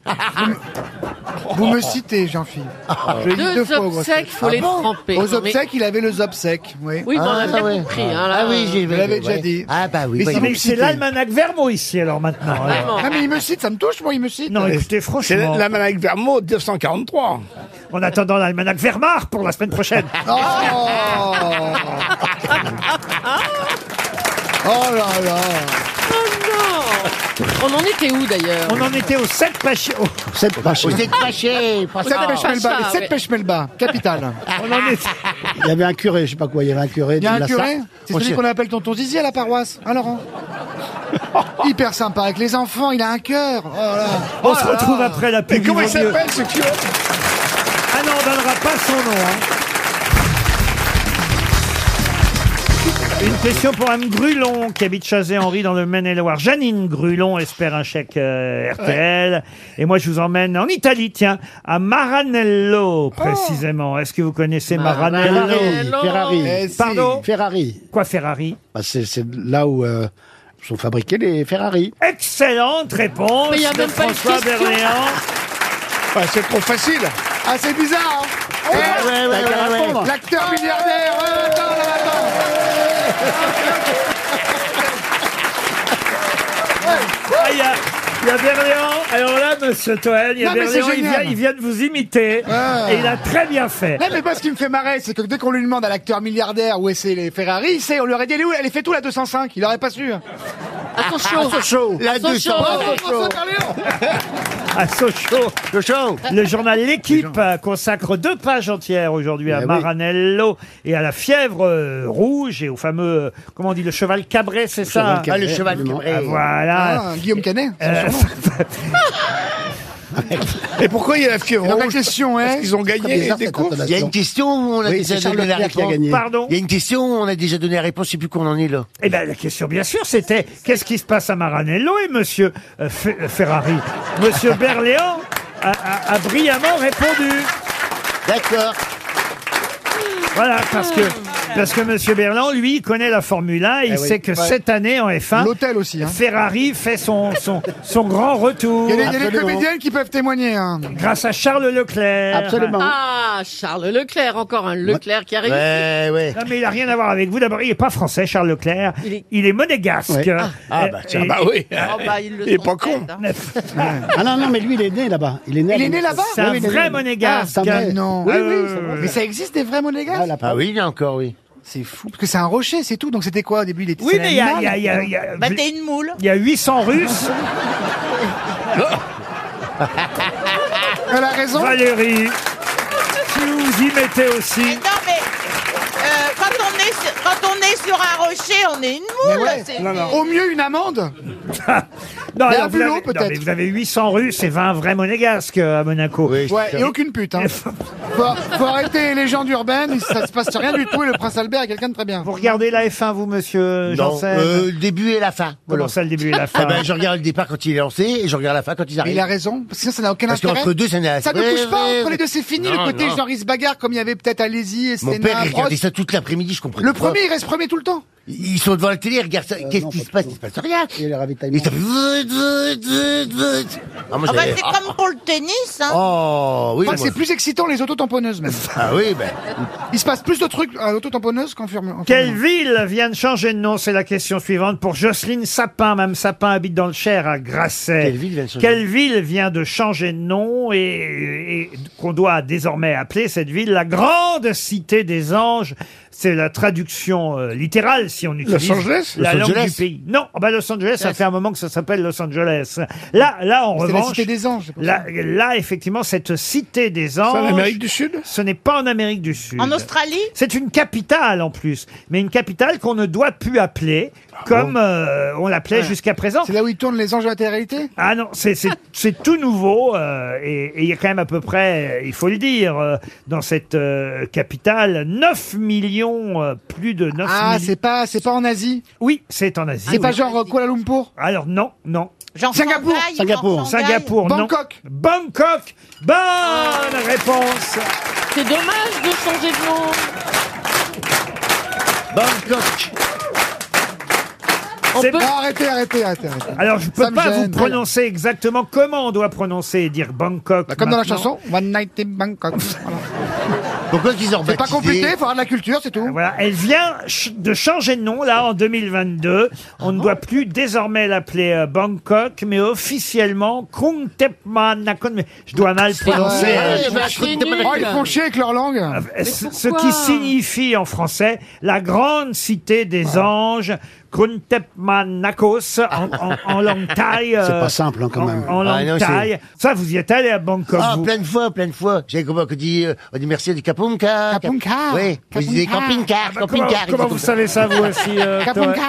[SPEAKER 4] Vous me citez, Jean-Philippe.
[SPEAKER 6] Ah.
[SPEAKER 4] Je l'ai dit
[SPEAKER 9] Deux
[SPEAKER 4] deux fois, grosse
[SPEAKER 9] obsèques,
[SPEAKER 4] tête.
[SPEAKER 9] faut les tremper.
[SPEAKER 4] Ah Aux
[SPEAKER 9] Non, mais-
[SPEAKER 4] obsèques, il avait les obsèques. Oui, Ah,
[SPEAKER 9] Oui, mais on a bien
[SPEAKER 6] ouais.
[SPEAKER 9] compris. hein, là,
[SPEAKER 6] Ah oui, j'ai
[SPEAKER 4] Vous l'avez déjà dit.
[SPEAKER 6] Ah bah oui,
[SPEAKER 4] Mais
[SPEAKER 6] voyons.
[SPEAKER 4] si vous
[SPEAKER 2] Mais
[SPEAKER 4] me
[SPEAKER 2] c'est
[SPEAKER 4] citez.
[SPEAKER 2] l'almanach Vermo ici alors maintenant. alors.
[SPEAKER 4] Ah, mais il me cite, ça me touche, moi, il me cite.
[SPEAKER 2] Non, écoutez,
[SPEAKER 3] C'est
[SPEAKER 2] franchement,
[SPEAKER 3] l'almanach Vermo 243.
[SPEAKER 2] en attendant l'almanach Wehrmacht pour la semaine prochaine.
[SPEAKER 4] Ah. Oh Oh là là
[SPEAKER 9] Oh non On en était où d'ailleurs
[SPEAKER 2] On en était aux 7 péchés. oh,
[SPEAKER 8] Cette page.
[SPEAKER 6] Vous êtes fâchés.
[SPEAKER 4] Sept
[SPEAKER 6] Pascal.
[SPEAKER 4] pêches Melba,
[SPEAKER 9] ça,
[SPEAKER 4] les sept
[SPEAKER 9] ouais.
[SPEAKER 4] pêches Melba, capitale.
[SPEAKER 2] on en était-
[SPEAKER 8] Il y avait un curé, je sais pas quoi, il y avait un curé.
[SPEAKER 4] Il y a
[SPEAKER 8] de
[SPEAKER 4] un
[SPEAKER 8] la
[SPEAKER 4] curé,
[SPEAKER 8] Sarthe.
[SPEAKER 4] c'est
[SPEAKER 8] On
[SPEAKER 4] celui
[SPEAKER 8] sait-
[SPEAKER 4] qu'on appelle tonton Zizi à la paroisse, hein Laurent Hyper sympa avec les enfants, il a un cœur. Oh là là.
[SPEAKER 2] on se retrouve après la pub.
[SPEAKER 3] Et comment
[SPEAKER 2] il
[SPEAKER 3] il
[SPEAKER 2] vaut mieux.
[SPEAKER 3] s'appelle ce curé
[SPEAKER 2] Ah non, on donnera pas son nom. hein. Une question pour Anne Grulon, qui habite Chazé-Henri dans le Maine-et-Loire. Janine Grulon espère un chèque euh, RTL. Et moi, je vous emmène en Italie, tiens, à
[SPEAKER 4] Oh.
[SPEAKER 2] Maranello, précisément. Est-ce que vous connaissez Maranello,
[SPEAKER 8] Ferrari. Ferrari.
[SPEAKER 4] Eh, si.
[SPEAKER 2] Pardon
[SPEAKER 8] Ferrari.
[SPEAKER 2] Quoi, Ferrari
[SPEAKER 8] Bah, c'est c'est là où euh, sont fabriqués les Ferrari.
[SPEAKER 2] Excellente réponse
[SPEAKER 9] Mais il y a
[SPEAKER 2] de
[SPEAKER 9] même pas une
[SPEAKER 2] François
[SPEAKER 9] question.
[SPEAKER 2] Berléand.
[SPEAKER 3] Ah, C'est trop facile.
[SPEAKER 6] Ah, c'est bizarre, hein Eh, t'as qu'à répondre. L'acteur milliardaire euh, Attends, là, attends
[SPEAKER 2] Ah, il y a- il y a Berléand. Alors là, monsieur Toen, il y a
[SPEAKER 4] Non, mais c'est
[SPEAKER 2] Berléand, il
[SPEAKER 4] génial.
[SPEAKER 2] vient, il vient de vous imiter.
[SPEAKER 4] Ah.
[SPEAKER 2] Et il a très bien fait.
[SPEAKER 4] Non, mais pas ce qui me fait marrer, c'est que dès qu'on lui demande à l'acteur milliardaire où est c'est les Ferrari, il sait, on lui aurait dit, elle est où Elle est fait tout la 205, il aurait pas su. Ah,
[SPEAKER 7] Sochaux.
[SPEAKER 4] La
[SPEAKER 7] À Sochaux.
[SPEAKER 4] 205.
[SPEAKER 7] À Sochaux.
[SPEAKER 2] à Sochaux. Le journal L'équipe euh, consacre deux pages entières aujourd'hui à
[SPEAKER 15] Eh oui.
[SPEAKER 2] Maranello et à la fièvre euh, rouge et au fameux, euh, comment on dit, le cheval cabré, c'est
[SPEAKER 4] cheval
[SPEAKER 2] ça hein
[SPEAKER 4] cabré, Ah, le cheval absolument. cabré.
[SPEAKER 2] Ah, Voilà.
[SPEAKER 4] Ah, Guillaume Canet
[SPEAKER 2] Euh,
[SPEAKER 3] Et pourquoi il y a la fièvre
[SPEAKER 4] Donc, la
[SPEAKER 3] rouge
[SPEAKER 4] question
[SPEAKER 3] Parce
[SPEAKER 4] est-
[SPEAKER 3] qu'ils ont gagné
[SPEAKER 4] Très bizarre,
[SPEAKER 3] des
[SPEAKER 4] cette
[SPEAKER 3] courses
[SPEAKER 4] intonation.
[SPEAKER 6] Il y a une question où on a
[SPEAKER 4] Oui,
[SPEAKER 6] déjà
[SPEAKER 4] c'est Charles
[SPEAKER 6] donné la
[SPEAKER 4] Leclerc qui a
[SPEAKER 6] réponse.
[SPEAKER 4] gagné.
[SPEAKER 2] Pardon
[SPEAKER 6] Il y a une question où on a déjà donné la réponse, je sais plus qu'on en est là.
[SPEAKER 2] Eh bien, la question, bien sûr, c'était qu'est-ce qui se passe à Maranello Et monsieur euh, Fe- euh, Ferrari, monsieur Berléand a, a- a brillamment répondu. D'accord. Voilà, parce que, parce que monsieur Berléand, lui, il connaît la Formule 1 et il
[SPEAKER 4] Eh oui.
[SPEAKER 2] sait que
[SPEAKER 4] Ouais.
[SPEAKER 2] cette année en F1,
[SPEAKER 4] L'hôtel aussi. Hein.
[SPEAKER 2] Ferrari fait son, son, son grand retour.
[SPEAKER 4] Il y a des- il y a des, comédiennes qui peuvent témoigner. Hein.
[SPEAKER 2] Grâce à Charles Leclerc.
[SPEAKER 9] Ah, Charles Leclerc, encore un Leclerc qui arrive.
[SPEAKER 2] Non, mais il n'a rien à voir avec vous. D'abord, il n'est pas français, Charles Leclerc. Il est, monégasque.
[SPEAKER 8] Ouais. Ah. Ah,
[SPEAKER 2] Euh,
[SPEAKER 8] bah, tiens,
[SPEAKER 2] et-
[SPEAKER 8] bah oui.
[SPEAKER 2] et-
[SPEAKER 8] Ah, bah, il le Il est pas sentait, con.
[SPEAKER 2] ah
[SPEAKER 8] non, non, mais lui, il est né là-bas. Il est né,
[SPEAKER 4] Il
[SPEAKER 8] à
[SPEAKER 4] est né
[SPEAKER 8] Monaco.
[SPEAKER 4] là-bas
[SPEAKER 8] Oui, oui, il est né-
[SPEAKER 4] Ah, c'est un vrai- Non.
[SPEAKER 8] Oui,
[SPEAKER 4] Ah,
[SPEAKER 8] oui,
[SPEAKER 4] ouais,
[SPEAKER 8] c'est vrai.
[SPEAKER 4] Mais ça existe des vrais monégasques
[SPEAKER 6] Ah oui, il y a encore, oui.
[SPEAKER 4] C'est fou. Parce que c'est un rocher, c'est tout. Donc c'était quoi au début il était-
[SPEAKER 2] Oui,
[SPEAKER 4] c'est
[SPEAKER 2] mais il y a-
[SPEAKER 4] l'animal.
[SPEAKER 2] il y a- il y a- il y a-
[SPEAKER 10] Bah, t'es une moule.
[SPEAKER 2] Il y a 800 Russes.
[SPEAKER 4] Elle a raison.
[SPEAKER 2] Valérie, si vous vous y mettez aussi.
[SPEAKER 10] Eh, Non, mais euh, quand, on est sur, quand on est sur un rocher, on est une
[SPEAKER 4] Mais
[SPEAKER 10] moule.
[SPEAKER 4] ouais.
[SPEAKER 10] c'est-
[SPEAKER 4] Au mieux une amende
[SPEAKER 2] Non,
[SPEAKER 4] Mais
[SPEAKER 2] alors,
[SPEAKER 4] un
[SPEAKER 2] vous,
[SPEAKER 4] bulot,
[SPEAKER 2] avez, non,
[SPEAKER 4] peut-être.
[SPEAKER 2] mais vous avez 800 Russes et 20 vrais monégasques euh, à Monaco.
[SPEAKER 4] Ouais, et aucune pute. Hein. faut, faut arrêter les légendes urbaines, ça se passe rien du tout et le prince Albert est quelqu'un de très bien.
[SPEAKER 2] Vous regardez la F1, vous, monsieur
[SPEAKER 6] Non,
[SPEAKER 2] Janssen
[SPEAKER 6] euh, le début et la fin.
[SPEAKER 2] Comment ça, le début et la
[SPEAKER 4] Ah
[SPEAKER 2] fin
[SPEAKER 6] Eh ben, je regarde le départ quand il est lancé et je regarde la fin quand il arrive.
[SPEAKER 4] Il a raison, parce que sinon ça n'a aucun
[SPEAKER 6] Parce
[SPEAKER 4] intérêt.
[SPEAKER 6] qu'entre deux, ça n'a-
[SPEAKER 4] ne touche pas,
[SPEAKER 6] Ouais,
[SPEAKER 4] entre
[SPEAKER 6] ouais,
[SPEAKER 4] les deux, c'est fini.
[SPEAKER 6] non,
[SPEAKER 4] le côté
[SPEAKER 6] non.
[SPEAKER 4] Jean-Riz Bagarre, comme il y avait peut-être à Lézy et
[SPEAKER 6] Mon père,
[SPEAKER 4] Sénat,
[SPEAKER 6] il
[SPEAKER 4] Prost.
[SPEAKER 6] regardait ça toute l'après-midi, je comprends
[SPEAKER 4] Le premier, il reste premier tout le temps.
[SPEAKER 6] Ils sont devant la télé, ils regardent ça.
[SPEAKER 10] Euh,
[SPEAKER 6] Qu'est-ce qui se passe Il se passe rien.
[SPEAKER 8] Et
[SPEAKER 6] Et ça fait vut, vut, vut, vut. Ah, moi,
[SPEAKER 10] Ah bah,
[SPEAKER 6] j'avais-
[SPEAKER 10] c'est comme pour le tennis. Hein.
[SPEAKER 6] Oh, oui.
[SPEAKER 4] Enfin,
[SPEAKER 6] moi,
[SPEAKER 4] c'est plus excitant les autotamponneuses même.
[SPEAKER 6] Ah oui, ben.
[SPEAKER 4] Il se passe plus de trucs à l'autotamponneuse qu'en Formule en
[SPEAKER 2] Quelle
[SPEAKER 4] Formule
[SPEAKER 2] ville vient de changer de nom C'est la question suivante pour Jocelyne Sapin. Mme Sapin habite dans le Cher, à Grasset.
[SPEAKER 6] Quelle ville vient de changer
[SPEAKER 2] Quelle ville vient de changer de nom et, et qu'on doit désormais appeler cette ville la Grande Cité des Anges C'est la traduction euh, littérale, si on utilise
[SPEAKER 3] Angeles
[SPEAKER 2] la
[SPEAKER 3] Los
[SPEAKER 2] langue
[SPEAKER 3] Angeles
[SPEAKER 2] du pays. Non, ah bah Los Angeles, ça fait un moment que ça s'appelle Los Angeles. Là, là en
[SPEAKER 4] C'est la
[SPEAKER 2] revanche...
[SPEAKER 4] Cité des Anges, c'est pour
[SPEAKER 2] Là, là, effectivement, cette Cité des Anges...
[SPEAKER 3] en Amérique du Sud
[SPEAKER 2] Ce n'est pas en Amérique du Sud.
[SPEAKER 10] En Australie
[SPEAKER 2] C'est une capitale en plus, mais une capitale qu'on ne doit plus appeler
[SPEAKER 3] Ah
[SPEAKER 2] comme euh, on l'appelait jusqu'à présent.
[SPEAKER 4] C'est là où ils tournent les anges de la réalité
[SPEAKER 2] Ah non, c'est- c'est c'est tout nouveau euh, et et il y a quand même à peu près, euh, il faut le dire, euh, dans cette euh, capitale, 9 millions, euh, plus de 9
[SPEAKER 4] Ah,
[SPEAKER 2] millions.
[SPEAKER 4] c'est pas, c'est pas en Asie
[SPEAKER 2] Oui, c'est en Asie.
[SPEAKER 4] C'est pas
[SPEAKER 2] oui.
[SPEAKER 4] genre euh, Kuala Lumpur
[SPEAKER 2] Alors non, non.
[SPEAKER 4] Singapour
[SPEAKER 10] Shanghai, Singapour. genre Shanghai.
[SPEAKER 2] Singapour, non.
[SPEAKER 4] Bangkok
[SPEAKER 2] Bangkok Bonne réponse
[SPEAKER 7] C'est dommage de changer de nom.
[SPEAKER 6] Bangkok.
[SPEAKER 2] C'est-
[SPEAKER 4] Non, arrêtez, arrêtez, arrêtez, arrêtez.
[SPEAKER 2] Alors, je
[SPEAKER 4] Ça
[SPEAKER 2] peux
[SPEAKER 4] me
[SPEAKER 2] pas
[SPEAKER 4] gêne.
[SPEAKER 2] vous prononcer exactement comment on doit prononcer et dire Bangkok.
[SPEAKER 4] Bah, Comme dans la
[SPEAKER 2] maintenant.
[SPEAKER 4] chanson One Night in Bangkok. Voilà.
[SPEAKER 6] Pourquoi qu'ils ont
[SPEAKER 4] C'est pas
[SPEAKER 6] rebaptisé
[SPEAKER 4] compliqué, faut avoir de la culture, c'est tout.
[SPEAKER 2] Euh, Voilà, elle vient ch- de changer de nom là en 2022. On ne doit plus désormais l'appeler euh, Bangkok, mais officiellement Kung Tepma Nakhon. Mais Je dois mal prononcer.
[SPEAKER 4] Ouais,
[SPEAKER 2] euh,
[SPEAKER 4] ils font
[SPEAKER 6] bah,
[SPEAKER 4] chier.
[SPEAKER 6] écoutez,
[SPEAKER 4] Oh, ils font chier avec leur langue.
[SPEAKER 2] ce ce qui signifie en français la grande cité des anges, Kuntepmanakos, en, en, en langue thaï.
[SPEAKER 8] C'est
[SPEAKER 2] euh,
[SPEAKER 8] pas simple, hein, quand
[SPEAKER 2] en-
[SPEAKER 8] même.
[SPEAKER 2] En, langue
[SPEAKER 6] Ah, non, c'est-
[SPEAKER 2] thaï. Ça, vous y êtes allé à Bangkok,
[SPEAKER 6] Ah,
[SPEAKER 2] vous
[SPEAKER 6] plein de fois, plein de fois. J'avais compris qu'on dit, euh, on dit merci, on dit Kapunka.
[SPEAKER 4] Kapunka.
[SPEAKER 6] Oui, on disait
[SPEAKER 4] Kapunka.
[SPEAKER 6] camping-car,
[SPEAKER 2] Bah, comment,
[SPEAKER 6] camping-car.
[SPEAKER 2] comment vous savez ça, vous aussi euh, Toen
[SPEAKER 4] Kapunka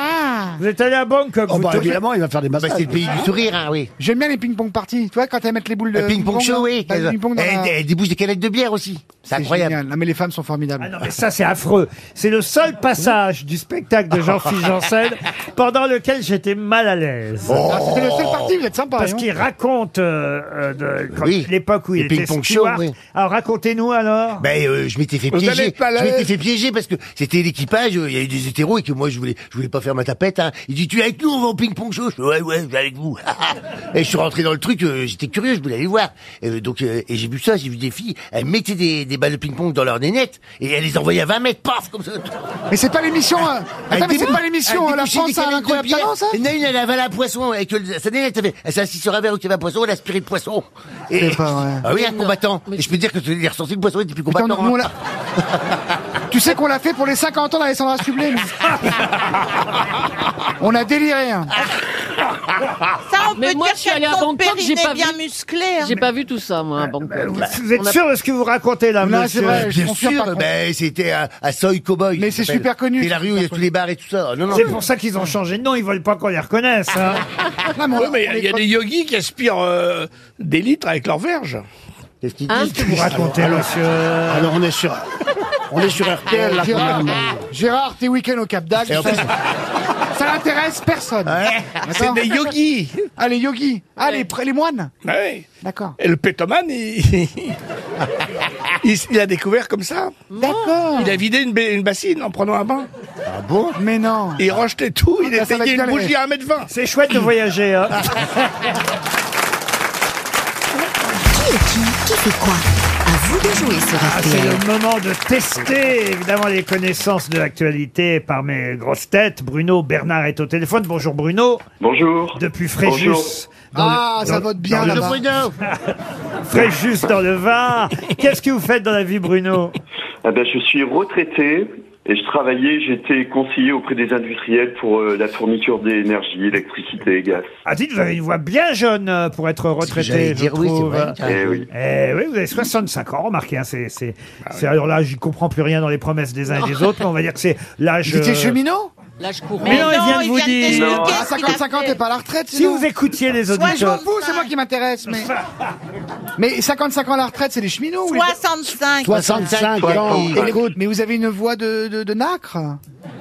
[SPEAKER 2] Vous êtes allé à Bangkok,
[SPEAKER 8] Oh,
[SPEAKER 2] vous
[SPEAKER 8] bah,
[SPEAKER 2] tous
[SPEAKER 8] évidemment, il va faire des
[SPEAKER 6] Bah,
[SPEAKER 8] massages.
[SPEAKER 6] c'est le pays du sourire, hein, oui.
[SPEAKER 4] J'aime bien les ping-pong parties. Tu vois, quand elles mettent les boules de.
[SPEAKER 6] Le Euh, ping-pong show, oui.
[SPEAKER 4] Bah, du
[SPEAKER 6] Et
[SPEAKER 4] ping-pong dans la-
[SPEAKER 6] des- des bouches de canettes de bière aussi. C'est
[SPEAKER 4] C'est
[SPEAKER 6] incroyable.
[SPEAKER 4] génial. Non, mais les femmes sont formidables.
[SPEAKER 2] Ah non, mais ça, c'est affreux. C'est le seul passage du spectacle de Jean-Philippe Janssen pendant lequel j'étais mal à l'aise.
[SPEAKER 4] Ah, C'était le seul parti, vous êtes sympa. hein.
[SPEAKER 2] Parce qu'il raconte euh, euh, de- quand-
[SPEAKER 6] Oui.
[SPEAKER 2] l'époque où il
[SPEAKER 6] Les
[SPEAKER 2] était
[SPEAKER 6] ping-pong
[SPEAKER 2] steward.
[SPEAKER 6] shows, oui.
[SPEAKER 2] Alors racontez-nous alors.
[SPEAKER 6] Ben, euh, je m'étais fait
[SPEAKER 3] Vous allez
[SPEAKER 6] piéger.
[SPEAKER 3] pas là-
[SPEAKER 6] Je m'étais fait piéger parce que c'était l'équipage, euh, il y a eu des hétéros et que moi je voulais, je voulais pas faire ma tapette fait un. Il dit tu es avec nous on va au ping pong show. Je fais, ouais ouais je vais avec vous. et je suis rentré dans le truc. euh, J'étais curieux je voulais aller voir. Euh, donc euh, et j'ai vu ça j'ai vu des filles elles mettaient des, des balles de ping pong dans leurs nénettes et elles les envoyaient à 20 mètres paf comme ça.
[SPEAKER 4] Mais c'est pas l'émission. hein. Attends, mais c'est pas l'émission. hein, La France a un incroyable talent, ça.
[SPEAKER 6] Non, elle avala un poisson avec le- sa nénette. elle avait- Elle s'est assise sur un verre où il y avait un poisson, elle a aspiré le poisson. Et, Ah oui, un combattant. Et je peux dire que tu- il est ressorti le poisson, il était plus combattant. hein.
[SPEAKER 4] Attends, nous, on l'a- Tu sais qu'on l'a fait pour les 50 ans d'Alessandra Sublet. nous. on a déliré. hein.
[SPEAKER 6] Ah,
[SPEAKER 10] Ça, on peut
[SPEAKER 9] Bah, moi,
[SPEAKER 10] dire
[SPEAKER 9] je suis allée
[SPEAKER 10] que
[SPEAKER 9] à
[SPEAKER 10] ton
[SPEAKER 9] Bangkok, j'ai
[SPEAKER 10] périnée
[SPEAKER 9] pas
[SPEAKER 10] bien
[SPEAKER 9] vu-
[SPEAKER 10] musclé. hein.
[SPEAKER 9] J'ai pas vu tout ça, moi, à Bangkok.
[SPEAKER 2] Vous êtes
[SPEAKER 9] On a-
[SPEAKER 2] sûr de ce que vous racontez là,
[SPEAKER 6] Non,
[SPEAKER 2] monsieur
[SPEAKER 6] c'est vrai, bien sûr, ben, c'était à, à Soy Cowboy. Mais c'est super connu. C'est la rue où il y a tous les bars et tout ça. Non, non,
[SPEAKER 2] C'est pour ça qu'ils ont changé de nom, ils veulent pas qu'on les reconnaisse. hein.
[SPEAKER 3] Oui, mais il y a- il y a des yogis qui aspirent euh, des litres avec leur verge.
[SPEAKER 6] Qu'est-ce qu'ils
[SPEAKER 2] Hein Qu'est-ce que vous racontez, monsieur
[SPEAKER 8] Alors on est sur, on est sur RTL là
[SPEAKER 4] Gérard,
[SPEAKER 8] quand même.
[SPEAKER 4] Gérard, tes week-ends au Cap d'Agde,
[SPEAKER 8] Et en
[SPEAKER 4] ça, ça n'intéresse personne.
[SPEAKER 3] C'est
[SPEAKER 4] D'accord
[SPEAKER 3] des yogis.
[SPEAKER 4] Ah, les yogis. Ah, les, pr- les moines.
[SPEAKER 3] Ouais.
[SPEAKER 4] D'accord.
[SPEAKER 3] Et le pétoman, il... il s- il a découvert comme ça.
[SPEAKER 4] D'accord.
[SPEAKER 3] Il a vidé une, ba- une bassine en prenant un bain.
[SPEAKER 6] Ah bon
[SPEAKER 4] Mais non.
[SPEAKER 3] Il rejetait tout, il
[SPEAKER 2] Ah, ça va
[SPEAKER 3] essayait
[SPEAKER 2] être
[SPEAKER 3] une bougie à
[SPEAKER 2] galère.
[SPEAKER 3] 1m20.
[SPEAKER 2] C'est chouette de voyager. hein.
[SPEAKER 12] Qui est qui Qui fait quoi À vous de jouer sur
[SPEAKER 2] Ah, c'est
[SPEAKER 12] RTL.
[SPEAKER 2] le moment de tester évidemment les connaissances de l'actualité par mes grosses têtes. Bruno Bernard est au téléphone. Bonjour Bruno.
[SPEAKER 15] Bonjour.
[SPEAKER 2] Depuis Fréjus.
[SPEAKER 15] Bonjour.
[SPEAKER 2] dans le-
[SPEAKER 4] Ah, ça
[SPEAKER 2] dans-
[SPEAKER 4] vote bien,
[SPEAKER 2] dans le-
[SPEAKER 4] là-bas.
[SPEAKER 2] Fréjus dans le Var. Qu'est-ce que vous faites dans la vie Bruno
[SPEAKER 15] Ah ben, je suis retraité et je travaillais, j'étais conseiller auprès des industriels pour euh, la fourniture d'énergie, électricité, gaz.
[SPEAKER 2] Ah dites, vous avez une voix bien jeune euh, pour être retraité,
[SPEAKER 15] j'allais
[SPEAKER 2] je
[SPEAKER 15] dire, oui, c'est
[SPEAKER 2] trouve.
[SPEAKER 15] vrai. Eh oui. Bah
[SPEAKER 2] Eh oui, vous avez 65 ans, remarquez. hein, c'est, c'est, c'est- alors là, j'y comprends plus rien dans les promesses des uns et
[SPEAKER 15] Ah.
[SPEAKER 2] des autres, mais on va dire que c'est l'âge...
[SPEAKER 4] Vous étiez
[SPEAKER 2] euh,
[SPEAKER 4] cheminot
[SPEAKER 9] L'âge
[SPEAKER 2] Mais non, il vient de vous dire...
[SPEAKER 4] À 55 ans, t'es pas à la retraite.
[SPEAKER 2] Si
[SPEAKER 4] sinon.
[SPEAKER 2] vous écoutiez les
[SPEAKER 4] Moi, je m'en
[SPEAKER 2] auditeurs...
[SPEAKER 4] fous, c'est moi qui m'intéresse. Mais... mais 55 ans à la retraite, c'est les cheminots ou les-
[SPEAKER 10] 65.
[SPEAKER 4] Et- et- Mais vous avez une voix de, de, de nacre.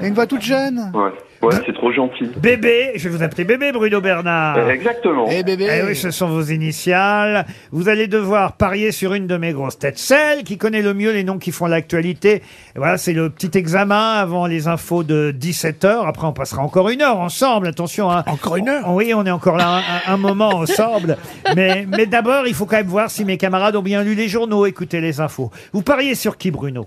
[SPEAKER 4] Et une voix toute jeune.
[SPEAKER 15] Ouais, ouais c'est trop gentil.
[SPEAKER 2] Bébé, je vais vous appeler bébé Bruno Bernard.
[SPEAKER 15] Eh, Exactement.
[SPEAKER 2] Eh oui, ce sont vos initiales. Vous allez devoir parier sur une de mes grosses têtes, celle qui connaît le mieux les noms qui font l'actualité. Et Voilà, c'est le petit examen avant les infos de 17h. Après, on passera encore une heure ensemble. Attention. Encore une heure Oui, on est encore là un, un- un moment ensemble. Mais, mais d'abord, il faut quand même voir si mes camarades ont bien lu les journaux, écouté les infos. Vous pariez sur qui, Bruno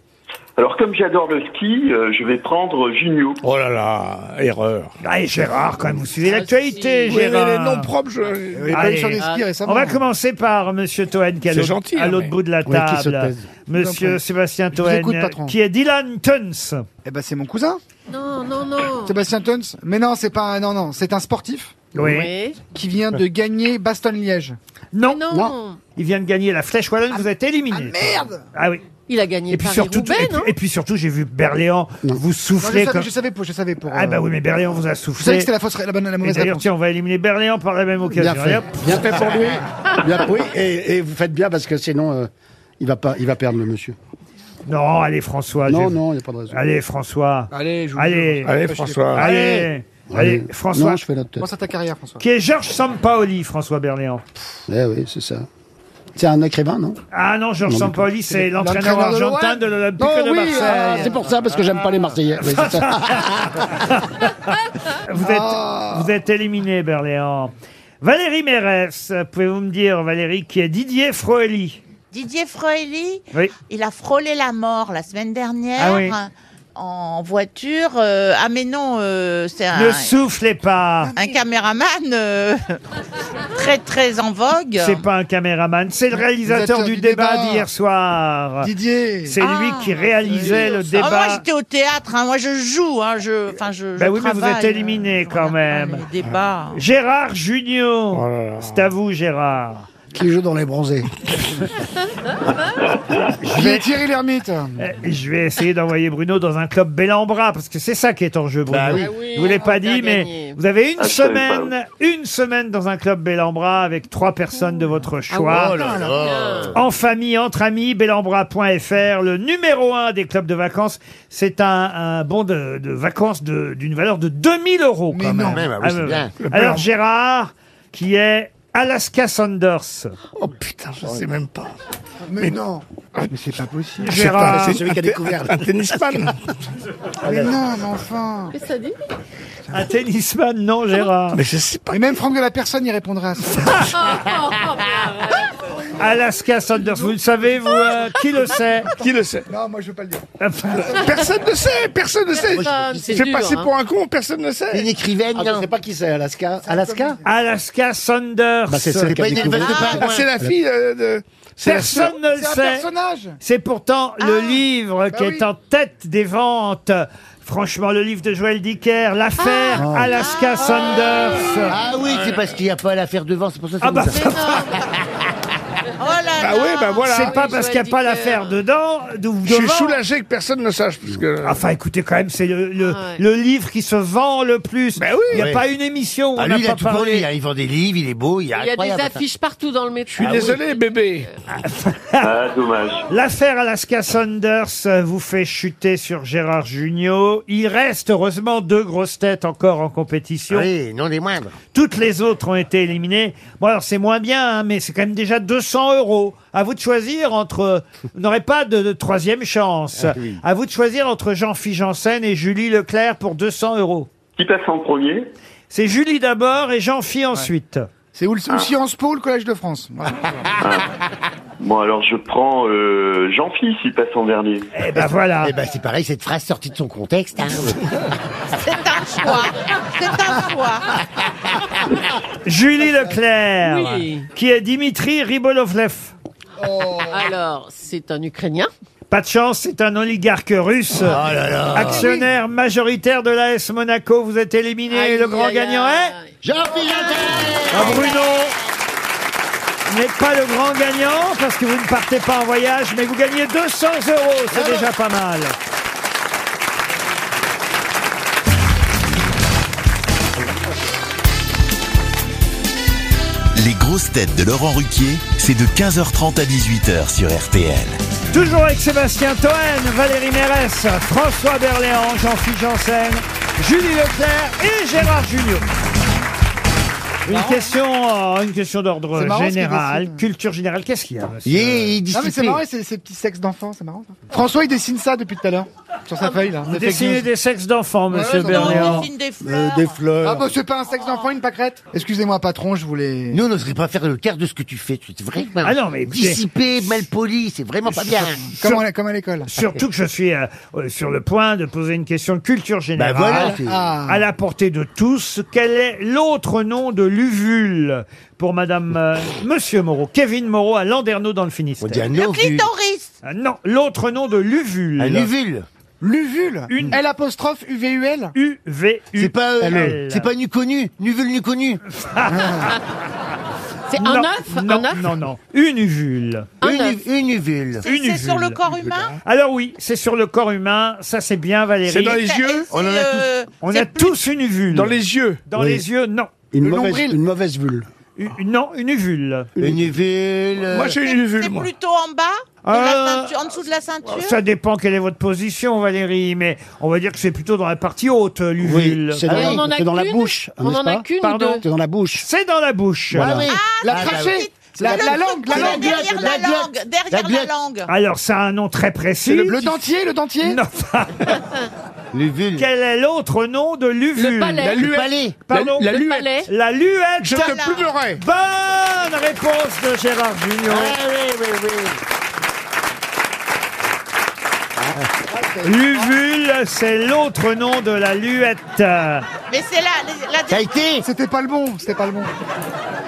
[SPEAKER 15] Alors comme j'adore le ski, euh, je vais prendre Junio.
[SPEAKER 3] Oh là là, erreur.
[SPEAKER 2] Ah, et Gérard, quand même, vous suivez l'actualité,
[SPEAKER 3] Oui, mais
[SPEAKER 2] Gérard.
[SPEAKER 3] les noms propres,
[SPEAKER 4] Ah, Euh,
[SPEAKER 3] je... Ah,
[SPEAKER 2] Allez, On va commencer par Monsieur Toen, qui est à
[SPEAKER 3] C'est
[SPEAKER 2] l'autre-
[SPEAKER 3] gentil,
[SPEAKER 2] à
[SPEAKER 3] hein,
[SPEAKER 2] l'autre
[SPEAKER 3] mais-
[SPEAKER 2] bout de la
[SPEAKER 3] Oui, qui se
[SPEAKER 2] table.
[SPEAKER 3] taise.
[SPEAKER 4] Je vous en
[SPEAKER 2] Monsieur
[SPEAKER 4] prie.
[SPEAKER 2] Sébastien
[SPEAKER 4] Je vous
[SPEAKER 2] Toen,
[SPEAKER 4] écoute, patron.
[SPEAKER 2] qui est Dylan Tuns.
[SPEAKER 4] Eh ben, c'est mon cousin,
[SPEAKER 9] Non, non, non.
[SPEAKER 4] Sébastien Tuns. Mais non, c'est pas un, non, non, c'est un sportif.
[SPEAKER 2] Oui. Oui.
[SPEAKER 4] Qui vient de gagner Bastogne-Liège.
[SPEAKER 2] Non.
[SPEAKER 9] non. Non.
[SPEAKER 2] Il vient de gagner la flèche wallonne, vous êtes éliminé. Ah
[SPEAKER 4] merde
[SPEAKER 2] oui.
[SPEAKER 9] Il a gagné
[SPEAKER 2] Et puis,
[SPEAKER 9] Paris
[SPEAKER 2] surtout,
[SPEAKER 9] Roubaix,
[SPEAKER 2] et, puis,
[SPEAKER 9] non
[SPEAKER 2] et puis surtout, j'ai vu Berléand vous
[SPEAKER 4] Non, je,
[SPEAKER 2] souffler
[SPEAKER 4] savais,
[SPEAKER 2] comme...
[SPEAKER 4] je savais pour, je savais pour.
[SPEAKER 2] Ah
[SPEAKER 4] euh,
[SPEAKER 2] bah oui, mais Berléand vous a
[SPEAKER 4] Je savais
[SPEAKER 2] soufflé.
[SPEAKER 4] que c'était la, fausse, la, bonne, la
[SPEAKER 2] Et
[SPEAKER 4] mauvaise
[SPEAKER 2] d'ailleurs,
[SPEAKER 4] réponse.
[SPEAKER 2] tiens, on va éliminer Berléand par la même occasion. Allez, hop.
[SPEAKER 8] Bien fait pour lui. Bien, oui, et, et vous faites bien parce que sinon, euh, il va pas, il va perdre le monsieur.
[SPEAKER 2] Non, allez, François.
[SPEAKER 8] Non,
[SPEAKER 2] j'ai-
[SPEAKER 8] non, il n'y a pas de raison.
[SPEAKER 2] Allez, François.
[SPEAKER 4] Allez, je vous
[SPEAKER 2] Allez,
[SPEAKER 4] jure. Allez, François.
[SPEAKER 2] Allez, allez, François.
[SPEAKER 8] Non, je fais notre tête.
[SPEAKER 4] Pense à ta carrière, François.
[SPEAKER 2] Qui est Georges Sampaoli, François Berléand.
[SPEAKER 8] Eh oui, c'est ça. C'est un écrivain, non
[SPEAKER 2] Ah non, Georges
[SPEAKER 8] Non, mais-
[SPEAKER 2] Sampaoli, c'est l'entraîneur
[SPEAKER 8] L'entraîneur de
[SPEAKER 2] argentin
[SPEAKER 8] l'O M.
[SPEAKER 2] de l'Olympique
[SPEAKER 8] Oh
[SPEAKER 2] de
[SPEAKER 8] oui,
[SPEAKER 2] Marseille.
[SPEAKER 8] ah, c'est pour ça, parce que j'aime pas les Marseillais. Oui, c'est ça. Ah.
[SPEAKER 2] Vous êtes, vous êtes éliminé, Berléand. Valérie Mérès, pouvez-vous me dire, Valérie, qui est Didier Froeli
[SPEAKER 10] Didier Froeli,
[SPEAKER 2] Oui.
[SPEAKER 10] il a frôlé la mort la semaine dernière
[SPEAKER 2] Ah oui.
[SPEAKER 10] hein, en voiture. euh, ah mais non, euh, c'est un,
[SPEAKER 2] Ne soufflez pas
[SPEAKER 10] un caméraman euh, très très en vogue.
[SPEAKER 2] C'est pas un caméraman, c'est le réalisateur
[SPEAKER 10] Réalisateur
[SPEAKER 2] du
[SPEAKER 10] du
[SPEAKER 2] débat
[SPEAKER 10] débat.
[SPEAKER 2] d'hier soir.
[SPEAKER 4] Didier
[SPEAKER 2] C'est lui qui réalisait le
[SPEAKER 10] Ah, moi
[SPEAKER 2] débat.
[SPEAKER 10] j'étais au théâtre, hein, moi je joue, hein, je, enfin je.
[SPEAKER 2] Ben
[SPEAKER 10] je
[SPEAKER 2] oui, mais vous êtes
[SPEAKER 10] travaille,
[SPEAKER 2] éliminé quand même.
[SPEAKER 10] euh, Débat.
[SPEAKER 2] Gérard Junior, c'est à vous Gérard.
[SPEAKER 8] Oh Qui joue dans les bronzés.
[SPEAKER 2] Je vais tirer l'ermite. Je vais essayer d'envoyer Bruno dans un club Bellambra parce que c'est ça qui est en jeu, Bruno.
[SPEAKER 6] Bah oui.
[SPEAKER 2] Je vous l'ai pas dit, mais vous avez une
[SPEAKER 6] Ah, je savais pas,
[SPEAKER 2] semaine, une semaine dans un club Bellambra avec trois personnes de votre choix.
[SPEAKER 6] Oh là là.
[SPEAKER 2] En famille, entre amis, bellambra.fr, le numéro un des clubs de vacances. C'est un, un bon de, de vacances de- d'une valeur de 2000 euros. quand
[SPEAKER 6] non.
[SPEAKER 2] même.
[SPEAKER 6] Même, ah oui, c'est
[SPEAKER 2] ouais,
[SPEAKER 6] bien.
[SPEAKER 2] ouais. Alors Gérard, qui est Alaska Sanders.
[SPEAKER 6] Oh,
[SPEAKER 3] Putain, je sais même pas.
[SPEAKER 4] Mais, non. Mais c'est pas possible.
[SPEAKER 2] Gérard,
[SPEAKER 4] la
[SPEAKER 2] Un tennisman
[SPEAKER 4] Mais non, mais enfin.
[SPEAKER 7] Qu'est-ce que ça dit
[SPEAKER 2] Un tennisman, non, Gérard. Mais je sais
[SPEAKER 4] Et même Franck de la personne y répondrait à ça.
[SPEAKER 2] Alaska Sanders, vous le savez, vous euh, Qui le sait Qui le sait
[SPEAKER 4] non, moi je veux pas le dire.
[SPEAKER 3] Personne ne sait, personne ne sait.
[SPEAKER 4] Moi, je-
[SPEAKER 3] Je
[SPEAKER 4] c'est
[SPEAKER 3] fais
[SPEAKER 4] dur,
[SPEAKER 3] passer
[SPEAKER 4] hein.
[SPEAKER 3] pour un con, personne ne sait.
[SPEAKER 8] Une écrivaine. Ah, je sais pas qui c'est, Alaska. Alaska
[SPEAKER 2] Alaska Sanders.
[SPEAKER 8] Bah, c'est celle qui a découvert- Ah,
[SPEAKER 3] Ah, c'est la fille euh, de. c'est Ah. la
[SPEAKER 2] Personne
[SPEAKER 3] sœur.
[SPEAKER 2] ne le sait. C'est pourtant le livre
[SPEAKER 3] Bah
[SPEAKER 2] qui est en tête des ventes. Franchement, le livre de Joël Dicker, l'affaire
[SPEAKER 6] Ah.
[SPEAKER 2] Alaska Sanders.
[SPEAKER 6] Ah oui, c'est parce qu'il n'y a pas l'affaire devant, c'est pour ça que
[SPEAKER 2] Ah bah.
[SPEAKER 6] c'est comme ça.
[SPEAKER 5] Oh
[SPEAKER 3] Ah
[SPEAKER 2] Bah oui, bah voilà. C'est pas parce qu'il n'y a pas l'affaire dedans.
[SPEAKER 3] Euh, Je suis soulagé que personne ne sache. Parce que... Ah
[SPEAKER 2] Enfin, écoutez, quand même, c'est le, le, le livre qui se vend le plus.
[SPEAKER 3] Bah
[SPEAKER 2] Il n'y a
[SPEAKER 6] Ouais.
[SPEAKER 2] pas une émission où
[SPEAKER 6] Ah,
[SPEAKER 2] on
[SPEAKER 6] lui,
[SPEAKER 2] n'a
[SPEAKER 6] il a
[SPEAKER 2] pas
[SPEAKER 6] tout pour lui.
[SPEAKER 2] parlé.
[SPEAKER 6] hein. Il vend des livres, il est beau, il est
[SPEAKER 9] Il y a des
[SPEAKER 6] incroyable.
[SPEAKER 9] affiches partout dans le métro.
[SPEAKER 3] Je suis désolé, bébé.
[SPEAKER 15] Ah, dommage.
[SPEAKER 2] L'affaire Alaska Saunders euh, vous fait chuter sur Gérard Junior. Il reste heureusement deux grosses têtes encore en compétition.
[SPEAKER 6] Oui, non des moindres.
[SPEAKER 2] Toutes les autres ont été éliminées. Bon, alors c'est moins bien, hein, mais c'est quand même déjà 200 euros. À vous de choisir entre. euh, Vous n'aurez pas de, de troisième chance.
[SPEAKER 15] Ah oui.
[SPEAKER 2] À vous de choisir entre Jean-Philippe Janssen et Julie Leclerc pour 200 euros.
[SPEAKER 15] Qui passe en premier
[SPEAKER 2] C'est Julie d'abord et Jean-Philippe ensuite.
[SPEAKER 4] C'est où le
[SPEAKER 15] Ah.
[SPEAKER 4] c'est aussi en SPO, le Collège de France. Voilà.
[SPEAKER 15] Bon, alors je prends euh, Jean-Fils, il passe en dernier.
[SPEAKER 2] Eh ben voilà.
[SPEAKER 6] Eh ben c'est pareil, cette phrase sortie de son contexte. hein.
[SPEAKER 10] C'est un choix. C'est un choix.
[SPEAKER 2] Julie Leclerc,
[SPEAKER 9] Oui.
[SPEAKER 2] qui est Dimitri Ribolovlev. Oh.
[SPEAKER 9] Alors, c'est un Ukrainien.
[SPEAKER 2] Pas de chance, c'est un oligarque russe,
[SPEAKER 9] Oh là. Ah
[SPEAKER 2] actionnaire majoritaire de l'AS Monaco. Vous êtes éliminé.
[SPEAKER 9] Aïe,
[SPEAKER 2] le grand
[SPEAKER 9] aïe,
[SPEAKER 2] gagnant
[SPEAKER 9] aïe.
[SPEAKER 2] est Ah, Bruno n'êtes pas le grand gagnant parce que vous ne partez pas en voyage, mais vous gagnez 200 euros. C'est déjà pas mal.
[SPEAKER 1] Les grosses têtes de Laurent Ruquier, c'est de 15h30 à 18h sur RTL.
[SPEAKER 2] Toujours avec Sébastien Toen, Valérie Mérès, François Berléand, Jean-Philippe Janssen, Julie Leclerc et Gérard Junior. Une question, euh, une question d'ordre
[SPEAKER 4] C'est marrant, ce qu'il
[SPEAKER 2] général,
[SPEAKER 4] dessine.
[SPEAKER 2] culture générale. Qu'est-ce qu'il y a monsieur
[SPEAKER 4] Non, mais c'est marrant, ces, ces petits sexes d'enfants, c'est marrant. ça. François, il dessine ça depuis tout à l'heure. Sur sa feuille, là.
[SPEAKER 2] Vous
[SPEAKER 4] Les fake
[SPEAKER 2] dessinez
[SPEAKER 4] news.
[SPEAKER 2] des sexes d'enfants, monsieur
[SPEAKER 4] non,
[SPEAKER 2] Berléand.
[SPEAKER 4] on dessine
[SPEAKER 10] des
[SPEAKER 4] fleurs.
[SPEAKER 6] des fleurs.
[SPEAKER 4] Ah bah c'est pas un sexe d'enfant, une pâquerette Excusez-moi patron, je voulais...
[SPEAKER 6] Nous, on n'oserait pas faire le quart de ce que tu fais. Tu es vraiment
[SPEAKER 2] Ah non, mais écoutez-
[SPEAKER 6] dissipé, mal poli, c'est vraiment pas bien.
[SPEAKER 4] Comme à, comme à l'école.
[SPEAKER 2] Surtout que je suis euh, euh, sur le point de poser une question de culture générale
[SPEAKER 6] voilà, c'est-
[SPEAKER 4] Bah, Ah.
[SPEAKER 2] à la portée de tous. Quel est l'autre nom de l'uvule pour Madame euh, Monsieur Moreau, Kevin Moreau à Landerneau dans le Finistère.
[SPEAKER 6] dit un Le ovule.
[SPEAKER 10] clitoris.
[SPEAKER 2] Ah non, l'autre nom de l'uvule.
[SPEAKER 6] Un uvule.
[SPEAKER 4] L'uvule
[SPEAKER 2] Une-
[SPEAKER 4] L apostrophe UVUL
[SPEAKER 2] U V U.
[SPEAKER 6] C'est pas, euh,
[SPEAKER 2] L.
[SPEAKER 6] c'est pas nu connu, nuvule nu connu.
[SPEAKER 9] C'est
[SPEAKER 2] Non,
[SPEAKER 9] un œuf
[SPEAKER 2] non,
[SPEAKER 9] Un œuf
[SPEAKER 2] Non, non, une uvule.
[SPEAKER 6] Une, une uvule.
[SPEAKER 10] C'est c'est sur le
[SPEAKER 2] uvule.
[SPEAKER 10] corps humain
[SPEAKER 2] Alors oui, c'est sur le corps humain, ça c'est bien Valérie.
[SPEAKER 3] C'est dans les
[SPEAKER 10] C'est-
[SPEAKER 3] yeux
[SPEAKER 10] c'est le-
[SPEAKER 2] On
[SPEAKER 10] c'est
[SPEAKER 2] a tous une uvule.
[SPEAKER 3] Dans les yeux.
[SPEAKER 2] Dans
[SPEAKER 8] Oui.
[SPEAKER 2] les yeux, non.
[SPEAKER 8] Une
[SPEAKER 2] Le
[SPEAKER 8] mauvaise,
[SPEAKER 2] nombril.
[SPEAKER 8] une mauvaise vulve.
[SPEAKER 2] Une- Non, une uvule.
[SPEAKER 6] Une uvule. euh,
[SPEAKER 3] Moi, j'ai une
[SPEAKER 10] C'est
[SPEAKER 3] uvule, moi.
[SPEAKER 10] plutôt en bas de
[SPEAKER 2] Euh,
[SPEAKER 10] la ceinture, En dessous de la ceinture
[SPEAKER 2] Bah, Ça dépend quelle est votre position, Valérie, mais on va dire que c'est plutôt dans la partie haute, euh, l'uvule.
[SPEAKER 8] C'est
[SPEAKER 9] Ah oui, on
[SPEAKER 8] dans,
[SPEAKER 9] en a
[SPEAKER 8] c'est dans la
[SPEAKER 9] qu'une
[SPEAKER 8] bouche,
[SPEAKER 9] On
[SPEAKER 8] n'est-ce
[SPEAKER 9] en a
[SPEAKER 8] pas
[SPEAKER 9] qu'une ou
[SPEAKER 8] Pardon
[SPEAKER 9] deux
[SPEAKER 8] C'est dans la bouche.
[SPEAKER 2] C'est dans la bouche.
[SPEAKER 8] Voilà.
[SPEAKER 6] Ah oui.
[SPEAKER 4] La
[SPEAKER 6] Ah,
[SPEAKER 4] crachée
[SPEAKER 10] Le
[SPEAKER 4] la, la
[SPEAKER 10] truc
[SPEAKER 4] langue, la
[SPEAKER 10] qui est
[SPEAKER 4] langue
[SPEAKER 10] Derrière la,
[SPEAKER 6] la
[SPEAKER 10] langue,
[SPEAKER 6] glotte.
[SPEAKER 10] derrière
[SPEAKER 6] La
[SPEAKER 10] la,
[SPEAKER 6] glotte.
[SPEAKER 10] langue
[SPEAKER 2] Alors, ça a un nom très précis.
[SPEAKER 4] Le, le dentier, le dentier
[SPEAKER 2] Non,
[SPEAKER 6] L'uvule.
[SPEAKER 2] quel est l'autre nom de l'uvule
[SPEAKER 9] Le palais.
[SPEAKER 3] La
[SPEAKER 6] Le
[SPEAKER 3] luette.
[SPEAKER 6] palais.
[SPEAKER 2] Pardon
[SPEAKER 3] La,
[SPEAKER 9] Le
[SPEAKER 3] luette.
[SPEAKER 9] palais
[SPEAKER 2] La luette.
[SPEAKER 3] Je
[SPEAKER 10] Voilà.
[SPEAKER 3] ne pleurerai.
[SPEAKER 2] Bonne réponse de Gérard Junior.
[SPEAKER 6] Ah oui, oui, oui.
[SPEAKER 2] L'uvule, c'est l'autre nom de la luette. Euh,
[SPEAKER 10] Mais c'est là, la,
[SPEAKER 6] Ça a été.
[SPEAKER 4] C'était pas le bon, c'était pas le bon.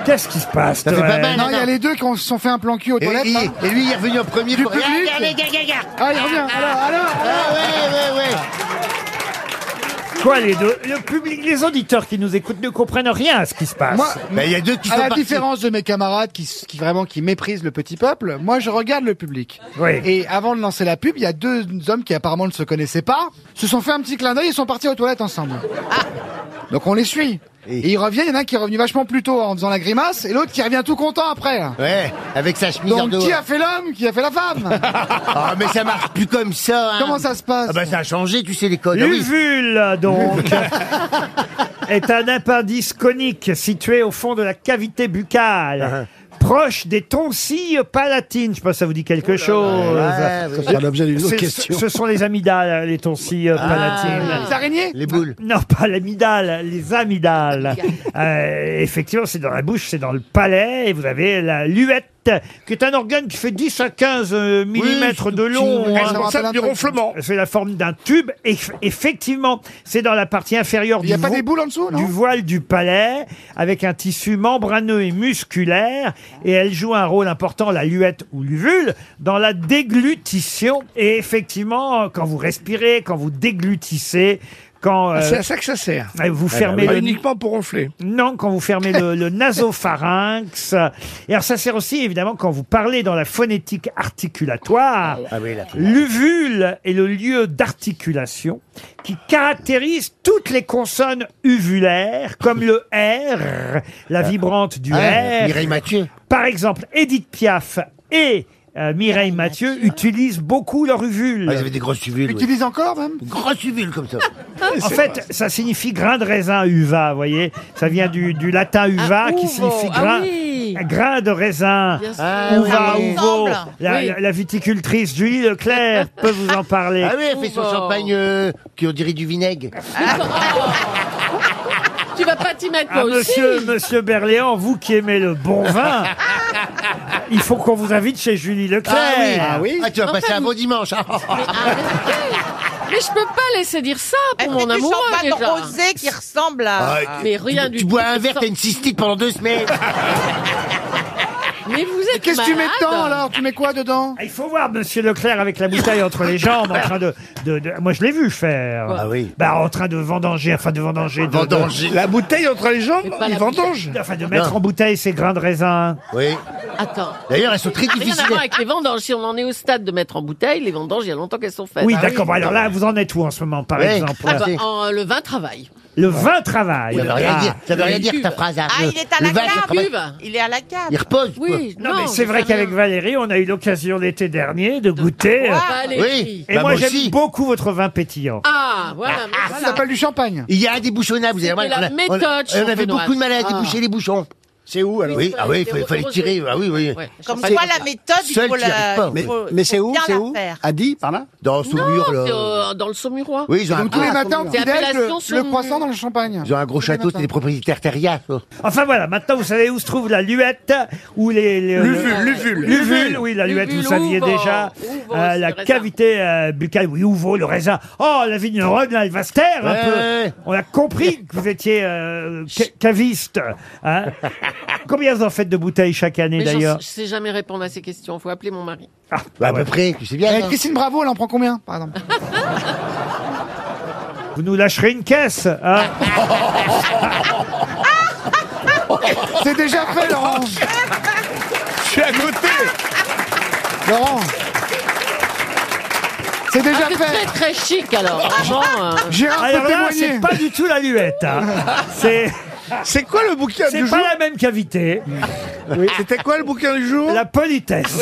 [SPEAKER 2] Qu'est-ce qui se passe
[SPEAKER 6] Ça fait pas
[SPEAKER 2] Toen
[SPEAKER 6] mal.
[SPEAKER 4] Non, il y a les deux qui ont- se sont fait un plan cul aux
[SPEAKER 6] Et,
[SPEAKER 4] toilettes. hein. là.
[SPEAKER 6] et- et lui, il est revenu en premier.
[SPEAKER 4] Du
[SPEAKER 6] pour-
[SPEAKER 4] public.
[SPEAKER 6] Ah, Regardez, regarde, regarde.
[SPEAKER 4] Ah, il revient. Alors, alors, alors.
[SPEAKER 6] Ah ouais, ouais, ouais.
[SPEAKER 2] Quoi les deux Le public, les auditeurs qui nous écoutent ne comprennent rien à ce qui se passe.
[SPEAKER 4] Moi,
[SPEAKER 6] Bah, il y a deux qui
[SPEAKER 4] à
[SPEAKER 6] sont
[SPEAKER 4] la
[SPEAKER 6] partis.
[SPEAKER 4] différence de mes camarades qui, s- qui vraiment qui méprisent le petit peuple, moi je regarde le public.
[SPEAKER 2] Oui.
[SPEAKER 4] Et avant de lancer la pub, il y a deux hommes qui apparemment ne se connaissaient pas, se sont fait un petit clin d'œil et sont partis aux toilettes ensemble. Donc on les suit.
[SPEAKER 6] Ah. Et-
[SPEAKER 4] Et ils reviennent, il y en a un qui est revenu vachement plus tôt en faisant la grimace, et l'autre qui revient tout content après.
[SPEAKER 6] Ouais, avec sa chemise hein. en
[SPEAKER 4] Donc
[SPEAKER 6] dos.
[SPEAKER 4] qui a fait l'homme, qui a fait la femme
[SPEAKER 6] Ah, mais ça marche plus comme ça. hein.
[SPEAKER 4] Comment ça se passe
[SPEAKER 6] Ah bah ça a changé, tu sais, les codes. Ah oui.
[SPEAKER 2] L'uvule, donc. est un appendice conique situé au fond de la cavité
[SPEAKER 8] Ah.
[SPEAKER 2] buccale. Proche des tonsilles palatines. Je ne sais pas si ça vous dit quelque chose.
[SPEAKER 8] là. Ouais, Ça sera l'objet d'une autre
[SPEAKER 2] C'est-
[SPEAKER 8] question.
[SPEAKER 2] Ce sont les amygdales, les tonsilles euh,
[SPEAKER 8] Ah.
[SPEAKER 2] palatines.
[SPEAKER 8] Les araignées
[SPEAKER 2] Les boules. Non, pas l'amygdale, les amygdales. Euh, effectivement, c'est dans la bouche, c'est dans le palais, et vous avez la luette, qui est un organe qui fait 10 à 15 euh, millimètres de
[SPEAKER 8] Ah,
[SPEAKER 2] long.
[SPEAKER 3] petit.
[SPEAKER 2] hein.
[SPEAKER 3] Elle se rappelle un truc.
[SPEAKER 2] C'est la forme d'un tube. Et eff- effectivement, c'est dans la partie inférieure du,
[SPEAKER 4] a pas
[SPEAKER 2] vo-
[SPEAKER 4] des boules en dessous, non
[SPEAKER 2] du voile du palais, avec un tissu membraneux et musculaire. Et elle joue un rôle important, la luette ou l'uvule, dans la déglutition. Et effectivement, quand vous respirez, quand vous déglutissez, quand...
[SPEAKER 3] Ah,
[SPEAKER 2] euh,
[SPEAKER 3] C'est à ça que ça sert. Eh ben
[SPEAKER 2] et Vous fermez
[SPEAKER 4] bah,
[SPEAKER 3] Pas
[SPEAKER 2] le
[SPEAKER 3] uniquement pour ronfler.
[SPEAKER 2] non, quand vous fermez le, le nasopharynx. Et alors, ça sert aussi, évidemment, quand vous parlez dans la phonétique articulatoire.
[SPEAKER 6] Ah
[SPEAKER 2] L'uvule est le lieu d'articulation qui caractérise toutes les consonnes uvulaires, comme le R, la vibrante du
[SPEAKER 6] Ah,
[SPEAKER 2] R.
[SPEAKER 6] Mireille Mathieu.
[SPEAKER 2] Par exemple, Edith Piaf et euh, Mireille Mathieu utilisent beaucoup leur uvule.
[SPEAKER 6] Ah, ils avaient des grosses uvules.
[SPEAKER 2] Utilisent encore, même
[SPEAKER 6] Grosses uvules comme ça.
[SPEAKER 2] en fait, ça signifie grain de raisin uva, vous voyez. Ça vient du, du latin uva qui signifie
[SPEAKER 7] ah
[SPEAKER 2] grain,
[SPEAKER 7] oui.
[SPEAKER 2] grain de raisin.
[SPEAKER 7] Bien sûr.
[SPEAKER 6] Ah
[SPEAKER 2] uva,
[SPEAKER 6] oui.
[SPEAKER 2] uvo.
[SPEAKER 6] Ensemble.
[SPEAKER 2] La,
[SPEAKER 6] Oui.
[SPEAKER 2] la- la viticultrice Julie Leclerc peut vous en parler.
[SPEAKER 6] Ah oui, elle fait
[SPEAKER 9] Oh.
[SPEAKER 6] son champagne euh, qui on dirait du vinaigre.
[SPEAKER 9] Ah, Oh. Tu vas pas t'y mettre,
[SPEAKER 2] Ah,
[SPEAKER 9] toi aussi.
[SPEAKER 2] monsieur, monsieur Berléand, vous qui aimez le bon vin, il faut qu'on vous invite chez Julie Leclerc.
[SPEAKER 6] Ah oui. Ah oui. Ah, tu vas passer un
[SPEAKER 9] beau
[SPEAKER 6] dimanche.
[SPEAKER 9] Mais je peux pas laisser dire ça pour mon
[SPEAKER 10] du
[SPEAKER 9] amoureux,
[SPEAKER 10] champagne
[SPEAKER 9] déjà.
[SPEAKER 10] rosé qui ressemble
[SPEAKER 2] Ah,
[SPEAKER 10] à...
[SPEAKER 9] ah. Mais rien du
[SPEAKER 6] Ah, Tu
[SPEAKER 9] tout.
[SPEAKER 6] bois un verre, t'as une cystite pendant deux semaines.
[SPEAKER 9] Mais vous êtes
[SPEAKER 4] Qu'est-ce que tu mets dedans
[SPEAKER 9] malade.
[SPEAKER 4] alors Tu mets quoi dedans
[SPEAKER 2] Ah, Il faut voir Monsieur Leclerc avec la bouteille entre les jambes, en train de, de- de- moi je l'ai vu faire.
[SPEAKER 6] Ah oui.
[SPEAKER 2] Bah en train de vendanger, enfin de vendanger. de- de-
[SPEAKER 6] Vendanger.
[SPEAKER 3] La bouteille entre les jambes, il vendange.
[SPEAKER 2] Enfin de mettre en bouteille ses grains de raisin.
[SPEAKER 6] Oui.
[SPEAKER 9] Attends.
[SPEAKER 6] D'ailleurs, elles sont très
[SPEAKER 9] Ah, Rien à
[SPEAKER 6] difficiles.
[SPEAKER 9] voir avec les vendanges. Si on en est au stade de mettre en bouteille, les vendanges, il y a longtemps qu'elles sont faites.
[SPEAKER 2] Oui, d'accord. Bon, alors là, vous en êtes où en ce moment, par
[SPEAKER 9] Ouais.
[SPEAKER 2] exemple
[SPEAKER 9] Bah Ah bah, en- le vin travaille.
[SPEAKER 2] Le vin travaille.
[SPEAKER 6] Ça veut rien
[SPEAKER 2] Ah.
[SPEAKER 6] dire, ça veut rien dire ta phrase. hein.
[SPEAKER 10] Ah,
[SPEAKER 6] Le-
[SPEAKER 10] il est à
[SPEAKER 6] le
[SPEAKER 10] la
[SPEAKER 6] vin, ça travaille.
[SPEAKER 10] cave Il est à la cave
[SPEAKER 6] Il repose.
[SPEAKER 10] Oui,
[SPEAKER 2] Non, mais c'est vrai qu'avec Valérie, on a eu l'occasion l'été dernier de goûter.
[SPEAKER 10] boire
[SPEAKER 2] euh,
[SPEAKER 6] Valérie. Oui.
[SPEAKER 2] Et
[SPEAKER 6] Bah,
[SPEAKER 2] moi,
[SPEAKER 6] moi
[SPEAKER 2] j'aime
[SPEAKER 6] aussi.
[SPEAKER 2] beaucoup votre vin pétillant.
[SPEAKER 9] Ah, voilà. mais
[SPEAKER 6] ça
[SPEAKER 9] voilà.
[SPEAKER 6] s'appelle
[SPEAKER 4] du champagne.
[SPEAKER 6] Il y a des bouchonnats, vous allez voir.
[SPEAKER 9] C'était la
[SPEAKER 6] on a-
[SPEAKER 9] méthode
[SPEAKER 6] on a- on avait
[SPEAKER 9] champenoise.
[SPEAKER 6] beaucoup de mal à
[SPEAKER 9] Ah.
[SPEAKER 6] déboucher les bouchons. C'est où
[SPEAKER 9] alors
[SPEAKER 6] Oui, ah oui, il
[SPEAKER 9] Des
[SPEAKER 6] fallait, fallait
[SPEAKER 9] rosés.
[SPEAKER 6] tirer. Ah oui, oui.
[SPEAKER 9] Ouais.
[SPEAKER 10] Comme
[SPEAKER 6] Seul-
[SPEAKER 10] quoi, la méthode, il
[SPEAKER 6] Seul
[SPEAKER 10] faut
[SPEAKER 6] qui
[SPEAKER 10] la-
[SPEAKER 6] arrive pas.
[SPEAKER 10] il faut- il faut bien la faire.
[SPEAKER 6] À dit, par là Dans Saumur,
[SPEAKER 9] Non, c'est,
[SPEAKER 6] là.
[SPEAKER 9] euh, dans le Saumurois.
[SPEAKER 6] Oui, ils ont un
[SPEAKER 4] Tous les matins, on
[SPEAKER 9] C'est
[SPEAKER 4] petit déj,
[SPEAKER 9] appellation
[SPEAKER 4] le, le
[SPEAKER 9] Saumur.
[SPEAKER 4] croissant dans le champagne.
[SPEAKER 6] Ils ont un gros château, c'est des propriétaires terriens. ça.
[SPEAKER 2] Enfin voilà, maintenant vous savez où se trouve la luette, où les... les-
[SPEAKER 3] L'uvule,
[SPEAKER 2] le-
[SPEAKER 3] l'uvule.
[SPEAKER 2] L'uvule, oui, la luette,
[SPEAKER 9] L'uvule,
[SPEAKER 2] vous saviez
[SPEAKER 9] ouvre,
[SPEAKER 2] déjà.
[SPEAKER 9] ouvre,
[SPEAKER 2] Euh,
[SPEAKER 9] c'est
[SPEAKER 2] la
[SPEAKER 9] le raisin.
[SPEAKER 2] cavité euh, buccale, oui, où vaut le raisin. Oh, la vigneronne, là, elle va se taire un
[SPEAKER 6] Ouais.
[SPEAKER 2] peu. On a compris que vous étiez euh, ca- caviste. hein. Combien vous en faites de bouteilles chaque année
[SPEAKER 9] Mais j'en-
[SPEAKER 2] d'ailleurs Ah,
[SPEAKER 9] Je sais jamais répondre à ces questions. Faut appeler mon mari.
[SPEAKER 6] Bah, à peu près, tu sais bien.
[SPEAKER 4] Eh,
[SPEAKER 6] hein.
[SPEAKER 4] Christine Bravo, elle en prend combien, par exemple
[SPEAKER 2] Vous nous lâcherez une caisse
[SPEAKER 6] Ah.
[SPEAKER 2] hein
[SPEAKER 4] C'est déjà fait, Laurent.
[SPEAKER 3] Je suis à côté.
[SPEAKER 4] Laurent. Oh. C'est déjà
[SPEAKER 9] Ah, c'est très
[SPEAKER 4] fait.
[SPEAKER 9] très chic alors. Vraiment. euh,
[SPEAKER 3] Ah,
[SPEAKER 4] Gérard peut
[SPEAKER 2] Ah, Alors là,
[SPEAKER 4] témoigner.
[SPEAKER 2] c'est pas du tout la luette. hein. C'est...
[SPEAKER 3] C'est quoi le bouquin
[SPEAKER 2] C'est
[SPEAKER 3] du
[SPEAKER 2] pas
[SPEAKER 3] jour
[SPEAKER 2] la même cavité,
[SPEAKER 3] C'était quoi le bouquin du jour
[SPEAKER 2] la politesse.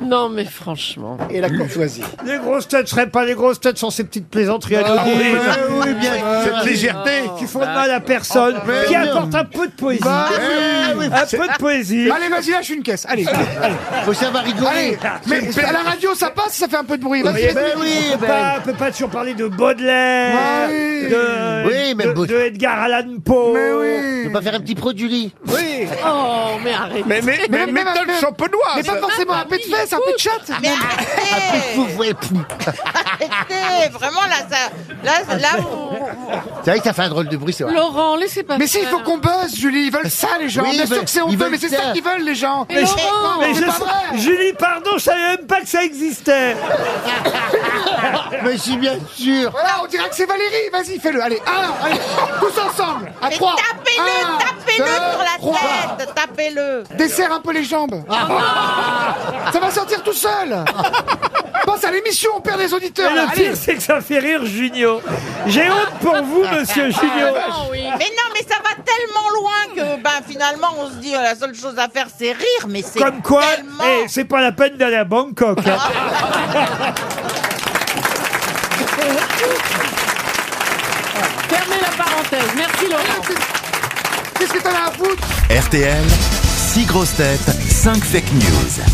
[SPEAKER 9] Non mais franchement.
[SPEAKER 8] Et la courtoisie.
[SPEAKER 2] Les grosses têtes seraient pas les grosses têtes sans ces petites plaisanteries à
[SPEAKER 3] Ah
[SPEAKER 2] deux
[SPEAKER 3] oui,
[SPEAKER 2] boules.
[SPEAKER 3] oui, oui, bien. Ah. Cette légèreté.
[SPEAKER 2] qui font de mal à personne,
[SPEAKER 3] mais
[SPEAKER 2] qui
[SPEAKER 3] non.
[SPEAKER 2] apportent un peu de poésie.
[SPEAKER 4] Bah
[SPEAKER 3] Eh bah oui,
[SPEAKER 2] un peu de poésie.
[SPEAKER 4] Allez, vas-y, lâche une caisse. Allez.
[SPEAKER 6] Faut savoir rigoler.
[SPEAKER 4] Allez. Mais à la radio, ça passe, ça fait un peu de bruit. Vas-y,
[SPEAKER 6] Eh
[SPEAKER 4] vas-y.
[SPEAKER 6] ben oui,
[SPEAKER 2] On peut
[SPEAKER 6] ben.
[SPEAKER 2] pas, on peut pas toujours parler de Baudelaire,
[SPEAKER 4] Ouais.
[SPEAKER 2] de,
[SPEAKER 6] Oui, même
[SPEAKER 2] de-
[SPEAKER 6] Baud-
[SPEAKER 2] de Edgar Allan Poe.
[SPEAKER 6] Tu peux pas faire un petit produit Ah,
[SPEAKER 3] Oui.
[SPEAKER 9] Oh mais arrête.
[SPEAKER 3] Mais, mais, mais,
[SPEAKER 4] même-
[SPEAKER 3] méthode
[SPEAKER 4] même-
[SPEAKER 3] champenoise.
[SPEAKER 4] Mais pas forcément un peu de fesses, un peu de chatte.
[SPEAKER 10] Mais
[SPEAKER 9] Ah,
[SPEAKER 6] Vous
[SPEAKER 10] arrêtez
[SPEAKER 6] voyez, poum.
[SPEAKER 10] Arrêtez Vraiment, là, ça... Là, là vous...
[SPEAKER 6] C'est vrai que ça fait un drôle de bruit, c'est vrai.
[SPEAKER 9] Laurent, laissez pas.
[SPEAKER 4] Mais si, il
[SPEAKER 9] faire.
[SPEAKER 4] faut qu'on buzz, Julie. Ils veulent ça, les gens.
[SPEAKER 6] Oui,
[SPEAKER 4] Bien
[SPEAKER 6] ils
[SPEAKER 4] sûr
[SPEAKER 6] veulent-
[SPEAKER 4] que c'est on
[SPEAKER 6] ils
[SPEAKER 4] peut,
[SPEAKER 6] veulent
[SPEAKER 4] mais c'est ça
[SPEAKER 6] ça.
[SPEAKER 4] qu'ils veulent, les gens.
[SPEAKER 9] Mais
[SPEAKER 4] Non,
[SPEAKER 9] Laurent,
[SPEAKER 2] Mais
[SPEAKER 4] c'est
[SPEAKER 2] je
[SPEAKER 4] pas
[SPEAKER 2] sais-
[SPEAKER 4] vrai.
[SPEAKER 2] Julie, pardon, je savais même pas que ça existait.
[SPEAKER 4] Ah.
[SPEAKER 6] Mais si, bien sûr.
[SPEAKER 4] Voilà, on dirait que c'est Valérie. Vas-y, fais-le. Allez, un, allez, tous ensemble. À
[SPEAKER 10] Mais
[SPEAKER 4] trois.
[SPEAKER 10] tapez-le,
[SPEAKER 4] Un,
[SPEAKER 10] tapez-le
[SPEAKER 4] deux,
[SPEAKER 10] sur
[SPEAKER 4] trois.
[SPEAKER 10] la tête, Ah tapez-le.
[SPEAKER 4] Desserre un peu les jambes. Ah. ça va sortir tout seul. Pense à l'émission, on perd des auditeurs.
[SPEAKER 2] Et
[SPEAKER 4] là.
[SPEAKER 2] le
[SPEAKER 4] Allez.
[SPEAKER 2] pire, c'est que ça fait rire Junio. J'ai honte pour vous, monsieur Junio.
[SPEAKER 9] Ah oui.
[SPEAKER 10] Mais non, mais ça va tellement loin que ben, finalement, on se dit euh, la seule chose à faire, c'est rire, mais c'est
[SPEAKER 2] Comme quoi,
[SPEAKER 10] tellement...
[SPEAKER 2] eh, c'est pas la peine d'aller à Bangkok. hein.
[SPEAKER 9] parenthèse. Merci Laurent.
[SPEAKER 4] Qu'est-ce que t'en as à foutre
[SPEAKER 1] RTL, 6 grosses têtes, 5 fake news.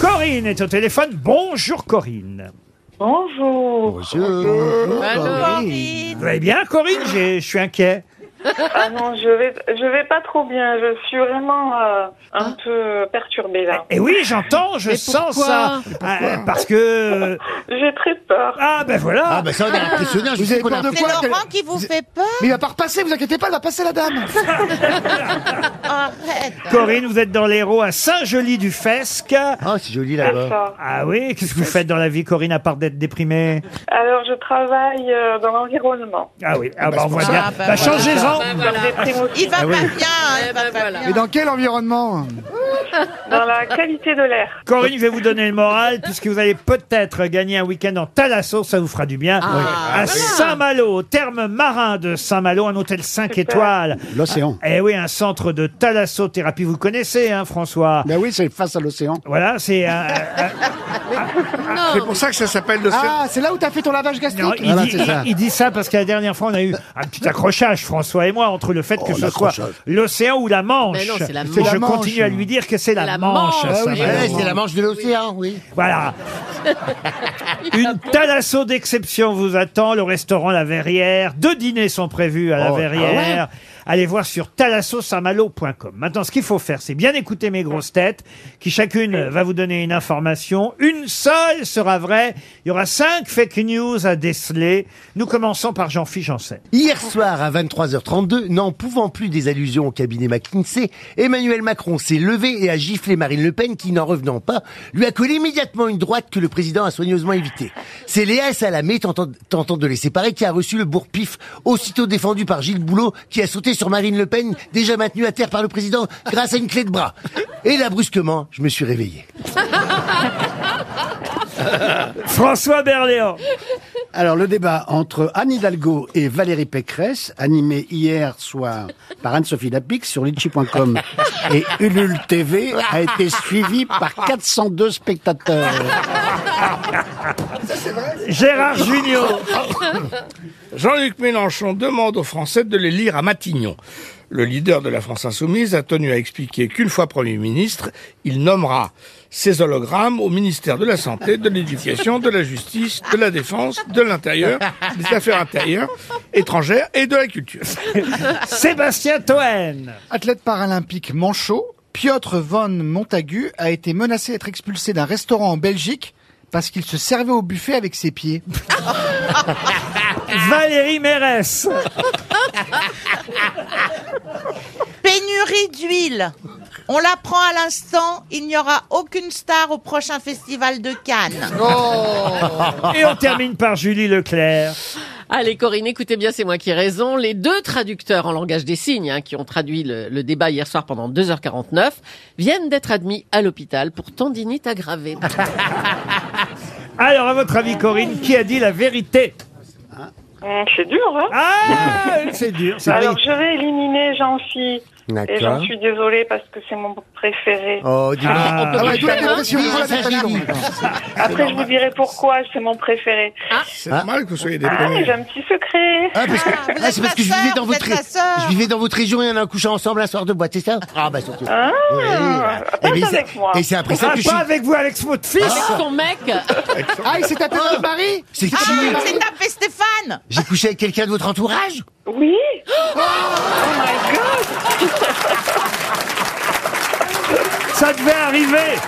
[SPEAKER 2] Corinne est au téléphone. Bonjour Corinne.
[SPEAKER 5] Bonjour.
[SPEAKER 2] Bonjour. Vous allez bien Corinne J'ai- Je suis inquiet.
[SPEAKER 5] Ah non, je vais, je vais pas trop bien. Je suis vraiment euh, un
[SPEAKER 9] Hein
[SPEAKER 5] peu perturbée là.
[SPEAKER 2] Et Eh oui, j'entends, je sens ça. Ah, parce que... euh,
[SPEAKER 5] J'ai très peur.
[SPEAKER 2] Ah ben voilà.
[SPEAKER 6] Ah, ben ça, on est impressionnant. Je
[SPEAKER 4] Vous
[SPEAKER 6] sais
[SPEAKER 4] avez
[SPEAKER 6] qu'on
[SPEAKER 4] peur
[SPEAKER 6] a-
[SPEAKER 4] de
[SPEAKER 10] C'est
[SPEAKER 4] quoi
[SPEAKER 10] Laurent
[SPEAKER 4] qu'elle-
[SPEAKER 10] qui vous fait peur.
[SPEAKER 4] Mais il va pas repasser, vous inquiétez pas, elle va passer la dame.
[SPEAKER 10] Arrête.
[SPEAKER 2] Corinne, vous êtes dans l'Hérault à Saint-Joli-du-Fesque. Ah,
[SPEAKER 6] c'est joli
[SPEAKER 5] là-bas.
[SPEAKER 2] Ah oui, qu'est-ce que vous faites dans la vie, Corinne, à part d'être déprimée
[SPEAKER 5] Alors, je travaille euh, dans l'environnement.
[SPEAKER 2] Ah oui, ah bah, on voit
[SPEAKER 5] ça.
[SPEAKER 2] bien.
[SPEAKER 5] Ah, bah,
[SPEAKER 2] Bah,
[SPEAKER 5] voilà.
[SPEAKER 2] changez-en.
[SPEAKER 5] Ah, bah, voilà. Il va
[SPEAKER 2] Ah oui.
[SPEAKER 5] pas
[SPEAKER 4] Mais dans quel environnement
[SPEAKER 5] Eh bah, Dans la qualité de l'air.
[SPEAKER 2] Corinne, je vais vous donner le moral puisque vous allez peut-être gagner un week-end en Thalasso, ça vous fera du bien.
[SPEAKER 8] Ah, Oui.
[SPEAKER 2] À
[SPEAKER 8] voilà.
[SPEAKER 2] Saint-Malo, au terme marin de Saint-Malo, un hôtel 5 étoiles.
[SPEAKER 8] L'océan.
[SPEAKER 2] Eh oui, un centre de thalassothérapie. Vous connaissez, hein, François
[SPEAKER 8] Ben oui, c'est face à l'océan.
[SPEAKER 2] Voilà, c'est un- un-
[SPEAKER 3] C'est pour ça que ça s'appelle le
[SPEAKER 4] Ah, c'est là où t'as fait ton lavage gastrique
[SPEAKER 2] Non, il, dit, il- il dit ça parce que la dernière fois, on a eu un petit accrochage, François et moi, entre le fait
[SPEAKER 8] Oh,
[SPEAKER 2] que ce soit l'océan ou la Manche.
[SPEAKER 6] Mais non, c'est la
[SPEAKER 2] Et
[SPEAKER 6] Manche.
[SPEAKER 2] je continue à lui dire que c'est la,
[SPEAKER 6] La
[SPEAKER 2] Manche.
[SPEAKER 6] Manche.
[SPEAKER 2] ça,
[SPEAKER 6] Ah oui,
[SPEAKER 2] vraiment.
[SPEAKER 6] ouais, c'est la Manche de l'océan, oui.
[SPEAKER 2] Voilà. Une thalasso d'exception vous attend. Le restaurant La Verrière. Deux dîners sont prévus à La
[SPEAKER 6] Oh, ah
[SPEAKER 2] Verrière. Allez voir sur thalassosamalo.com. Maintenant, ce qu'il faut faire, c'est bien écouter mes grosses têtes, qui chacune va vous donner une information. Une seule sera vraie. Il y aura cinq fake news à déceler. Nous commençons par Jean-Philippe Janssen.
[SPEAKER 6] Hier soir à 23h32, n'en pouvant plus des allusions au cabinet McKinsey, Emmanuel Macron s'est levé et a giflé Marine Le Pen qui, n'en revenant pas, lui a collé immédiatement une droite que le président a soigneusement évitée. C'est Léa Salamé tentant, tentant de les séparer qui a reçu le bourre-pif, aussitôt défendu par Gilles Boulot qui a sauté sur Marine Le Pen, déjà maintenue à terre par le président grâce à une clé de bras. Et là, brusquement, je me suis réveillé.
[SPEAKER 2] François Berléand.
[SPEAKER 8] Alors, le débat entre Anne Hidalgo et Valérie Pécresse, animé hier soir par Anne-Sophie Lapic sur litchi.com et Ulule TV, a été suivi par 402 spectateurs.
[SPEAKER 2] Gérard Junior.
[SPEAKER 3] Jean-Luc Mélenchon demande aux Français de les lire à Matignon. Le leader de la France insoumise a tenu à expliquer qu'une fois Premier ministre, il nommera ses hologrammes au ministère de la Santé, de l'Éducation, de la Justice, de la Défense, de l'Intérieur, des Affaires intérieures, étrangères et de la Culture.
[SPEAKER 2] Sébastien Toen.
[SPEAKER 4] Athlète paralympique manchot, Piotr von Montagu a été menacé d'être expulsé d'un restaurant en Belgique parce qu'il se servait au buffet avec ses pieds.
[SPEAKER 2] Valérie Mérès.
[SPEAKER 10] Pénurie d'huile. On l'apprend à l'instant, il n'y aura aucune star au prochain festival de Cannes.
[SPEAKER 2] Oh. Et on termine par Julie Leclerc.
[SPEAKER 9] Allez Corinne, écoutez bien, c'est moi qui ai raison. Les deux traducteurs en langage des signes hein, qui ont traduit le, le débat hier soir pendant 2h49 viennent d'être admis à l'hôpital pour tendinite aggravée.
[SPEAKER 2] Alors, à votre avis, Corinne, qui a dit la vérité
[SPEAKER 5] Hum, C'est dur, hein
[SPEAKER 2] Ah, c'est dur. c'est
[SPEAKER 5] Alors,
[SPEAKER 2] vrai.
[SPEAKER 5] je vais éliminer Jean-Phi. Et
[SPEAKER 6] D'accord.
[SPEAKER 5] j'en suis désolée parce que c'est mon préféré.
[SPEAKER 6] Oh, dis donc.
[SPEAKER 2] Ah. Ah ouais,
[SPEAKER 6] Tu
[SPEAKER 2] toi,
[SPEAKER 6] fais
[SPEAKER 2] t'es
[SPEAKER 6] un
[SPEAKER 2] pressionné
[SPEAKER 6] petit
[SPEAKER 2] pour la
[SPEAKER 6] message
[SPEAKER 2] dépression,
[SPEAKER 6] d'Ili.
[SPEAKER 5] Après, je vous dirai pourquoi c'est mon préféré. Ah,
[SPEAKER 3] C'est normal que vous soyez
[SPEAKER 5] ah, mais
[SPEAKER 3] déprimé.
[SPEAKER 5] j'ai un petit secret.
[SPEAKER 6] Ah, parce que,
[SPEAKER 10] vous
[SPEAKER 6] ah,
[SPEAKER 10] êtes
[SPEAKER 6] c'est parce
[SPEAKER 10] ma
[SPEAKER 6] que je vivais
[SPEAKER 10] sœur,
[SPEAKER 6] dans
[SPEAKER 10] vous
[SPEAKER 6] votre
[SPEAKER 10] êtes ma sœur.
[SPEAKER 6] je vivais dans votre région et on a couché ensemble un soir de boîte, c'est ça Ah bah surtout.
[SPEAKER 5] Ah,
[SPEAKER 6] Oui.
[SPEAKER 5] pas
[SPEAKER 6] Eh ben,
[SPEAKER 5] avec
[SPEAKER 6] c'est-
[SPEAKER 5] moi.
[SPEAKER 6] Et c'est après ça
[SPEAKER 2] Ah,
[SPEAKER 6] que je
[SPEAKER 2] pas
[SPEAKER 6] suis.
[SPEAKER 2] avec vous, Alex votre
[SPEAKER 6] Ah.
[SPEAKER 2] fils
[SPEAKER 9] Avec son mec
[SPEAKER 4] Ah, il s'est tapé votre mari
[SPEAKER 6] C'est qui
[SPEAKER 10] Ah, c'est tapé Stéphane
[SPEAKER 6] J'ai couché avec quelqu'un de votre entourage
[SPEAKER 5] Oui Oh my god
[SPEAKER 2] Ça devait arriver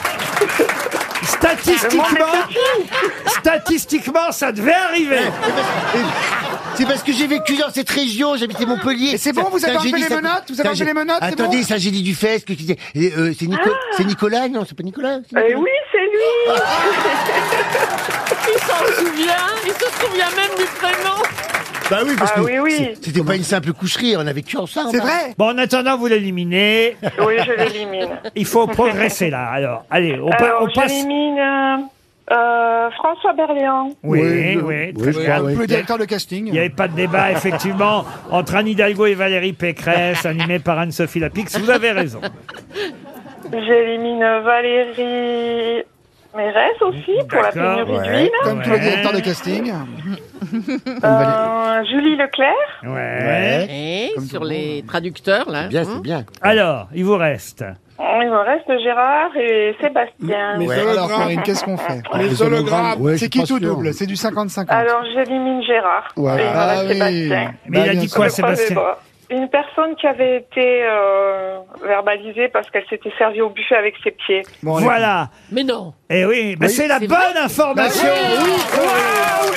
[SPEAKER 2] Statistiquement, statistiquement, ça devait
[SPEAKER 6] Eh,
[SPEAKER 2] arriver.
[SPEAKER 6] C'est parce que j'ai vécu dans cette région, j'habitais Montpellier.
[SPEAKER 4] Et c'est bon,
[SPEAKER 6] Ça-
[SPEAKER 4] vous avez
[SPEAKER 6] ça, j'ai
[SPEAKER 4] enlevé
[SPEAKER 6] dit
[SPEAKER 4] les
[SPEAKER 6] ça-
[SPEAKER 4] menottes Vous
[SPEAKER 6] ça,
[SPEAKER 4] avez enlevé
[SPEAKER 6] j'ai-
[SPEAKER 4] les menottes, c'est
[SPEAKER 6] Attendez,
[SPEAKER 4] bon
[SPEAKER 6] ça j'ai dit du fesse que tu disais. Et, euh, c'est Nico- c'est Nicolas Non, c'est pas Nicolas. c'est
[SPEAKER 5] Eh
[SPEAKER 6] Nicolas.
[SPEAKER 5] oui, c'est lui
[SPEAKER 9] Il s'en souvient, il se souvient même du prénom.
[SPEAKER 6] Bah oui, parce
[SPEAKER 5] Ah
[SPEAKER 6] que
[SPEAKER 5] oui, oui.
[SPEAKER 6] c'est- c'était pas une simple coucherie, on a vécu ensemble.
[SPEAKER 4] C'est
[SPEAKER 6] hein.
[SPEAKER 4] vrai
[SPEAKER 2] Bon, en attendant, vous l'éliminez.
[SPEAKER 5] Oui, je l'élimine.
[SPEAKER 2] Il faut progresser là. Alors, allez, on, pa-
[SPEAKER 5] Alors,
[SPEAKER 2] on passe.
[SPEAKER 5] j'élimine euh, euh, François Berléand.
[SPEAKER 2] Oui, oui, très
[SPEAKER 8] Oui, oui,
[SPEAKER 2] bien.
[SPEAKER 8] oui.
[SPEAKER 4] Le directeur de
[SPEAKER 2] Il n'y
[SPEAKER 4] casting.
[SPEAKER 2] avait pas de débat, effectivement, entre Anne Hidalgo et Valérie Pécresse, animée par Anne-Sophie Lapix. Vous avez raison.
[SPEAKER 5] J'élimine Valérie Mes restes aussi, pour la
[SPEAKER 4] D'accord,
[SPEAKER 5] pénurie
[SPEAKER 4] ouais.
[SPEAKER 5] d'huile.
[SPEAKER 4] Comme tous les directeurs de casting.
[SPEAKER 5] Euh, Julie Leclerc.
[SPEAKER 9] Et sur les traducteurs, là. hein.
[SPEAKER 6] bien.
[SPEAKER 2] Alors, il vous reste.
[SPEAKER 5] Il me reste Gérard et Sébastien.
[SPEAKER 4] Ouais, alors, Corinne, qu'est-ce qu'on fait
[SPEAKER 5] Les hologrammes.
[SPEAKER 4] C'est qui tout double C'est du 50-50.
[SPEAKER 5] Alors, j'élimine Gérard.
[SPEAKER 4] Ouais.
[SPEAKER 5] Et il me
[SPEAKER 4] Ah
[SPEAKER 5] reste
[SPEAKER 4] oui.
[SPEAKER 5] Sébastien.
[SPEAKER 4] Mais il a Bah,
[SPEAKER 5] Je
[SPEAKER 4] dit bien quoi, sûr.
[SPEAKER 5] crois que
[SPEAKER 4] Sébastien
[SPEAKER 5] c'est pas. Une personne qui avait été euh, verbalisée parce qu'elle s'était servie au buffet avec ses pieds.
[SPEAKER 2] Voilà.
[SPEAKER 9] Mais non.
[SPEAKER 2] Eh oui, mais
[SPEAKER 5] Oui,
[SPEAKER 2] c'est la
[SPEAKER 5] c'est
[SPEAKER 2] bonne
[SPEAKER 5] vrai.
[SPEAKER 2] information.
[SPEAKER 5] Bah oui.
[SPEAKER 2] Waouh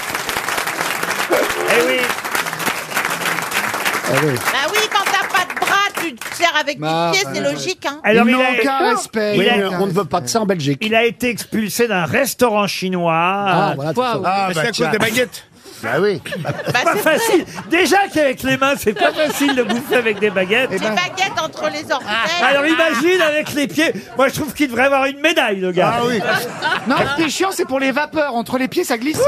[SPEAKER 2] Eh oui. Ah
[SPEAKER 10] Bah oui, quand t'as pas de bras, tu te sers avec
[SPEAKER 8] Bah,
[SPEAKER 10] tes pieds, c'est
[SPEAKER 8] ouais,
[SPEAKER 10] logique. Hein.
[SPEAKER 8] Oui, mais on ne veut pas de ça en Belgique.
[SPEAKER 2] Il a été expulsé d'un restaurant chinois.
[SPEAKER 8] Ah, voilà,
[SPEAKER 2] Quoi,
[SPEAKER 8] c'est ça.
[SPEAKER 2] oui.
[SPEAKER 8] Ah, bah, tiens.
[SPEAKER 6] Bah oui.
[SPEAKER 2] C'est pas facile. Déjà qu'avec les mains, c'est pas facile de bouffer avec des baguettes.
[SPEAKER 10] Des baguettes entre les orteils.
[SPEAKER 2] Eh ben. Ah.
[SPEAKER 10] Ah.
[SPEAKER 2] Alors imagine avec les pieds. Moi, je trouve qu'il devrait avoir une médaille, le gars.
[SPEAKER 4] Ah oui. Non, ce qui est chiant, c'est pour les vapeurs. Entre les pieds, ça glisse.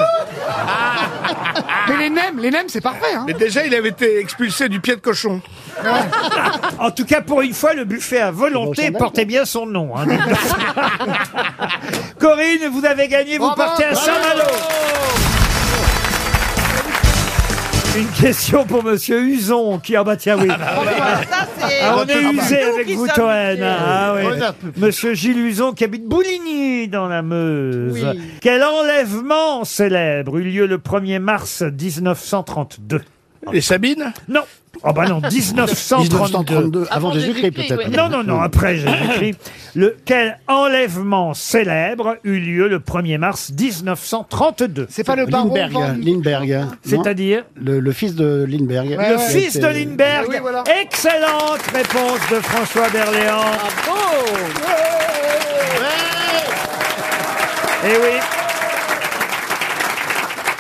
[SPEAKER 4] Mais les nems, les nems, c'est parfait. Hein.
[SPEAKER 3] Mais déjà, il avait été expulsé du pied de cochon.
[SPEAKER 2] en tout cas, pour une fois, le buffet à volonté portait bien son nom. hein. Corinne, vous avez gagné, vous
[SPEAKER 3] Bravo,
[SPEAKER 2] partez à
[SPEAKER 3] bravo.
[SPEAKER 2] Saint-Malo. Une question pour Monsieur Uson, qui... Ah bah tiens, oui.
[SPEAKER 10] Ça, c'est.
[SPEAKER 2] Ah, on est usé avec vous, Toen. Ah, oui.
[SPEAKER 10] Voilà.
[SPEAKER 2] Monsieur Gilles Uson qui habite Bouligny dans la Meuse.
[SPEAKER 10] Oui.
[SPEAKER 2] Quel enlèvement célèbre eut lieu le 1er mars 1932 Les Sabines Non. Oh bah non, 1932.
[SPEAKER 8] 1932, avant Avant Jésus-Christ, Jésus-Christ, peut-être. oui.
[SPEAKER 2] Non, non, non, après Jésus-Christ. Le, quel enlèvement célèbre eut lieu le 1er mars 1932 C'est pas
[SPEAKER 8] Lindbergh. Lindbergh. non
[SPEAKER 2] C'est-à-dire
[SPEAKER 8] le, le fils de Lindbergh.
[SPEAKER 2] le fils de Lindbergh. Excellente réponse de François Berléand. Eh oui.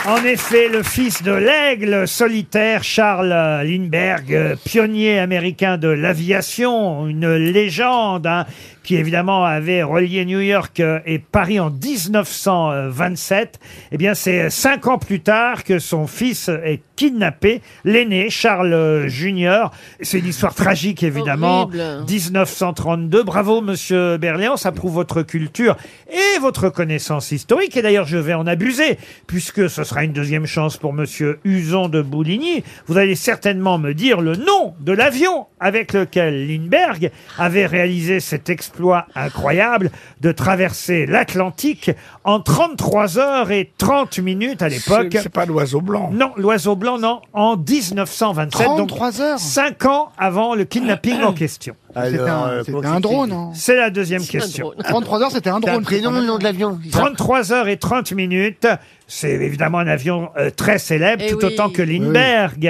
[SPEAKER 2] En effet, le fils de l'aigle solitaire Charles Lindbergh, euh, pionnier américain de l'aviation, une légende hein, qui évidemment avait relié New York euh, et Paris en 1927, eh bien c'est cinq ans plus tard que son fils est kidnappé, l'aîné Charles euh, Junior. C'est une histoire tragique évidemment.
[SPEAKER 9] Horrible.
[SPEAKER 2] 1932. Bravo, monsieur Berléand, ça prouve votre culture et votre connaissance historique. Et d'ailleurs, je vais en abuser, puisque ce sera une deuxième chance pour monsieur Uson de Bouligny. Vous allez certainement me dire le nom de l'avion avec lequel Lindbergh avait réalisé cet exploit incroyable de traverser l'Atlantique en 33 heures et 30 minutes à l'époque.
[SPEAKER 3] C'est- c'est pas
[SPEAKER 2] l'oiseau blanc. Non, l'oiseau blanc, non, en 1927. donc
[SPEAKER 4] 33 heures.
[SPEAKER 2] 5 ans avant le kidnapping en question.
[SPEAKER 4] C'était un, c'était un drone. Hein.
[SPEAKER 2] C'est la deuxième
[SPEAKER 4] C'est un
[SPEAKER 2] question.
[SPEAKER 4] drone. 33 heures, c'était un drone.
[SPEAKER 2] prénom,
[SPEAKER 4] le nom de
[SPEAKER 6] l'avion
[SPEAKER 2] 33 heures et 30 minutes. C'est évidemment un avion euh, très célèbre,
[SPEAKER 4] Eh
[SPEAKER 2] tout
[SPEAKER 4] oui.
[SPEAKER 2] autant que Lindbergh,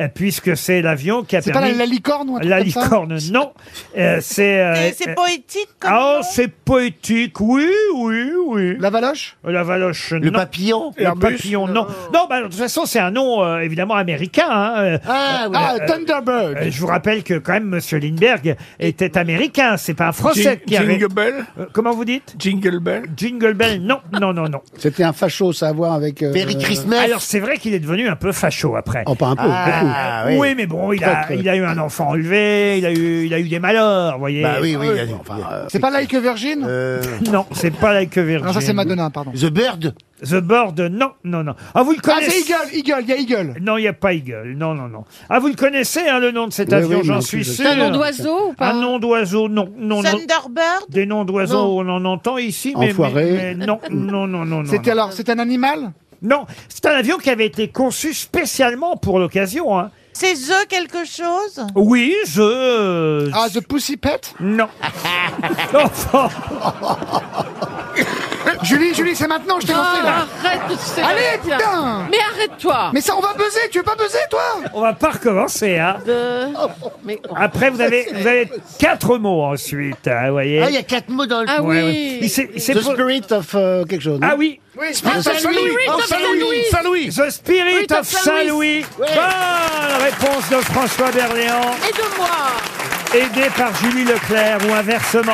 [SPEAKER 2] euh, puisque c'est l'avion qui a
[SPEAKER 4] C'est pas
[SPEAKER 2] permis...
[SPEAKER 4] la- la licorne ou un truc
[SPEAKER 2] La
[SPEAKER 4] comme ça
[SPEAKER 2] licorne, non. Euh, c'est... euh,
[SPEAKER 5] Eh,
[SPEAKER 10] Et c'est
[SPEAKER 2] euh,
[SPEAKER 10] poétique comme
[SPEAKER 2] Ah, oh, c'est poétique, oui, oui, oui. La valoche La valoche, Le papillon Le papillon,
[SPEAKER 8] Oh.
[SPEAKER 2] non. Non, bah, de toute façon, c'est un nom, euh, évidemment, américain. hein, euh,
[SPEAKER 4] Ah, oui. Ah, Thunderbird.
[SPEAKER 2] euh, Je vous rappelle que, quand même, Monsieur Lindbergh était américain. C'est pas un Français
[SPEAKER 3] Jing-
[SPEAKER 2] qui a... ré-
[SPEAKER 3] Jingle Bell
[SPEAKER 2] Euh, Comment vous dites Jingle Bell Jingle Bell, non, non, non, non.
[SPEAKER 8] C'était un facho, ça à voir avec. euh,
[SPEAKER 2] Alors c'est vrai qu'il est devenu un peu facho après.
[SPEAKER 8] Oh, pas un peu, Ah, beaucoup.
[SPEAKER 2] oui.
[SPEAKER 8] oui.
[SPEAKER 2] mais bon, il a,
[SPEAKER 8] Très, très.
[SPEAKER 2] il a eu un enfant enlevé, il a eu, il a eu des malheurs, vous voyez. Ah, euh,
[SPEAKER 6] Bah oui, oui, il a-
[SPEAKER 4] C'est pas Like a Virgin
[SPEAKER 2] Non, c'est pas Like a Virgin.
[SPEAKER 4] Non, ça, c'est Madonna, pardon.
[SPEAKER 2] The Bird The Bird, non, non, non. Ah, vous le
[SPEAKER 4] Ah,
[SPEAKER 2] connaissez
[SPEAKER 4] c'est Eagle, Eagle, il y a Eagle.
[SPEAKER 2] Non, il n'y a pas Eagle. Non, non, non. Ah, vous le connaissez, hein, le nom de cet
[SPEAKER 8] Oui,
[SPEAKER 2] avion,
[SPEAKER 8] oui,
[SPEAKER 2] j'en
[SPEAKER 8] mais
[SPEAKER 2] suis
[SPEAKER 8] c'est-
[SPEAKER 2] sûr.
[SPEAKER 8] Un nom d'oiseau
[SPEAKER 2] ou pas Un nom d'oiseau, non. non, non.
[SPEAKER 10] Thunderbird
[SPEAKER 2] Des noms d'oiseaux, on en entend ici, mais,
[SPEAKER 8] Enfoiré.
[SPEAKER 2] mais- mais non, non, non, non. non,
[SPEAKER 4] C'était
[SPEAKER 2] non.
[SPEAKER 4] alors, c'est un animal
[SPEAKER 2] Non, c'est un avion qui avait été conçu spécialement pour l'occasion. Hein.
[SPEAKER 10] C'est The quelque chose
[SPEAKER 2] Oui, je...
[SPEAKER 4] Ah, The Pussy Pet
[SPEAKER 2] Non.
[SPEAKER 4] Julie, Julie, c'est maintenant, je t'ai lancé là.
[SPEAKER 9] arrête, c'est
[SPEAKER 4] Allez,
[SPEAKER 9] vrai, tiens.
[SPEAKER 4] putain
[SPEAKER 9] Mais arrête-toi
[SPEAKER 4] Mais ça, on va buzzer, tu veux pas buzzer, toi
[SPEAKER 2] On va pas recommencer, hein.
[SPEAKER 9] De-
[SPEAKER 6] Oh.
[SPEAKER 9] Mais...
[SPEAKER 2] Après, vous avez, vous avez quatre mots ensuite, hein, vous voyez.
[SPEAKER 6] Ah, il y a quatre mots dans le
[SPEAKER 9] Ah oui.
[SPEAKER 2] Ouais, ouais. Il s'est- il s'est
[SPEAKER 8] The
[SPEAKER 2] pro-
[SPEAKER 8] Spirit of euh, quelque chose. non
[SPEAKER 2] Ah oui.
[SPEAKER 4] Oui,
[SPEAKER 8] Ah, Saint-Louis. Spirit of Saint-Louis.
[SPEAKER 2] Saint-Louis. The Spirit of Saint-Louis. Bonne réponse de François Berléand,
[SPEAKER 9] Et de moi
[SPEAKER 2] aidé par Julie Leclerc ou inversement.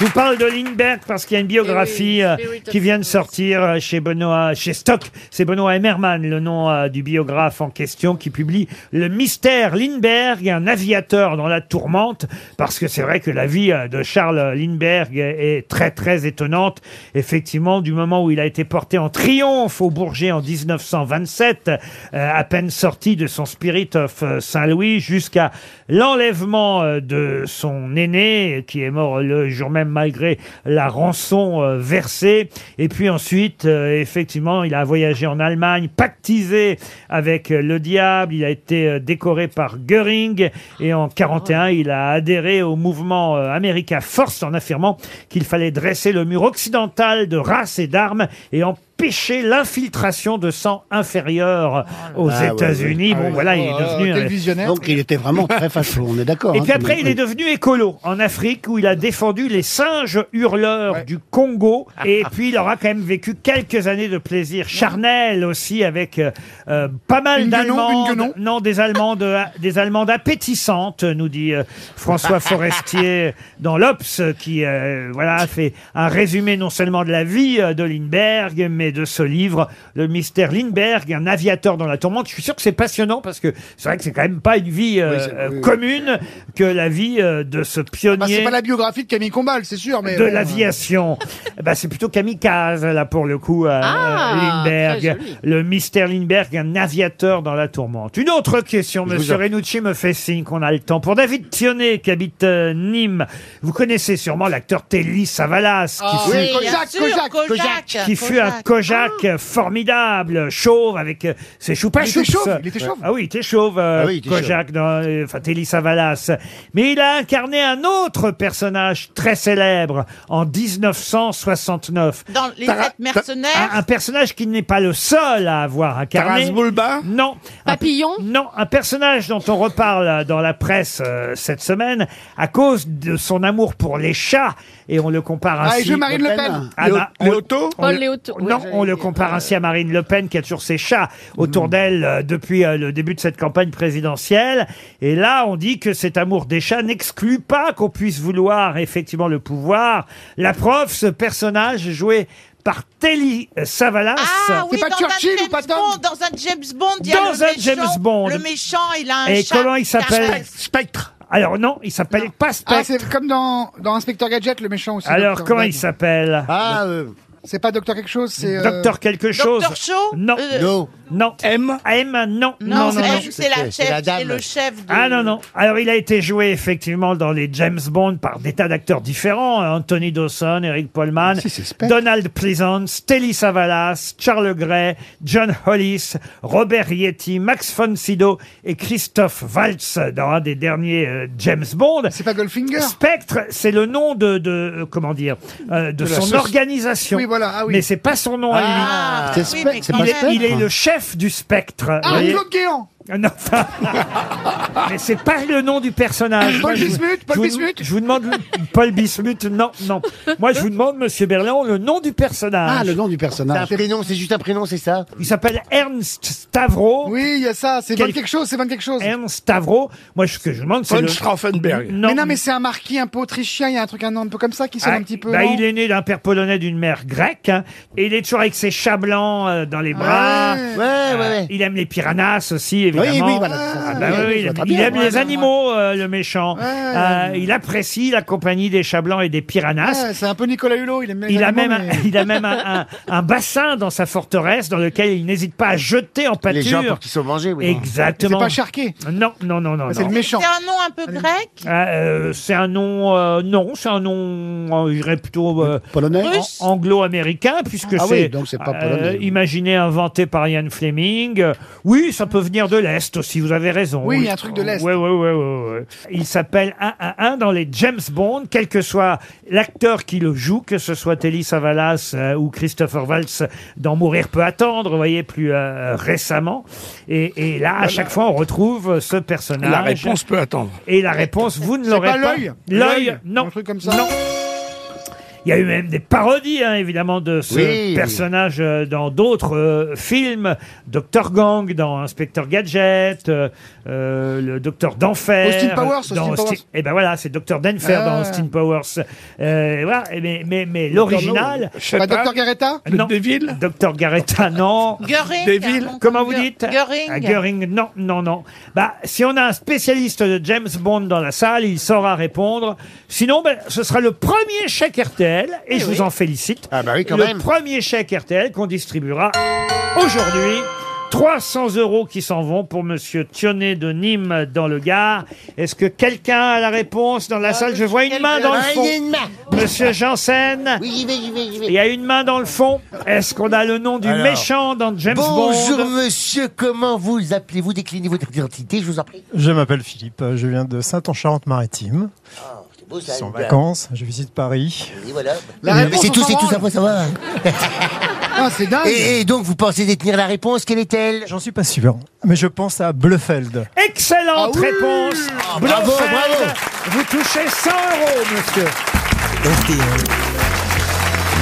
[SPEAKER 2] Je vous parle de Lindbergh parce qu'il y a une biographie
[SPEAKER 16] Eh oui,
[SPEAKER 2] euh,
[SPEAKER 16] eh oui, tout à
[SPEAKER 2] qui
[SPEAKER 16] fait.
[SPEAKER 2] vient de sortir euh, chez Benoît, chez Stock. C'est Benoît Emmerman, le nom euh, du biographe en question, qui publie Le mystère Lindbergh, un aviateur dans la tourmente. Parce que c'est vrai que la vie euh, de Charles Lindbergh est est très très étonnante. Effectivement, du moment où il a été porté en triomphe au Bourget en 1927, euh, à peine sorti de son Spirit of euh, Saint-Louis, jusqu'à l'enlèvement euh, de son aîné, qui est mort le jour même malgré la rançon euh, versée. Et puis ensuite, euh, effectivement, il a voyagé en Allemagne, pactisé avec euh, le diable. Il a été euh, décoré par Goering. Et en 41, il a adhéré au mouvement euh, America Force en affirmant qu'il fallait dresser le mur occidental de races et d'armes et empêcher l'infiltration de sang inférieur aux
[SPEAKER 8] Ah, ouais,
[SPEAKER 2] États-Unis.
[SPEAKER 8] ouais.
[SPEAKER 2] Bon,
[SPEAKER 8] Ah, oui.
[SPEAKER 2] voilà, il est
[SPEAKER 8] Oh,
[SPEAKER 2] devenu euh,
[SPEAKER 8] quel
[SPEAKER 2] un-
[SPEAKER 8] visionnaire. Donc il était vraiment très facho, on est d'accord.
[SPEAKER 2] et
[SPEAKER 8] hein,
[SPEAKER 2] puis
[SPEAKER 8] quand
[SPEAKER 2] après,
[SPEAKER 8] même.
[SPEAKER 2] il est devenu écolo en Afrique où il a défendu les singes hurleurs du Congo. Et puis, il aura quand même vécu quelques années de plaisir charnel aussi avec euh, euh, pas mal
[SPEAKER 16] Une guenon, une
[SPEAKER 2] d'Allemandes.
[SPEAKER 16] guenon.
[SPEAKER 2] Non, des Allemandes, euh, des Allemandes appétissantes, nous dit euh, François Forestier dans l'Obs, qui euh, voilà a fait un résumé non seulement de la vie euh, de Lindbergh, mais de ce livre, le mystère Lindbergh, un aviateur dans la tourmente. Je suis sûr que c'est passionnant parce que c'est vrai que c'est quand même pas une vie euh, euh, commune que la vie euh, de ce
[SPEAKER 16] Bah, c'est
[SPEAKER 2] pionnier
[SPEAKER 16] pas la biographie de Camille Combal, c'est sûr, mais.
[SPEAKER 2] de
[SPEAKER 16] bon,
[SPEAKER 2] l'aviation. Eh ben, c'est plutôt kamikaze, là, pour le coup, euh,
[SPEAKER 16] Ah, très
[SPEAKER 2] Lindbergh.
[SPEAKER 16] joli.
[SPEAKER 2] Le mystère Lindbergh, un aviateur dans la tourmente. Une autre question, monsieur Renucci me fait signe qu'on a le temps. Pour David Thionnet, qui habite euh, Nîmes, vous connaissez sûrement l'acteur Telly Savalas, qui
[SPEAKER 16] Ah,
[SPEAKER 2] fut-
[SPEAKER 16] oui, Kozak,
[SPEAKER 10] bien sûr,
[SPEAKER 16] Kozak, Kozak,
[SPEAKER 10] Kozak.
[SPEAKER 2] qui fut un Kojak formidable, chauve, avec euh, ses choupa
[SPEAKER 16] Il était
[SPEAKER 2] choups.
[SPEAKER 16] chauve, il était chauve.
[SPEAKER 2] Ah oui, il était chauve, euh,
[SPEAKER 16] Ah oui, il était
[SPEAKER 2] Kojak, dans, euh, enfin, Telly Savalas. Mais il a incarné un autre personnage très célèbre en 1969.
[SPEAKER 10] Dans Les Tara- Sept Mercenaires.
[SPEAKER 2] Un- Un, personnage qui n'est pas le seul à avoir incarné.
[SPEAKER 3] Taras Bulba
[SPEAKER 2] Non. Papillon Non, un personnage dont on reparle dans la presse euh, cette semaine à cause de son amour pour les chats et on le compare
[SPEAKER 16] Ah,
[SPEAKER 2] ainsi.
[SPEAKER 16] et je Marine Le Pen.
[SPEAKER 2] Ah,
[SPEAKER 16] Léo-
[SPEAKER 2] bah, on-
[SPEAKER 16] Léoto
[SPEAKER 2] on le-
[SPEAKER 16] Paul Léoto, oui,
[SPEAKER 2] Non,
[SPEAKER 16] j'allais
[SPEAKER 2] on le compare ainsi à Marine Le Pen qui a toujours ses chats autour d'elle euh, depuis euh, le début de cette campagne présidentielle. Et là, on dit que cet amour des chats n'exclut pas qu'on puisse vouloir effectivement le pouvoir. La preuve, ce personnage joué par Telly Savalas.
[SPEAKER 10] Ah oui, dans un James Bond, dans un James Bond, il y a
[SPEAKER 2] Dans
[SPEAKER 10] le
[SPEAKER 2] un
[SPEAKER 10] méchant,
[SPEAKER 2] James Bond.
[SPEAKER 10] Le méchant, il a un
[SPEAKER 2] Et
[SPEAKER 10] chat
[SPEAKER 2] comment il
[SPEAKER 10] qui a un
[SPEAKER 2] s'appelle
[SPEAKER 10] chat.
[SPEAKER 2] Spectre. Alors non, il s'appelle pas
[SPEAKER 16] Ah,
[SPEAKER 2] Spectre.
[SPEAKER 16] c'est comme dans, dans Inspecteur Gadget, le méchant aussi.
[SPEAKER 2] Alors
[SPEAKER 16] Dr.
[SPEAKER 2] comment
[SPEAKER 16] Dan.
[SPEAKER 2] il s'appelle
[SPEAKER 16] Ah, euh, c'est pas Docteur quelque chose, c'est. euh,
[SPEAKER 2] Docteur quelque chose. Non. Non. Non. M. M. Non.
[SPEAKER 10] Euh, Non, c'est M, c'est la chef, c'est le chef de...
[SPEAKER 2] Ah non, non. Alors, il a été joué effectivement dans les James Bond par des tas d'acteurs différents. hein, Anthony Dawson, Eric Paulman, Donald Pleasance, Telly Savalas, Charles Gray, John Hollis, Robert Yeti, Max von Sydow et Christophe Waltz dans un des derniers euh, James Bond. C'est pas Goldfinger Spectre, c'est le nom de, de euh, comment dire, euh,
[SPEAKER 16] De
[SPEAKER 2] de,
[SPEAKER 16] la
[SPEAKER 2] son
[SPEAKER 16] sauce.
[SPEAKER 2] organisation.
[SPEAKER 16] Oui, voilà, ah oui.
[SPEAKER 2] Mais c'est pas son nom à lui.
[SPEAKER 16] Ah, C'est oui, Spectre, mais c'est quand pas
[SPEAKER 2] il, est, il est
[SPEAKER 16] Spectre.
[SPEAKER 2] le chef du Spectre. vous
[SPEAKER 16] Ah,
[SPEAKER 2] voyez.
[SPEAKER 16] Claude Guéant
[SPEAKER 2] Non, enfin, mais c'est pas le nom du personnage.
[SPEAKER 16] Paul
[SPEAKER 2] Moi, je vous-
[SPEAKER 16] Bismuth, Paul
[SPEAKER 2] je vous-
[SPEAKER 16] Bismuth
[SPEAKER 2] Je vous demande le- Paul Bismuth. Non, non. Moi, je vous demande Monsieur Berléand le nom du personnage.
[SPEAKER 8] Ah, le nom du
[SPEAKER 6] C'est un
[SPEAKER 8] personnage.
[SPEAKER 6] prénom, c'est juste un prénom, c'est ça
[SPEAKER 2] Il s'appelle Ernst Stavro.
[SPEAKER 16] Oui, il y a ça, c'est
[SPEAKER 2] Quel-
[SPEAKER 16] bonne quelque chose, Oh, c'est bonne quelque chose.
[SPEAKER 2] Ernst Stavro. Moi, ce que je vous demande, c'est
[SPEAKER 3] Von
[SPEAKER 2] le.
[SPEAKER 3] Strauffenberg.
[SPEAKER 2] Non.
[SPEAKER 16] mais non, mais c'est un marquis un peu autrichien, il y a un truc un, un peu comme ça qui sonne
[SPEAKER 2] Ah,
[SPEAKER 16] un petit peu.
[SPEAKER 2] bah,
[SPEAKER 16] non
[SPEAKER 2] il est né d'un père polonais d'une mère grecque hein, et il est toujours avec ses chats blancs euh, dans les bras. Euh,
[SPEAKER 6] Ouais, ouais, ouais.
[SPEAKER 2] Il aime les piranhas aussi évidemment.
[SPEAKER 8] Oui, oui, voilà, ça, ça,
[SPEAKER 2] Ah, bah
[SPEAKER 8] oui,
[SPEAKER 2] oui,
[SPEAKER 8] oui, je
[SPEAKER 2] il
[SPEAKER 8] vois
[SPEAKER 2] aime,
[SPEAKER 8] très
[SPEAKER 2] il
[SPEAKER 8] bien.
[SPEAKER 2] aime
[SPEAKER 8] Ouais,
[SPEAKER 2] les
[SPEAKER 8] ouais,
[SPEAKER 2] animaux euh, le méchant. Euh, il apprécie la compagnie des chats blancs et des piranhas.
[SPEAKER 16] Ouais, c'est un peu Nicolas Hulot, il aime bien les
[SPEAKER 2] Il a,
[SPEAKER 16] animaux,
[SPEAKER 2] même, un-
[SPEAKER 16] mais-
[SPEAKER 2] il a même un, un- un bassin dans sa forteresse dans lequel il n'hésite pas à jeter en pâture.
[SPEAKER 6] Les gens pour qu'ils soient mangés, oui.
[SPEAKER 2] Exactement.
[SPEAKER 16] C'est pas charqué.
[SPEAKER 2] Non, non, non, non. non.
[SPEAKER 10] Ah, C'est un nom un peu grec
[SPEAKER 2] Ah, euh, c'est un nom, euh, non, c'est un nom, euh, je dirais plutôt euh,
[SPEAKER 8] Polonais
[SPEAKER 2] an- anglo-américain, puisque
[SPEAKER 8] Ah
[SPEAKER 2] c'est euh,
[SPEAKER 8] oui, donc c'est pas polonais.
[SPEAKER 2] imaginé, inventé par Ian Fleming. Euh, Oui, ça peut venir de l'Est aussi, vous avez raison.
[SPEAKER 16] Oui, il y a un truc de l'Est.
[SPEAKER 2] Ouais, ouais, ouais, ouais, ouais. Il s'appelle 111 dans les James Bond, quel que soit l'acteur qui le joue, que ce soit Telly Savalas euh, ou Christopher Waltz dans Mourir peut attendre, vous voyez, plus euh, récemment. Et, et là, à chaque fois, on retrouve ce personnage.
[SPEAKER 3] La réponse peut attendre.
[SPEAKER 2] Et la réponse, vous ne
[SPEAKER 16] C'est
[SPEAKER 2] l'aurez
[SPEAKER 16] pas
[SPEAKER 2] pas.
[SPEAKER 16] l'œil
[SPEAKER 2] L'œil, non.
[SPEAKER 16] Un truc comme ça.
[SPEAKER 2] Non. Il y a eu même des parodies, hein, évidemment, de ce
[SPEAKER 6] Oui.
[SPEAKER 2] personnage euh, dans d'autres euh, films. Dr. Gang dans Inspector Gadget, euh, euh, le Docteur d'Enfer.
[SPEAKER 16] Austin Powers, Austin
[SPEAKER 2] dans
[SPEAKER 16] Powers.
[SPEAKER 2] Et ben voilà, c'est Docteur d'Enfer
[SPEAKER 16] Ah.
[SPEAKER 2] dans Austin Powers. Euh, voilà, et mais mais, mais l'original.
[SPEAKER 16] Pas Shepard. Dr.
[SPEAKER 2] Garetta Non. Deville Dr. Garetta, non.
[SPEAKER 16] Goering
[SPEAKER 2] Deville Comment vous dites
[SPEAKER 16] Goering.
[SPEAKER 2] Ah, Goering, non, non, non. Bah, si on a un spécialiste de James Bond dans la salle, il saura répondre. Sinon, ben, ce sera le premier chèque RTL, et
[SPEAKER 6] Eh
[SPEAKER 2] je vous en félicite. Ah bah
[SPEAKER 6] oui, quand
[SPEAKER 2] le
[SPEAKER 6] même.
[SPEAKER 2] premier chèque RTL qu'on distribuera aujourd'hui. 300 euros qui s'en vont pour Monsieur Thionnet de Nîmes dans le Gard. Est-ce que quelqu'un a la réponse dans la salle Je vois une main dans le
[SPEAKER 6] Ah,
[SPEAKER 2] fond.
[SPEAKER 6] il y Euh, a une main.
[SPEAKER 2] Monsieur Janssen.
[SPEAKER 6] Oui, j'y vais, j'y vais, j'y
[SPEAKER 2] Il y
[SPEAKER 6] vais.
[SPEAKER 2] a une main dans le fond. Est-ce qu'on a le nom du
[SPEAKER 6] Alors,
[SPEAKER 2] méchant dans James
[SPEAKER 6] Bonjour
[SPEAKER 2] Bond
[SPEAKER 6] monsieur, comment vous appelez-vous Déclinez votre identité, je vous en prie.
[SPEAKER 17] Je m'appelle Philippe, je viens de Saint-Anne-Charente-Maritime.
[SPEAKER 6] Ah, C'est beau, ça,
[SPEAKER 17] C'est en
[SPEAKER 6] une blague.
[SPEAKER 17] vacances, je visite Paris.
[SPEAKER 6] Et voilà.
[SPEAKER 17] La
[SPEAKER 6] Mais
[SPEAKER 17] réponse,
[SPEAKER 6] c'est
[SPEAKER 17] on
[SPEAKER 6] tout,
[SPEAKER 17] s'en
[SPEAKER 6] c'est tout,
[SPEAKER 17] branle.
[SPEAKER 6] ça va, ça va. hein.
[SPEAKER 17] Ah,
[SPEAKER 4] c'est dingue.
[SPEAKER 6] Et, et donc, vous pensez détenir la réponse, quelle est-elle J'en suis
[SPEAKER 17] Pas sûr, mais je pense à Blefeld.
[SPEAKER 2] Excellente
[SPEAKER 6] Ah oui
[SPEAKER 2] réponse.
[SPEAKER 6] Ah, bravo,
[SPEAKER 2] Blofeld.
[SPEAKER 6] bravo.
[SPEAKER 2] Vous touchez 100 euros, monsieur.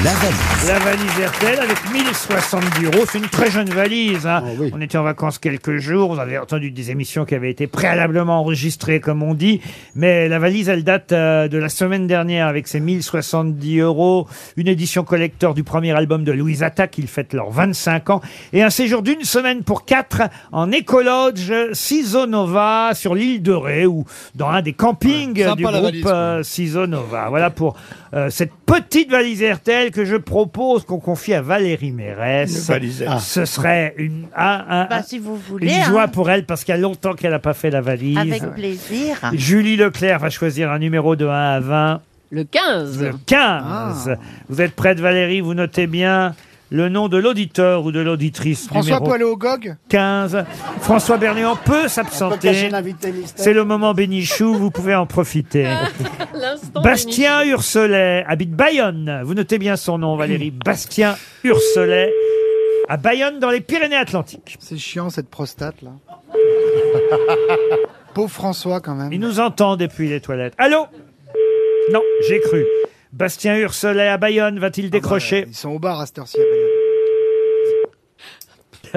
[SPEAKER 1] La valise.
[SPEAKER 2] La valise RTL avec 1070 euros. C'est une très jeune valise. hein. On était en vacances quelques jours. Vous avez entendu des émissions qui avaient été préalablement enregistrées, comme on dit. Mais la valise, elle date euh, de la semaine dernière avec ses 1070 euros. Une édition collector du premier album de Louise Attaque. Ils fêtent leurs 25 ans. Et un séjour d'une semaine pour quatre en Ecolodge Sisonova sur l'île de Ré ou dans un des campings
[SPEAKER 18] Sympa
[SPEAKER 2] du
[SPEAKER 18] la
[SPEAKER 2] groupe
[SPEAKER 18] valise,
[SPEAKER 2] euh, euh, Ciseaux Nova. Voilà pour euh, cette petite valise RTL que je propose qu'on confie à Valérie
[SPEAKER 3] Une
[SPEAKER 2] Mérès.
[SPEAKER 3] valise. Ah.
[SPEAKER 2] Ce serait une, un- un-
[SPEAKER 10] Bah, si vous voulez.
[SPEAKER 2] Ah, une joie
[SPEAKER 10] hein.
[SPEAKER 2] pour elle parce qu'il y a longtemps qu'elle n'a pas fait la valise. Ah.
[SPEAKER 10] Avec plaisir.
[SPEAKER 2] Julie Leclerc va choisir un numéro de 1 à 20.
[SPEAKER 9] Le 15.
[SPEAKER 2] Le 15.
[SPEAKER 10] Ah.
[SPEAKER 2] Vous êtes prête Valérie, vous notez bien le nom de l'auditeur ou de l'auditrice
[SPEAKER 16] François
[SPEAKER 2] numéro
[SPEAKER 16] peut aller au GOG
[SPEAKER 2] 15. François Berléand peut
[SPEAKER 16] cacher
[SPEAKER 2] s'absenter.
[SPEAKER 16] l'invité mystère.
[SPEAKER 2] C'est le moment bénichou, vous pouvez en profiter. Bastien Urselet habite Bayonne. Vous notez bien son nom, Valérie. Bastien Urselet à Bayonne dans les Pyrénées-Atlantiques.
[SPEAKER 16] C'est chiant cette prostate là. Pauvre François quand même.
[SPEAKER 2] Il nous entend depuis les toilettes. Allô Non, j'ai cru. Bastien Urselet à Bayonne
[SPEAKER 16] Ah
[SPEAKER 2] va-t-il
[SPEAKER 16] bah,
[SPEAKER 2] décrocher Ils sont au bar à cette heure-ci.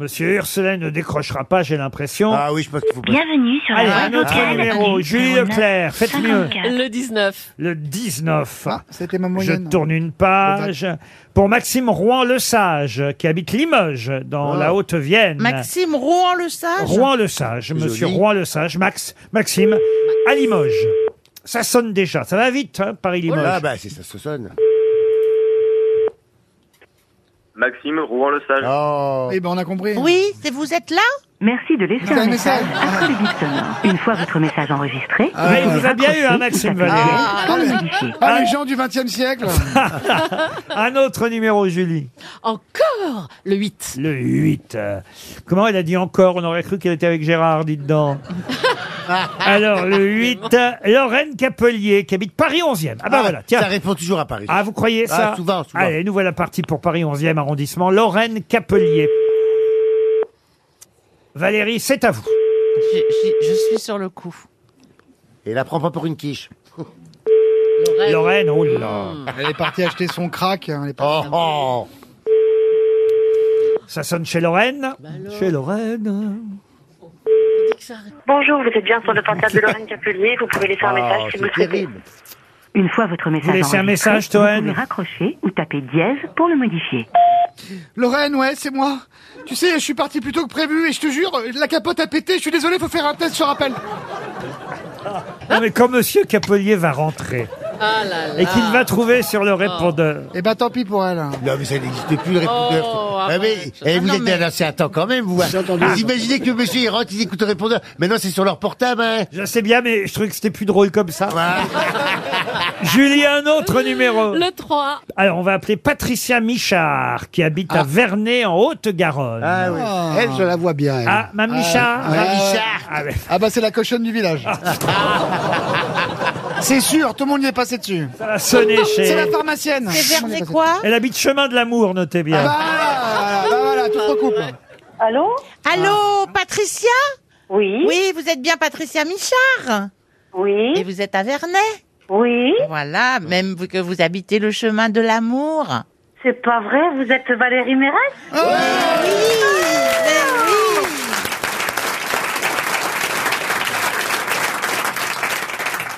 [SPEAKER 2] Monsieur Urselet ne décrochera pas, j'ai l'impression. Ah oui, je pense qu'il faut
[SPEAKER 9] pas- Bienvenue sur la
[SPEAKER 2] Allez,
[SPEAKER 9] radio
[SPEAKER 2] un autre
[SPEAKER 9] Pierre
[SPEAKER 2] numéro.
[SPEAKER 9] Hermé,
[SPEAKER 2] Julie
[SPEAKER 9] 09
[SPEAKER 2] Leclerc, Ah. faites mieux.
[SPEAKER 9] 54. Le 19.
[SPEAKER 2] Le 19.
[SPEAKER 16] Ah, C'était ma
[SPEAKER 2] Je
[SPEAKER 16] moyenne.
[SPEAKER 2] tourne une page pour Maxime Rouen-le-Sage, qui habite Limoges, dans
[SPEAKER 10] Ah.
[SPEAKER 2] la Haute-Vienne.
[SPEAKER 10] Maxime Rouen-le-Sage
[SPEAKER 2] Rouen-le-Sage, monsieur Rouen-le-Sage, Max, Maxime, à Limoges. Ça sonne déjà, ça va vite, hein,
[SPEAKER 16] Oh
[SPEAKER 2] Paris-Limoges.
[SPEAKER 6] Ah bah, c'est ça, ça sonne.
[SPEAKER 19] Maxime Rouen-le-Sage.
[SPEAKER 6] Oh.
[SPEAKER 16] Eh ben on a compris.
[SPEAKER 10] Oui, c'est vous êtes là
[SPEAKER 20] Merci de laisser
[SPEAKER 16] Vous avez
[SPEAKER 20] un
[SPEAKER 16] un
[SPEAKER 20] message Ah.
[SPEAKER 16] message
[SPEAKER 20] après le bip sonore. Une fois votre message enregistré,
[SPEAKER 2] Ah, il vous a bien eu, hein,
[SPEAKER 20] raccrochez
[SPEAKER 2] Maxime
[SPEAKER 20] ou tapez
[SPEAKER 2] Valérie.
[SPEAKER 20] dièse
[SPEAKER 2] Ah,
[SPEAKER 20] pour
[SPEAKER 2] oui.
[SPEAKER 20] le
[SPEAKER 16] Ah,
[SPEAKER 20] modifier.
[SPEAKER 16] les gens du 20 e siècle
[SPEAKER 2] Un autre numéro, Julie.
[SPEAKER 9] Encore Le 8.
[SPEAKER 2] Le 8. euh, Comment elle a dit encore On aurait cru qu'elle était avec Gérard, dites donc.
[SPEAKER 17] ben,
[SPEAKER 9] Ah.
[SPEAKER 2] Alors, le 8, euh, Lorraine Capelier, qui habite Paris 11e. Ah bah
[SPEAKER 6] Ah,
[SPEAKER 2] voilà, tiens.
[SPEAKER 6] Ça répond toujours à Paris.
[SPEAKER 2] Ah, vous croyez
[SPEAKER 6] Ah,
[SPEAKER 2] ça
[SPEAKER 6] souvent, souvent.
[SPEAKER 2] Allez, nous voilà partis pour Paris 11e arrondissement. Lorraine Capelier. Valérie, c'est à vous.
[SPEAKER 10] je, je- je suis sur le coup.
[SPEAKER 6] Et la prend pas pour une quiche.
[SPEAKER 2] Lorraine, oh là.
[SPEAKER 16] Mmh. Elle est partie acheter son crack. hein, elle est
[SPEAKER 6] partie.
[SPEAKER 2] Oh, Ça sonne chez Lorraine Chez Lorraine.
[SPEAKER 21] Bonjour, vous êtes bien sur le portable de Lorraine Capelier. Vous pouvez
[SPEAKER 2] Oh,
[SPEAKER 21] laisser un message si vous le souhaitez.
[SPEAKER 20] Une fois votre message
[SPEAKER 2] laissez un
[SPEAKER 20] enregistré,
[SPEAKER 2] message,
[SPEAKER 20] vous
[SPEAKER 2] Toen
[SPEAKER 20] pouvez raccrocher ou taper dièse pour le modifier.
[SPEAKER 16] Lorraine, ouais, c'est moi. Tu sais, je suis parti plus tôt que prévu et je te jure, la capote a pété. Je suis désolé, faut faire un test sur rappel.
[SPEAKER 2] Non, mais quand Monsieur Capelier va rentrer
[SPEAKER 16] Ah là
[SPEAKER 2] et qu'il va trouver sur le répondeur.
[SPEAKER 16] Eh ben tant pis pour elle. hein.
[SPEAKER 6] Non, mais ça n'existe plus, le répondeur.
[SPEAKER 10] Oh,
[SPEAKER 6] Ah, mais, eh, vous
[SPEAKER 16] Non,
[SPEAKER 6] êtes
[SPEAKER 16] mais-
[SPEAKER 6] bien assez à temps quand même, vous. hein.
[SPEAKER 16] J'ai entendu.
[SPEAKER 6] Vous imaginez que monsieur, il rentre, il écoute le répondeur. Maintenant, c'est sur leur portable, hein.
[SPEAKER 2] Je sais bien, mais je trouvais que c'était plus drôle comme ça. Julie, un autre numéro.
[SPEAKER 9] Le 3.
[SPEAKER 2] Alors, on va appeler Patricia Michard, qui habite à Vernet, en Haute-Garonne. Ah
[SPEAKER 16] Ah. oui. Elle, je la vois bien. elle.
[SPEAKER 2] Ah, Mme Michard
[SPEAKER 16] Ah,
[SPEAKER 2] Mme
[SPEAKER 16] ouais.
[SPEAKER 2] Michard.
[SPEAKER 16] Ah, ouais. Ah, bah c'est la cochonne du village. c'est sûr, tout le monde y est passé dessus.
[SPEAKER 2] Ça va sonner chez-
[SPEAKER 16] C'est la pharmacienne.
[SPEAKER 10] C'est Vernet quoi
[SPEAKER 2] Elle habite Chemin de l'Amour, notez bien.
[SPEAKER 16] Ah, bah voilà, tout recoupe.
[SPEAKER 10] Allô Allô,
[SPEAKER 2] Ah.
[SPEAKER 10] Patricia Oui. Oui, vous êtes bien Patricia Michard Oui. Et vous êtes à Vernet Oui. Voilà, même vous- que vous habitez le chemin de l'amour. Oh,
[SPEAKER 5] C'est pas vrai, vous êtes Valérie Mérès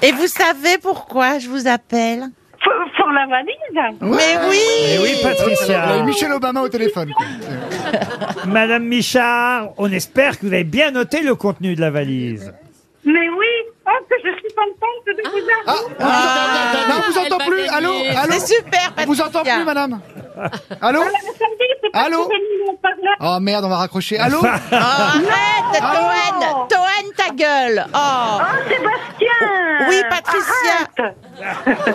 [SPEAKER 10] Et vous savez pourquoi je vous appelle
[SPEAKER 5] pour, la valise
[SPEAKER 10] Mais oui
[SPEAKER 2] Mais oui, Patricia.
[SPEAKER 4] Elle a eu Michel Obama au téléphone. quoi.
[SPEAKER 2] Madame Michard, on espère que vous avez bien noté le contenu de la valise.
[SPEAKER 5] Mais oui Oh, que je suis contente de vous
[SPEAKER 4] Ah,
[SPEAKER 5] avoir
[SPEAKER 4] Non, on vous entend plus.
[SPEAKER 5] Ah,
[SPEAKER 4] Allô, allô. On vous entend plus, madame. Allô.
[SPEAKER 5] Ah,
[SPEAKER 4] Allô. Oh merde, on va raccrocher. Allô.
[SPEAKER 10] Oh, arrête, Toen Toen, ta gueule Oh,
[SPEAKER 5] Sébastien
[SPEAKER 10] Oui, Patricia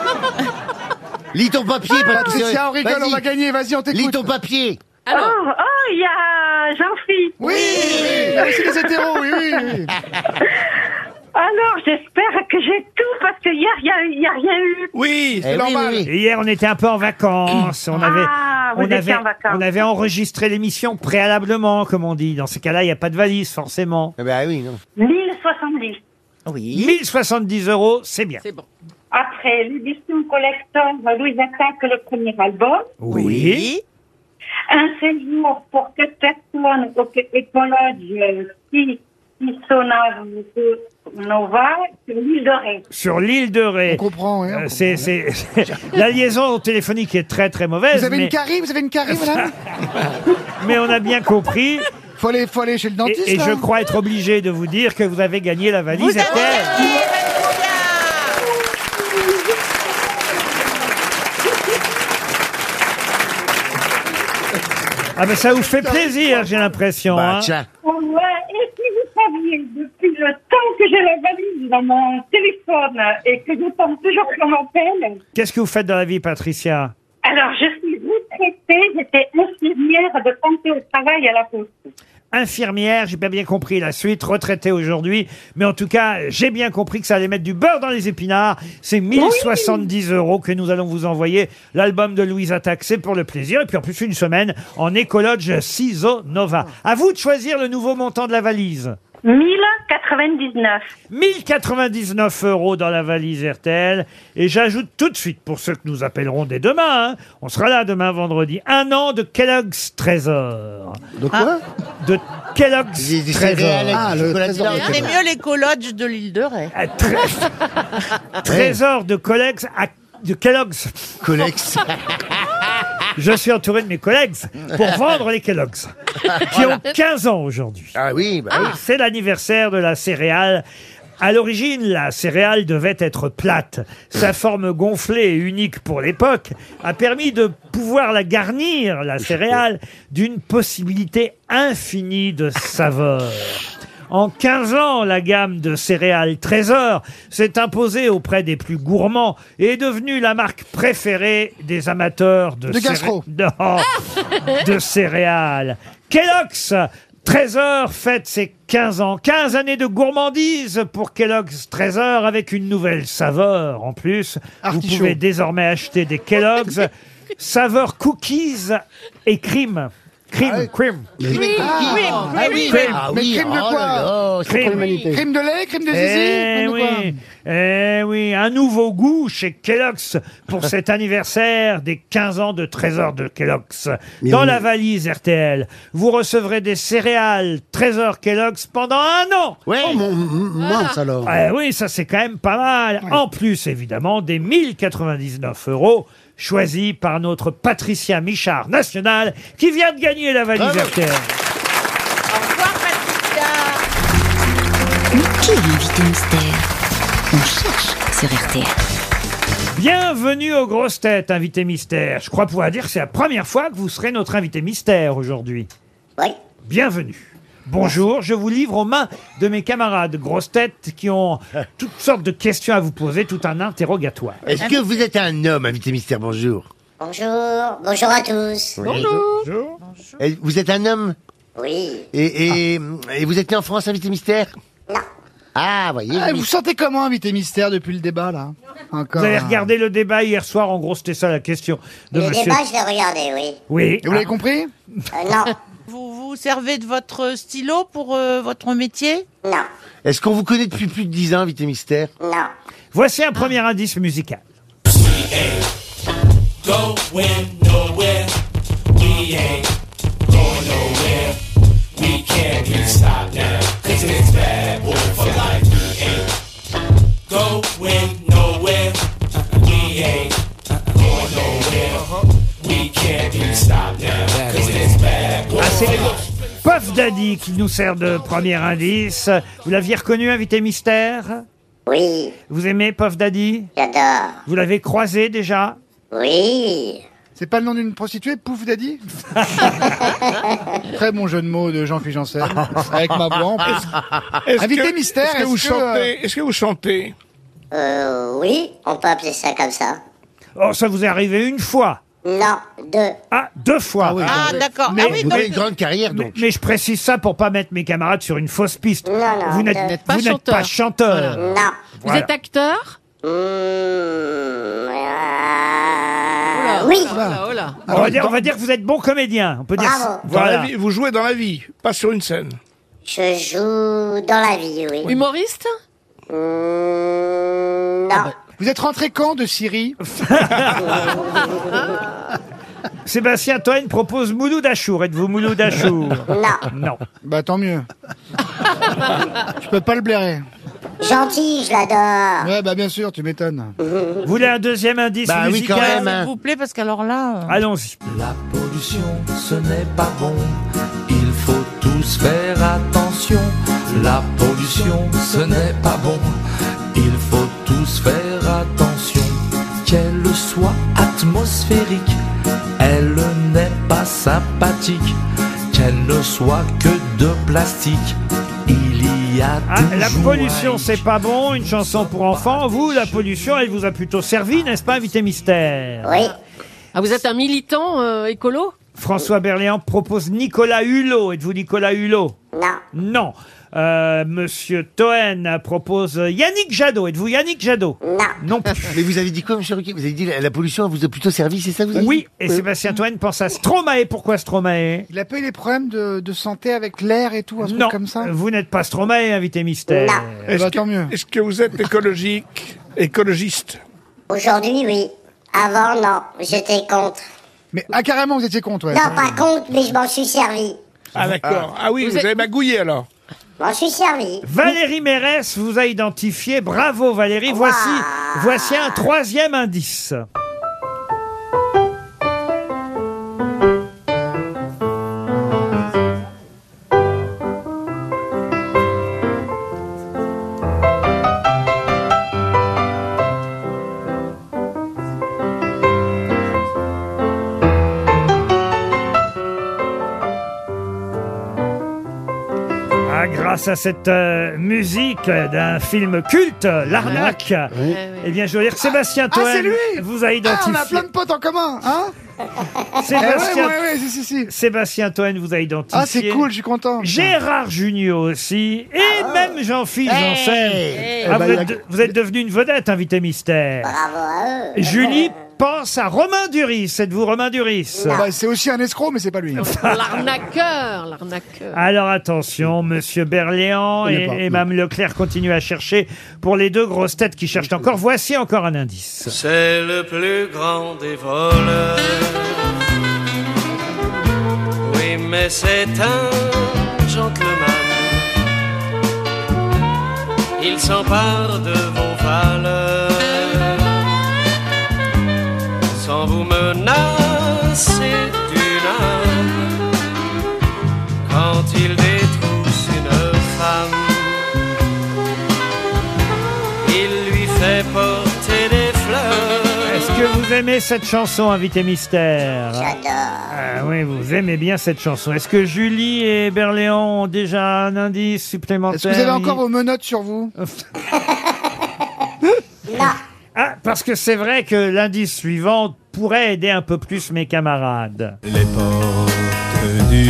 [SPEAKER 6] Lis ton papier,
[SPEAKER 4] Ah,
[SPEAKER 6] Patricia.
[SPEAKER 4] Patricia, on rigole,
[SPEAKER 6] Vas-y.
[SPEAKER 4] on va gagner, vas-y, on t'écoute.
[SPEAKER 6] Lis ton papier.
[SPEAKER 5] Oh, oh, il y a Jean-Philippe
[SPEAKER 4] Oui, oui, oui, c'est les hétéros, oui, oui, oui.
[SPEAKER 5] Alors, j'espère que j'ai tout, parce que hier, il n'y a, il y a rien eu.
[SPEAKER 2] Oui,
[SPEAKER 5] c'est Eh oui, normal. oui,
[SPEAKER 2] Hier, on était un peu en vacances. On avait,
[SPEAKER 5] Ah, vous
[SPEAKER 2] on
[SPEAKER 5] étiez
[SPEAKER 2] avait,
[SPEAKER 5] en vacances.
[SPEAKER 2] on avait enregistré l'émission préalablement, comme on dit. Dans ces cas-là, il n'y a pas de valise, forcément.
[SPEAKER 5] Eh ben
[SPEAKER 2] oui,
[SPEAKER 5] 1070.
[SPEAKER 2] Oui. 1070 euros, c'est bien.
[SPEAKER 5] bon. Après, l'édition collector Louise Attaque, le premier album.
[SPEAKER 2] Oui.
[SPEAKER 5] Un séjour pour quatre personnes au écologe qui Nova sur l'île de Ré.
[SPEAKER 2] Sur l'île de Ré. On comprend,
[SPEAKER 4] hein,
[SPEAKER 2] c'est, c'est, la liaison téléphonique est très très mauvaise.
[SPEAKER 4] Vous avez
[SPEAKER 2] mais,
[SPEAKER 4] une carie, vous avez une carie, madame
[SPEAKER 2] mais on a bien compris.
[SPEAKER 4] Faut aller, faut aller chez le dentiste.
[SPEAKER 2] Et, et
[SPEAKER 4] là.
[SPEAKER 2] je crois être obligé de vous dire que vous avez gagné la valise
[SPEAKER 4] Vous avez
[SPEAKER 2] RTL. Ah ben ça vous fait plaisir, j'ai l'impression. hein.
[SPEAKER 5] Oh ouais, et si vous saviez, depuis le temps que j'ai la valise dans mon téléphone et que je tombe toujours sur mon appel,
[SPEAKER 2] Qu'est-ce que vous faites dans la vie, Patricia
[SPEAKER 5] alors je suis retraitée, j'étais infirmière de santé au travail à la poste.
[SPEAKER 2] Infirmière, j'ai pas bien compris la suite, retraitée aujourd'hui, mais en tout cas, j'ai bien compris que ça allait mettre du beurre dans les épinards. C'est 1070 euros que nous allons vous envoyer. L'album de Louise Attaque, c'est pour le plaisir, et puis en plus une semaine en écologe Ciso Nova. À vous de choisir le nouveau montant de la valise.
[SPEAKER 5] 1099.
[SPEAKER 2] 1099 euros dans la valise RTL. Et j'ajoute tout de suite, pour ceux que nous appellerons dès demain, hein, on sera là demain vendredi, un an de Kellogg's Trésor. De quoi De Kellogg's Trésor. Ah,
[SPEAKER 4] céréales, Ah, le
[SPEAKER 10] C'est mieux les colodges de l'île de Ré.
[SPEAKER 2] Trésor de Kellogg's à- de Kellogg's. Je suis entouré de mes collègues pour vendre les Kellogg's, qui ont 15 ans aujourd'hui. Ah oui,
[SPEAKER 6] oui.
[SPEAKER 2] c'est l'anniversaire de la céréale. À l'origine, la céréale devait être plate. Sa forme gonflée et unique pour l'époque a permis de pouvoir la garnir, la céréale, d'une possibilité infinie de saveurs. En 15 ans, la gamme de céréales Trésor s'est imposée auprès des plus gourmands et est devenue la marque préférée des amateurs de,
[SPEAKER 4] De
[SPEAKER 2] céré-
[SPEAKER 4] gastro.
[SPEAKER 2] Non, de céréales. Kellogg's Trésor fête ses 15 ans. 15 années de gourmandise pour Kellogg's Trésor avec une nouvelle saveur en plus. Vous pouvez désormais acheter des Kellogg's saveur cookies et crème. Crème, crème.
[SPEAKER 4] Ah Crime et
[SPEAKER 2] Ah, crime.
[SPEAKER 4] cookies. Ah oui,
[SPEAKER 2] Crime.
[SPEAKER 4] ah oui, Mais crime de oh quoi là là, c'est pour l'humanité. Crime de lait, crime de zizi,
[SPEAKER 2] Eh
[SPEAKER 4] crime de
[SPEAKER 2] oui. Eh oui, un nouveau goût chez Kellogg's pour cet anniversaire des 15 ans de trésor de Kellogg's. Dans la valise RTL, vous recevrez des céréales trésor Kellogg's pendant un an. Oui.
[SPEAKER 8] mince alors.
[SPEAKER 2] oui, ça c'est quand même pas mal. En plus, évidemment, des 1099 euros choisis par notre Patricia Michard national qui vient de gagner la valise RTL.
[SPEAKER 22] Mais qui est l'invité mystère On cherche sur RTL.
[SPEAKER 2] Bienvenue aux grosses têtes, invité mystère. Je crois pouvoir dire que c'est la première fois que vous serez notre invité mystère aujourd'hui. Oui. Bienvenue. Bonjour, je vous livre aux mains de mes camarades grosses têtes qui ont toutes sortes de questions à vous poser, tout un interrogatoire.
[SPEAKER 6] Est-ce que vous êtes un homme, invité mystère Bonjour.
[SPEAKER 23] Bonjour, bonjour à tous.
[SPEAKER 6] Oui. Et Vous êtes un homme
[SPEAKER 23] Oui.
[SPEAKER 6] et, et,
[SPEAKER 4] Ah.
[SPEAKER 6] et vous êtes né en France, invité mystère Ah, voyez.
[SPEAKER 4] Ah,
[SPEAKER 6] oui.
[SPEAKER 4] vous sentez comment, invité mystère, depuis le débat, là Encore.
[SPEAKER 2] Vous avez regardé le débat hier soir, en gros c'était ça la question de
[SPEAKER 23] Le
[SPEAKER 6] Eh ben,
[SPEAKER 2] monsieur.
[SPEAKER 23] débat, je l'ai regardé, oui.
[SPEAKER 2] Oui.
[SPEAKER 4] Et vous l'avez
[SPEAKER 2] Ah.
[SPEAKER 4] compris
[SPEAKER 23] Euh, non.
[SPEAKER 10] Vous vous servez de votre stylo pour euh, votre métier Euh, Non.
[SPEAKER 6] Est-ce qu'on vous connaît depuis plus de 10 ans, Vité Mystère
[SPEAKER 10] Non.
[SPEAKER 2] Voici un premier indice musical.
[SPEAKER 7] Going nowhere. We ain't going nowhere. We can't be stopped now. Cause it's bad boy for life. We ain't going nowhere. We ain't going nowhere. We can't be stopped now. Cause it's bad boy
[SPEAKER 2] Ah, c'est
[SPEAKER 7] for
[SPEAKER 2] les
[SPEAKER 7] life.
[SPEAKER 2] Puff Daddy qui nous sert de premier indice. Vous l'aviez reconnu, invité mystère
[SPEAKER 5] Oui.
[SPEAKER 2] Vous aimez Puff Daddy
[SPEAKER 5] J'adore.
[SPEAKER 2] Vous l'avez croisé déjà
[SPEAKER 5] Oui.
[SPEAKER 4] C'est pas le nom d'une prostituée, Pouf Daddy Très bon jeu de mots de Jean-Philippe Janssen, avec ma voix en plus.
[SPEAKER 3] Est-ce
[SPEAKER 4] Invité
[SPEAKER 3] que-
[SPEAKER 4] mystère,
[SPEAKER 3] Est-ce que vous chantez Est-ce que vous chantez
[SPEAKER 5] Euh, oui, on peut appeler ça comme ça.
[SPEAKER 2] Oh, ça vous est arrivé une fois
[SPEAKER 5] Non, deux.
[SPEAKER 2] Ah, deux fois.
[SPEAKER 10] Ah, d'accord. Ah oui, donc-
[SPEAKER 6] carrière,
[SPEAKER 2] donc. Mais, mais je précise ça pour pas mettre mes camarades sur une fausse piste.
[SPEAKER 5] non,
[SPEAKER 2] vous n'êtes
[SPEAKER 5] euh,
[SPEAKER 2] vous n'êtes
[SPEAKER 5] pas
[SPEAKER 2] pas,
[SPEAKER 5] chanteur.
[SPEAKER 2] chanteur.
[SPEAKER 5] Non.
[SPEAKER 2] Voilà.
[SPEAKER 9] acteur
[SPEAKER 10] Ah,
[SPEAKER 5] oui.
[SPEAKER 4] Ah,
[SPEAKER 2] On va, dire, on va dire que vous êtes bon comédien. On peut dire.
[SPEAKER 5] Bravo.
[SPEAKER 3] Dans la
[SPEAKER 2] Voilà.
[SPEAKER 3] vie- vous jouez dans la vie, pas sur une scène.
[SPEAKER 5] Je joue dans la vie, oui.
[SPEAKER 9] Humoriste
[SPEAKER 5] Mm, Non.
[SPEAKER 4] Ah bah, Vous êtes rentré quand de Syrie
[SPEAKER 2] Sébastien Toen propose Mouloud Achour. Êtes-vous Mouloud Achour Non.
[SPEAKER 4] Bah tant mieux. Je peux pas le blairer.
[SPEAKER 5] Gentil, je l'adore.
[SPEAKER 4] Ouais, bah bien sûr, tu m'étonnes.
[SPEAKER 2] Vous voulez un deuxième indice
[SPEAKER 4] Bah oui,
[SPEAKER 2] musical
[SPEAKER 4] quand même, hein.
[SPEAKER 10] S'il vous plaît, parce qu'alors là. euh,
[SPEAKER 2] Allons-y.
[SPEAKER 7] La pollution, ce n'est pas bon. Il faut tous faire attention. La pollution, ce n'est pas bon. Il faut tous faire attention. Qu'elle soit atmosphérique, elle n'est pas sympathique. Qu'elle ne soit que de plastique, il y a
[SPEAKER 2] Ah, la
[SPEAKER 7] toujours
[SPEAKER 2] pollution, c'est pas bon. Une chanson pour enfants. Vous, la pollution, elle vous a plutôt servi, n'est-ce pas, invité mystère
[SPEAKER 5] Oui.
[SPEAKER 9] Ah, vous êtes un militant euh, écolo
[SPEAKER 2] François Berléand propose Nicolas Hulot. Êtes-vous Nicolas Hulot
[SPEAKER 5] Non.
[SPEAKER 2] Non. Euh, Monsieur Toen propose Yannick Jadot. Êtes-vous Yannick Jadot
[SPEAKER 5] Non.
[SPEAKER 2] plus.
[SPEAKER 6] Mais vous avez dit quoi, monsieur Ruquier Vous avez dit la, la pollution elle vous a plutôt servi, c'est ça que vous avez
[SPEAKER 2] Oui,
[SPEAKER 6] dit
[SPEAKER 2] et Sébastien Toen pense à Stromae. Pourquoi Stromae
[SPEAKER 4] Il a pas eu des problèmes de, de santé avec l'air et tout, un truc
[SPEAKER 2] Non,
[SPEAKER 4] comme ça
[SPEAKER 2] vous n'êtes pas Stromae, invité mystère. Ah.
[SPEAKER 4] Eh bah, tant mieux.
[SPEAKER 3] Est-ce que vous êtes écologique, écologiste
[SPEAKER 5] Aujourd'hui, oui. Avant, non. J'étais contre.
[SPEAKER 4] Mais ah, carrément, vous étiez contre, ouais.
[SPEAKER 5] Non, pas contre, mais je m'en suis servi.
[SPEAKER 3] Ah d'accord. Ah, oui, vous, avez magouillé alors.
[SPEAKER 5] Je m'en suis servi.
[SPEAKER 2] Valérie Mérès vous a identifié. Bravo Valérie. Voici, voici un troisième indice. Ah, grâce à cette euh, musique euh, d'un film culte, euh, L'arnaque, eh bien, je veux dire que Sébastien
[SPEAKER 4] Ah,
[SPEAKER 2] Toen
[SPEAKER 4] c'est lui
[SPEAKER 2] vous a
[SPEAKER 4] Ah, on a
[SPEAKER 2] identifié.
[SPEAKER 4] plein de potes en commun, hein Eh
[SPEAKER 2] Sébastien,
[SPEAKER 4] ouais, ouais, ouais, si, si, si.
[SPEAKER 2] Sébastien Toen vous a identifié.
[SPEAKER 4] Ah, c'est cool, je suis content.
[SPEAKER 2] Gérard Junior aussi, et même Jean-Philippe
[SPEAKER 4] Ah. Hey
[SPEAKER 2] Janssen.
[SPEAKER 4] Hey
[SPEAKER 2] Ah,
[SPEAKER 4] Eh
[SPEAKER 2] vous,
[SPEAKER 4] ben, il y a-
[SPEAKER 2] êtes, de- vous êtes devenu une vedette, invité mystère.
[SPEAKER 5] Bravo à eux.
[SPEAKER 2] Julie pense à Romain Duris. Êtes-vous Romain Duris
[SPEAKER 4] Bah, c'est aussi un escroc, mais c'est pas lui.
[SPEAKER 9] L'arnaqueur, l'arnaqueur.
[SPEAKER 2] Alors attention, Monsieur Berléand
[SPEAKER 4] Je
[SPEAKER 2] et,
[SPEAKER 4] connais pas.
[SPEAKER 2] et Mme Leclerc continuent à chercher pour les deux grosses têtes qui cherchent encore. Voici encore un indice.
[SPEAKER 7] C'est le plus grand des voleurs. Oui, mais c'est un gentleman. Il s'empare de vos valeurs. Sans vous menacer d'une âme. Quand il détrousse une femme. Il lui fait porter des fleurs.
[SPEAKER 2] Est-ce que vous aimez cette chanson, invité mystère
[SPEAKER 5] J'adore.
[SPEAKER 2] Ah oui, vous aimez bien cette chanson. Est-ce que Julie et Berléand ont déjà un indice supplémentaire
[SPEAKER 4] Est-ce que vous avez encore vos menottes sur vous
[SPEAKER 2] Ah, parce que c'est vrai que l'indice suivant pourrait aider un peu plus mes camarades.
[SPEAKER 1] Les portes du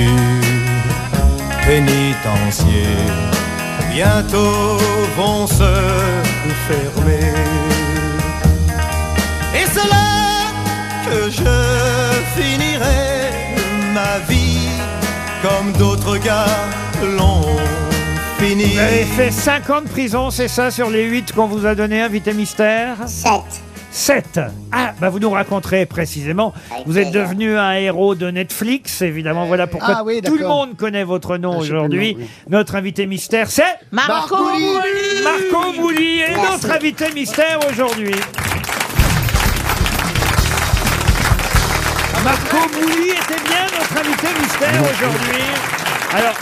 [SPEAKER 1] pénitencier bientôt vont se fermer. Et c'est là que je finirai ma vie comme d'autres
[SPEAKER 14] regards l'ont fini.
[SPEAKER 2] Vous avez fait 5 ans de prison, c'est ça, sur les 8 qu'on vous a donné, invité mystère 7. 7. Ah, bah vous nous raconterez précisément. Vous êtes devenu un héros de Netflix, évidemment. Voilà pourquoi
[SPEAKER 4] Ah oui,
[SPEAKER 2] tout le
[SPEAKER 4] d'accord.
[SPEAKER 2] monde connaît votre nom
[SPEAKER 4] je sais plus le nom,
[SPEAKER 2] aujourd'hui. Notre invité mystère, c'est
[SPEAKER 4] Marco Bouli.
[SPEAKER 2] Marco Bouli est
[SPEAKER 4] Merci.
[SPEAKER 2] notre invité mystère aujourd'hui. Marco Bouli était bien notre invité mystère aujourd'hui. Alors,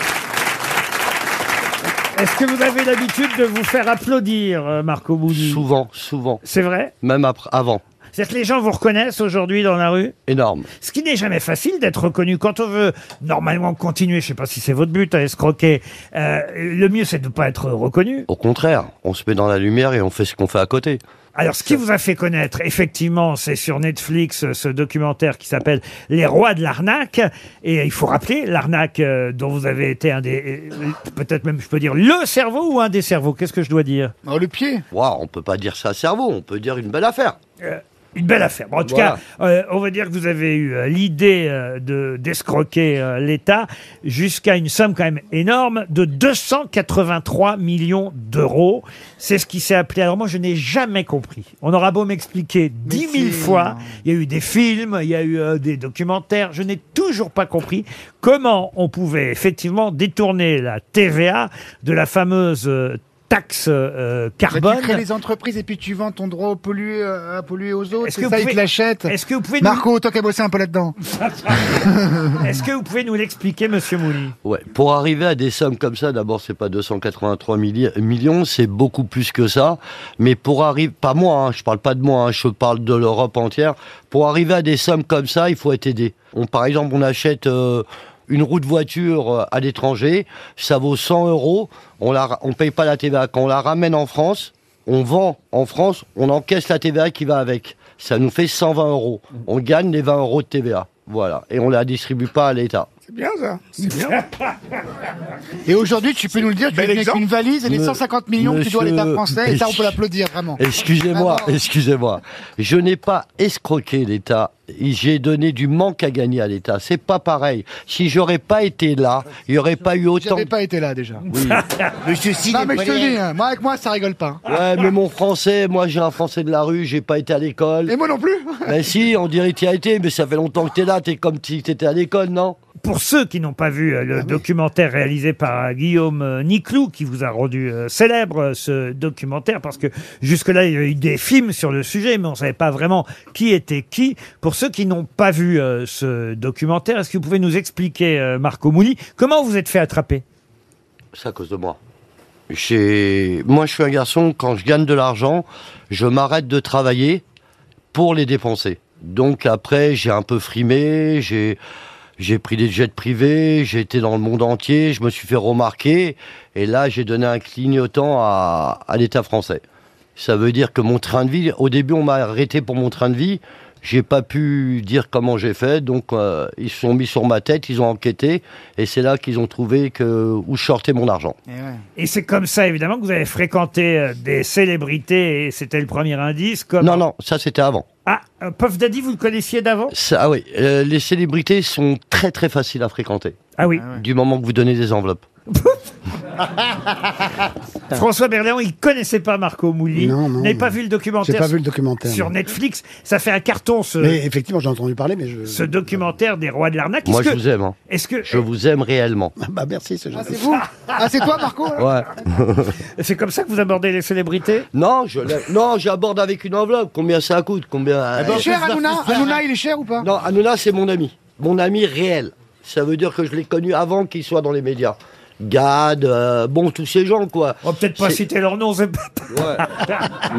[SPEAKER 2] est-ce que vous avez l'habitude de vous faire applaudir, euh, Marco Bouli
[SPEAKER 24] Souvent, souvent.
[SPEAKER 2] C'est vrai
[SPEAKER 24] Même après, avant.
[SPEAKER 2] C'est-à-dire que les gens vous reconnaissent aujourd'hui dans la rue
[SPEAKER 24] Énorme.
[SPEAKER 2] Ce qui n'est jamais facile d'être reconnu. Quand on veut normalement continuer, je ne sais pas si c'est votre but à escroquer, euh, le mieux c'est de ne pas être reconnu.
[SPEAKER 24] Au contraire, on se met dans la lumière et on fait ce qu'on fait à côté.
[SPEAKER 2] Alors, ce qui vous a fait connaître, effectivement, c'est sur Netflix euh, ce documentaire qui s'appelle Les rois de l'arnaque. Et euh, il faut rappeler l'arnaque euh, dont vous avez été un des, euh, peut-être même je peux dire le cerveau ou un des cerveaux. Qu'est-ce que je dois dire
[SPEAKER 24] le pied Waouh, on peut pas dire ça cerveau, on peut dire une belle affaire.
[SPEAKER 2] Euh, Une belle affaire. Bon, en tout
[SPEAKER 24] Voilà.
[SPEAKER 2] cas, euh, on va dire que vous avez eu euh, l'idée euh, de d'escroquer euh, l'État jusqu'à une somme quand même énorme de 283 millions d'euros. C'est ce qui s'est appelé. Alors moi, je n'ai jamais compris. On aura beau m'expliquer dix mille fois, il y a eu des films, il y a eu euh, des documentaires. Je n'ai toujours pas compris comment on pouvait effectivement détourner la TVA de la fameuse euh, taxe euh, carbone.
[SPEAKER 4] Tu crées les entreprises et puis tu vends ton droit au pollu- euh, à polluer aux
[SPEAKER 2] Est-ce
[SPEAKER 4] autres. Est-ce
[SPEAKER 2] que
[SPEAKER 4] que
[SPEAKER 2] vous
[SPEAKER 4] ça, ils
[SPEAKER 2] pouvez-
[SPEAKER 4] te l'achètent
[SPEAKER 2] est-ce que vous pouvez nous-
[SPEAKER 4] Marco, toi qui as bossé un peu là-dedans.
[SPEAKER 2] Est-ce que vous pouvez nous l'expliquer, monsieur Mouli
[SPEAKER 24] Ouais, pour arriver à des sommes comme ça, d'abord c'est pas 283 milli- millions, c'est beaucoup plus que ça. Mais pour arriver, pas moi, hein, je parle pas de moi, hein, je parle de l'Europe entière. Pour arriver à des sommes comme ça, il faut être aidé. On, par exemple, on achète euh, une roue de voiture euh, à l'étranger, ça vaut 100 euros, on la, ra- on paye pas la TVA. Quand on la ramène en France, on vend en France, on encaisse la TVA qui va avec. Ça nous fait 120 euros. On gagne les 20 euros de TVA. Voilà. Et on la distribue pas à l'État.
[SPEAKER 3] C'est bien ça. C'est bien.
[SPEAKER 4] Et aujourd'hui, tu peux nous le dire, tu es avec une valise et les
[SPEAKER 24] Me-
[SPEAKER 4] 150 millions que tu dois à l'État
[SPEAKER 24] Monsieur-
[SPEAKER 4] français. Et ça, on
[SPEAKER 24] Monsieur-
[SPEAKER 4] peut l'applaudir, vraiment.
[SPEAKER 24] Excusez-moi,
[SPEAKER 4] Vraiment.
[SPEAKER 24] excusez-moi. Je n'ai pas escroqué l'État. J'ai donné du manque à gagner à l'État. C'est pas pareil. Si j'aurais pas été là, il n'y aurait pas eu autant.
[SPEAKER 4] J'avais pas été là déjà.
[SPEAKER 24] Oui. Monsieur Sid
[SPEAKER 4] Non,
[SPEAKER 24] est
[SPEAKER 4] mais je te
[SPEAKER 24] prenais-
[SPEAKER 4] dis, hein, moi avec moi, ça rigole pas. hein.
[SPEAKER 24] Ouais, mais mon français, moi j'ai un français de la rue, j'ai pas été à l'école. Et
[SPEAKER 4] moi non plus
[SPEAKER 24] Ben si, on dirait que t'y as été, mais ça fait longtemps que t'es là, t'es comme si t'étais à l'école, non
[SPEAKER 2] Pour ceux qui n'ont pas vu
[SPEAKER 4] Ah
[SPEAKER 2] euh, le documentaire réalisé par euh, Guillaume euh, Niclou, qui vous a rendu euh, célèbre euh, ce documentaire, parce que jusque-là, il y a eu des films sur le sujet, mais on ne savait pas vraiment qui était qui. Pour ceux qui n'ont pas vu euh, ce documentaire, est-ce que vous pouvez nous expliquer, euh, Marco Mouli, comment vous êtes fait attraper
[SPEAKER 24] C'est à cause de moi. J'ai- Moi, je suis un garçon, quand je gagne de l'argent, je m'arrête de travailler pour les dépenser. Donc après, j'ai un peu frimé, j'ai. J'ai pris des jets privés, j'ai été dans le monde entier, je me suis fait remarquer, et là j'ai donné un clignotant à, à l'État français. Ça veut dire que mon train de vie, au début on m'a arrêté pour mon train de vie, j'ai pas pu dire comment j'ai fait, donc euh, ils se sont mis sur ma tête, ils ont enquêté, et c'est là qu'ils ont trouvé que, où je sortais mon argent.
[SPEAKER 2] Et c'est comme ça, évidemment, que vous avez fréquenté euh, des célébrités, et c'était le premier indice. Comme...
[SPEAKER 24] Non, non, ça c'était avant.
[SPEAKER 2] Ah, euh, Puff Daddy, vous le connaissiez d'avant
[SPEAKER 24] Ça, ah oui, euh, les célébrités sont très très faciles à fréquenter.
[SPEAKER 2] Ah oui.
[SPEAKER 24] Du moment que vous donnez des enveloppes.
[SPEAKER 2] François Berléand, il connaissait pas Marco Mouli.
[SPEAKER 8] Non, non,
[SPEAKER 2] N'avez
[SPEAKER 8] non.
[SPEAKER 2] pas vu le documentaire
[SPEAKER 8] J'ai pas
[SPEAKER 2] sur-
[SPEAKER 8] vu le documentaire,
[SPEAKER 2] Sur
[SPEAKER 8] non.
[SPEAKER 2] Netflix, ça fait un carton ce,
[SPEAKER 8] Mais effectivement, j'ai entendu parler, mais je.
[SPEAKER 2] ce documentaire des rois de l'arnaque.
[SPEAKER 24] Moi
[SPEAKER 2] Est-ce
[SPEAKER 24] je
[SPEAKER 2] que-
[SPEAKER 24] vous aime. hein.
[SPEAKER 2] Est-ce que
[SPEAKER 24] Je vous aime réellement.
[SPEAKER 8] Bah merci, c'est gentil.
[SPEAKER 4] C'est vous Ah, c'est toi, Marco
[SPEAKER 24] Ouais.
[SPEAKER 2] hein. c'est comme ça que vous abordez les célébrités
[SPEAKER 24] Non, je l'aime. non, j'aborde avec une enveloppe. Combien ça coûte Combien
[SPEAKER 4] Ah,
[SPEAKER 24] euh,
[SPEAKER 4] Il est cher, Hanouna Hanouna, il est cher ou pas
[SPEAKER 24] Non, Hanouna, c'est mon ami. Mon ami réel. Ça veut dire que je l'ai connu avant qu'il soit dans les médias. Gad, euh, bon, tous ces gens, quoi.
[SPEAKER 2] On va peut-être pas citer leurs noms, c'est pas...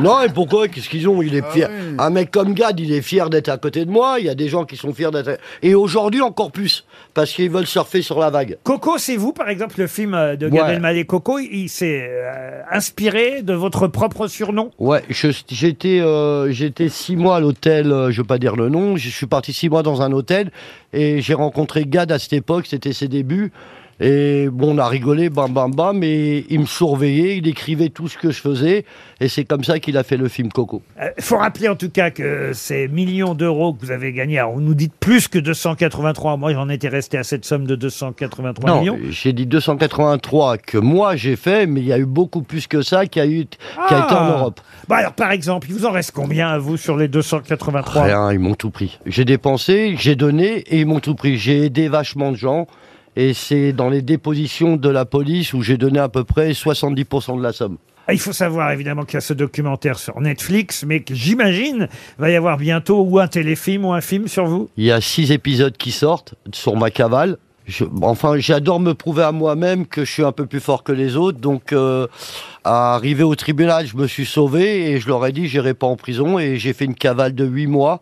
[SPEAKER 24] non, et pourquoi Qu'est-ce qu'ils ont
[SPEAKER 4] Ah
[SPEAKER 24] Il est fier.
[SPEAKER 2] oui.
[SPEAKER 24] Un mec comme Gad, il est fier d'être à côté de moi. Il y a des gens qui sont fiers d'être. Et aujourd'hui, encore plus. Parce qu'ils veulent surfer sur la vague.
[SPEAKER 2] Coco, c'est vous, par exemple, le film euh, de Gad
[SPEAKER 24] Ouais.
[SPEAKER 2] Elmaleh Coco, il s'est euh, inspiré de votre propre surnom
[SPEAKER 24] Ouais, je- j'étais euh, j'étais six mois à l'hôtel, euh, je veux pas dire le nom, je suis parti six mois dans un hôtel et j'ai rencontré Gad à cette époque, c'était ses débuts. Et bon, on a rigolé, bam, bam, bam, et il me surveillait, il écrivait tout ce que je faisais, et c'est comme ça qu'il a fait le film Coco.
[SPEAKER 2] Euh, faut rappeler en tout cas que ces millions d'euros que vous avez gagnés, alors, on nous dit plus que 283, moi j'en étais resté à cette somme de 283
[SPEAKER 24] Non,
[SPEAKER 2] millions.
[SPEAKER 24] j'ai dit 283 que moi j'ai fait, mais il y a eu beaucoup plus que ça qui a, eu, qui a été en
[SPEAKER 2] Ah
[SPEAKER 24] Europe.
[SPEAKER 2] Bah alors par exemple, il vous en reste combien à vous sur les 283
[SPEAKER 24] Rien, ils m'ont tout pris. J'ai dépensé, j'ai donné et ils m'ont tout pris. J'ai aidé vachement de gens et c'est dans les dépositions de la police où j'ai donné à peu près 70% de la somme.
[SPEAKER 2] Ah, Il faut savoir évidemment qu'il y a ce documentaire sur Netflix, mais que j'imagine va y avoir bientôt ou un téléfilm ou un film sur vous.
[SPEAKER 24] Il y a six épisodes qui sortent sur ma cavale. Je- enfin, j'adore me prouver à moi-même que je suis un peu plus fort que les autres. Donc, euh, à arriver au tribunal, je me suis sauvé et je leur ai dit, j'irai pas en prison. Et j'ai fait une cavale de huit mois.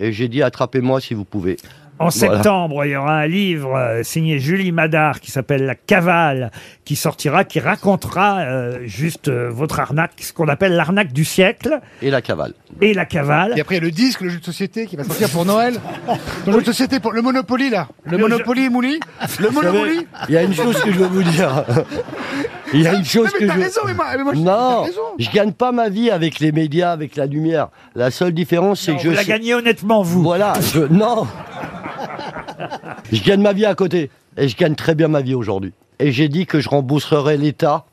[SPEAKER 24] Et j'ai dit, attrapez-moi si vous pouvez.
[SPEAKER 2] Oh. En
[SPEAKER 24] Voilà.
[SPEAKER 2] septembre, il y aura un livre euh, signé Julie Madard qui s'appelle La Cavale, qui sortira, qui racontera euh, juste euh, votre arnaque, ce qu'on appelle l'arnaque du siècle
[SPEAKER 24] Et la cavale.
[SPEAKER 2] et la cavale.
[SPEAKER 16] Et après, il y a le disque, le jeu de société qui va sortir pour Noël. Ton jeu de société pour le Monopoly, là. Le Monopoly, Mouli. Le
[SPEAKER 24] Vous savez,
[SPEAKER 16] Monopoly.
[SPEAKER 24] Il y a une chose que je veux vous dire. Il y a une chose
[SPEAKER 16] mais
[SPEAKER 24] que
[SPEAKER 16] t'as
[SPEAKER 24] je.
[SPEAKER 16] raison, mais moi- mais moi, je-
[SPEAKER 24] non,
[SPEAKER 16] t'as raison.
[SPEAKER 24] je gagne pas ma vie avec les médias, avec la lumière. La seule différence, c'est que je.
[SPEAKER 2] vous la
[SPEAKER 24] sais-
[SPEAKER 2] gagnez honnêtement, vous.
[SPEAKER 24] Voilà, je. Non Je gagne ma vie à côté. Et je gagne très bien ma vie aujourd'hui. Et j'ai dit que je rembourserai l'État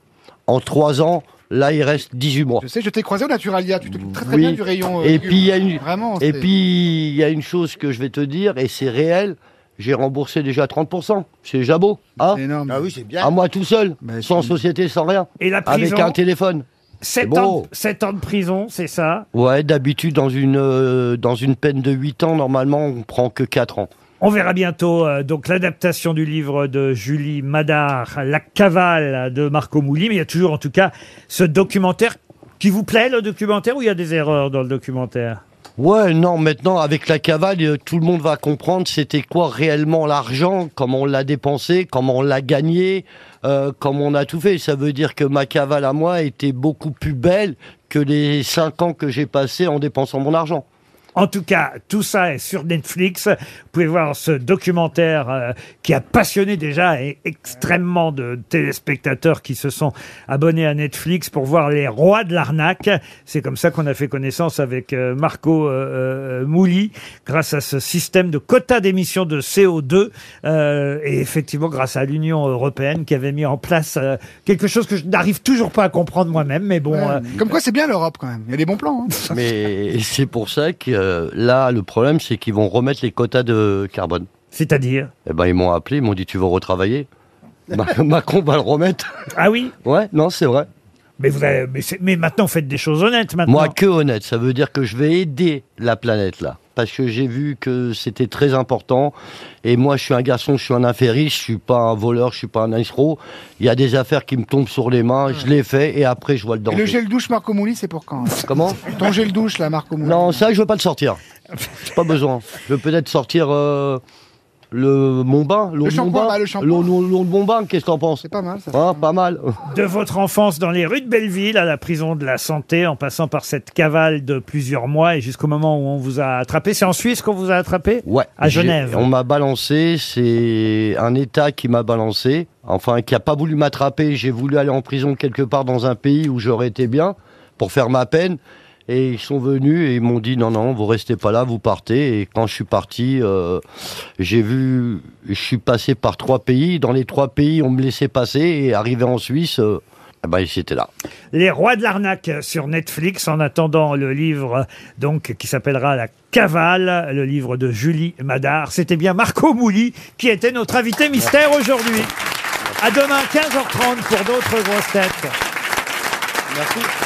[SPEAKER 24] en 3 ans. Là, il reste 18 mois.
[SPEAKER 16] Je sais, je t'ai croisé au Naturalia. Tu t'occupes très très
[SPEAKER 24] Oui.
[SPEAKER 16] bien du rayon. euh,
[SPEAKER 24] Et puis il y a une,
[SPEAKER 16] Vraiment.
[SPEAKER 24] et
[SPEAKER 16] c'est-
[SPEAKER 24] puis il y a une chose que je vais te dire et c'est réel. J'ai remboursé déjà 30%. C'est déjà beau, hein
[SPEAKER 6] Ah oui, c'est bien.
[SPEAKER 24] À moi tout seul,
[SPEAKER 16] Bah,
[SPEAKER 24] sans société, sans rien.
[SPEAKER 2] Et la prison
[SPEAKER 24] Avec un téléphone. C'est
[SPEAKER 2] 7,
[SPEAKER 24] beau.
[SPEAKER 2] ans, de- sept ans de prison, c'est ça
[SPEAKER 24] Ouais, d'habitude dans une euh, dans une peine de 8 ans normalement on prend que 4 ans.
[SPEAKER 2] On verra bientôt euh, donc l'adaptation du livre de Julie Madard, La cavale de Marco Mouli, mais il y a toujours en tout cas ce documentaire qui vous plaît, le documentaire, ou il y a des erreurs dans le documentaire
[SPEAKER 24] Ouais, non, maintenant avec la cavale, euh, tout le monde va comprendre c'était quoi réellement l'argent, comment on l'a dépensé, comment on l'a gagné, euh, comment on a tout fait. Ça veut dire que ma cavale à moi était beaucoup plus belle que les cinq ans que j'ai passés en dépensant mon argent.
[SPEAKER 2] En tout cas, tout ça est sur Netflix. Vous pouvez voir ce documentaire euh, qui a passionné déjà et extrêmement de téléspectateurs qui se sont abonnés à Netflix pour voir les rois de l'arnaque. C'est comme ça qu'on a fait connaissance avec euh, Marco euh, euh, Mouli grâce à ce système de quota d'émission de CO2 euh, et effectivement grâce à l'Union européenne qui avait mis en place euh, quelque chose que je n'arrive toujours pas à comprendre moi-même, mais bon.
[SPEAKER 16] Ouais.
[SPEAKER 2] euh,
[SPEAKER 16] Comme quoi, c'est bien l'Europe quand même. Il y a des bons plans. hein.
[SPEAKER 24] Mais c'est pour ça que euh, là, le problème, c'est qu'ils vont remettre les quotas de carbone.
[SPEAKER 2] C'est-à-dire
[SPEAKER 24] Eh ben, ils m'ont appelé, ils m'ont dit tu vas retravailler. Ma- Macron va le remettre.
[SPEAKER 2] Ah oui
[SPEAKER 24] Ouais, non, c'est vrai.
[SPEAKER 2] Mais, vous avez- mais, c'est- mais maintenant, faites des choses honnêtes maintenant.
[SPEAKER 24] Moi, que honnête, ça veut dire que je vais aider la planète là. Parce que j'ai vu que c'était très important. Et moi, je suis un garçon, je suis un infériste, je suis pas un voleur, je suis pas un escroc. Il y a des affaires qui me tombent sur les mains, je les fais et après, je vois le
[SPEAKER 16] Et
[SPEAKER 24] danger.
[SPEAKER 16] le gel douche Marco Mouli, c'est pour quand hein
[SPEAKER 24] Comment
[SPEAKER 16] Ton gel douche, là, Marco Mouli.
[SPEAKER 24] Non, ça, je veux pas le sortir. J'ai Pas besoin. Je veux peut-être sortir euh, le mon bain, l'eau
[SPEAKER 16] Le
[SPEAKER 24] de mon
[SPEAKER 16] shampoing,
[SPEAKER 24] bain.
[SPEAKER 16] bah, le
[SPEAKER 24] L'eau- l'eau- l'eau de mon bain, qu'est-ce que t'en penses C'est
[SPEAKER 16] pas mal, ça.
[SPEAKER 24] pas mal.
[SPEAKER 2] De votre enfance dans les rues de Belleville à la prison de la santé, en passant par cette cavale de plusieurs mois et jusqu'au moment où on vous a attrapé. C'est en Suisse qu'on vous a attrapé
[SPEAKER 24] Ouais.
[SPEAKER 2] À
[SPEAKER 24] J'ai-
[SPEAKER 2] Genève.
[SPEAKER 24] On m'a balancé, c'est un État qui m'a balancé, enfin qui a pas voulu m'attraper. J'ai voulu aller en prison quelque part dans un pays où j'aurais été bien pour faire ma peine. Et ils sont venus et ils m'ont dit non non vous restez pas là vous partez et quand je suis parti euh, j'ai vu je suis passé par trois pays dans les trois pays on me laissait passer et arrivé en Suisse euh, eh ben ils étaient là
[SPEAKER 2] Les rois de l'arnaque sur Netflix. En attendant le livre euh, donc qui s'appellera La cavale, le livre de Julie Madard. C'était bien Marco Mouli qui était notre invité mystère aujourd'hui. À demain 15h30 pour d'autres grosses têtes.
[SPEAKER 16] Merci.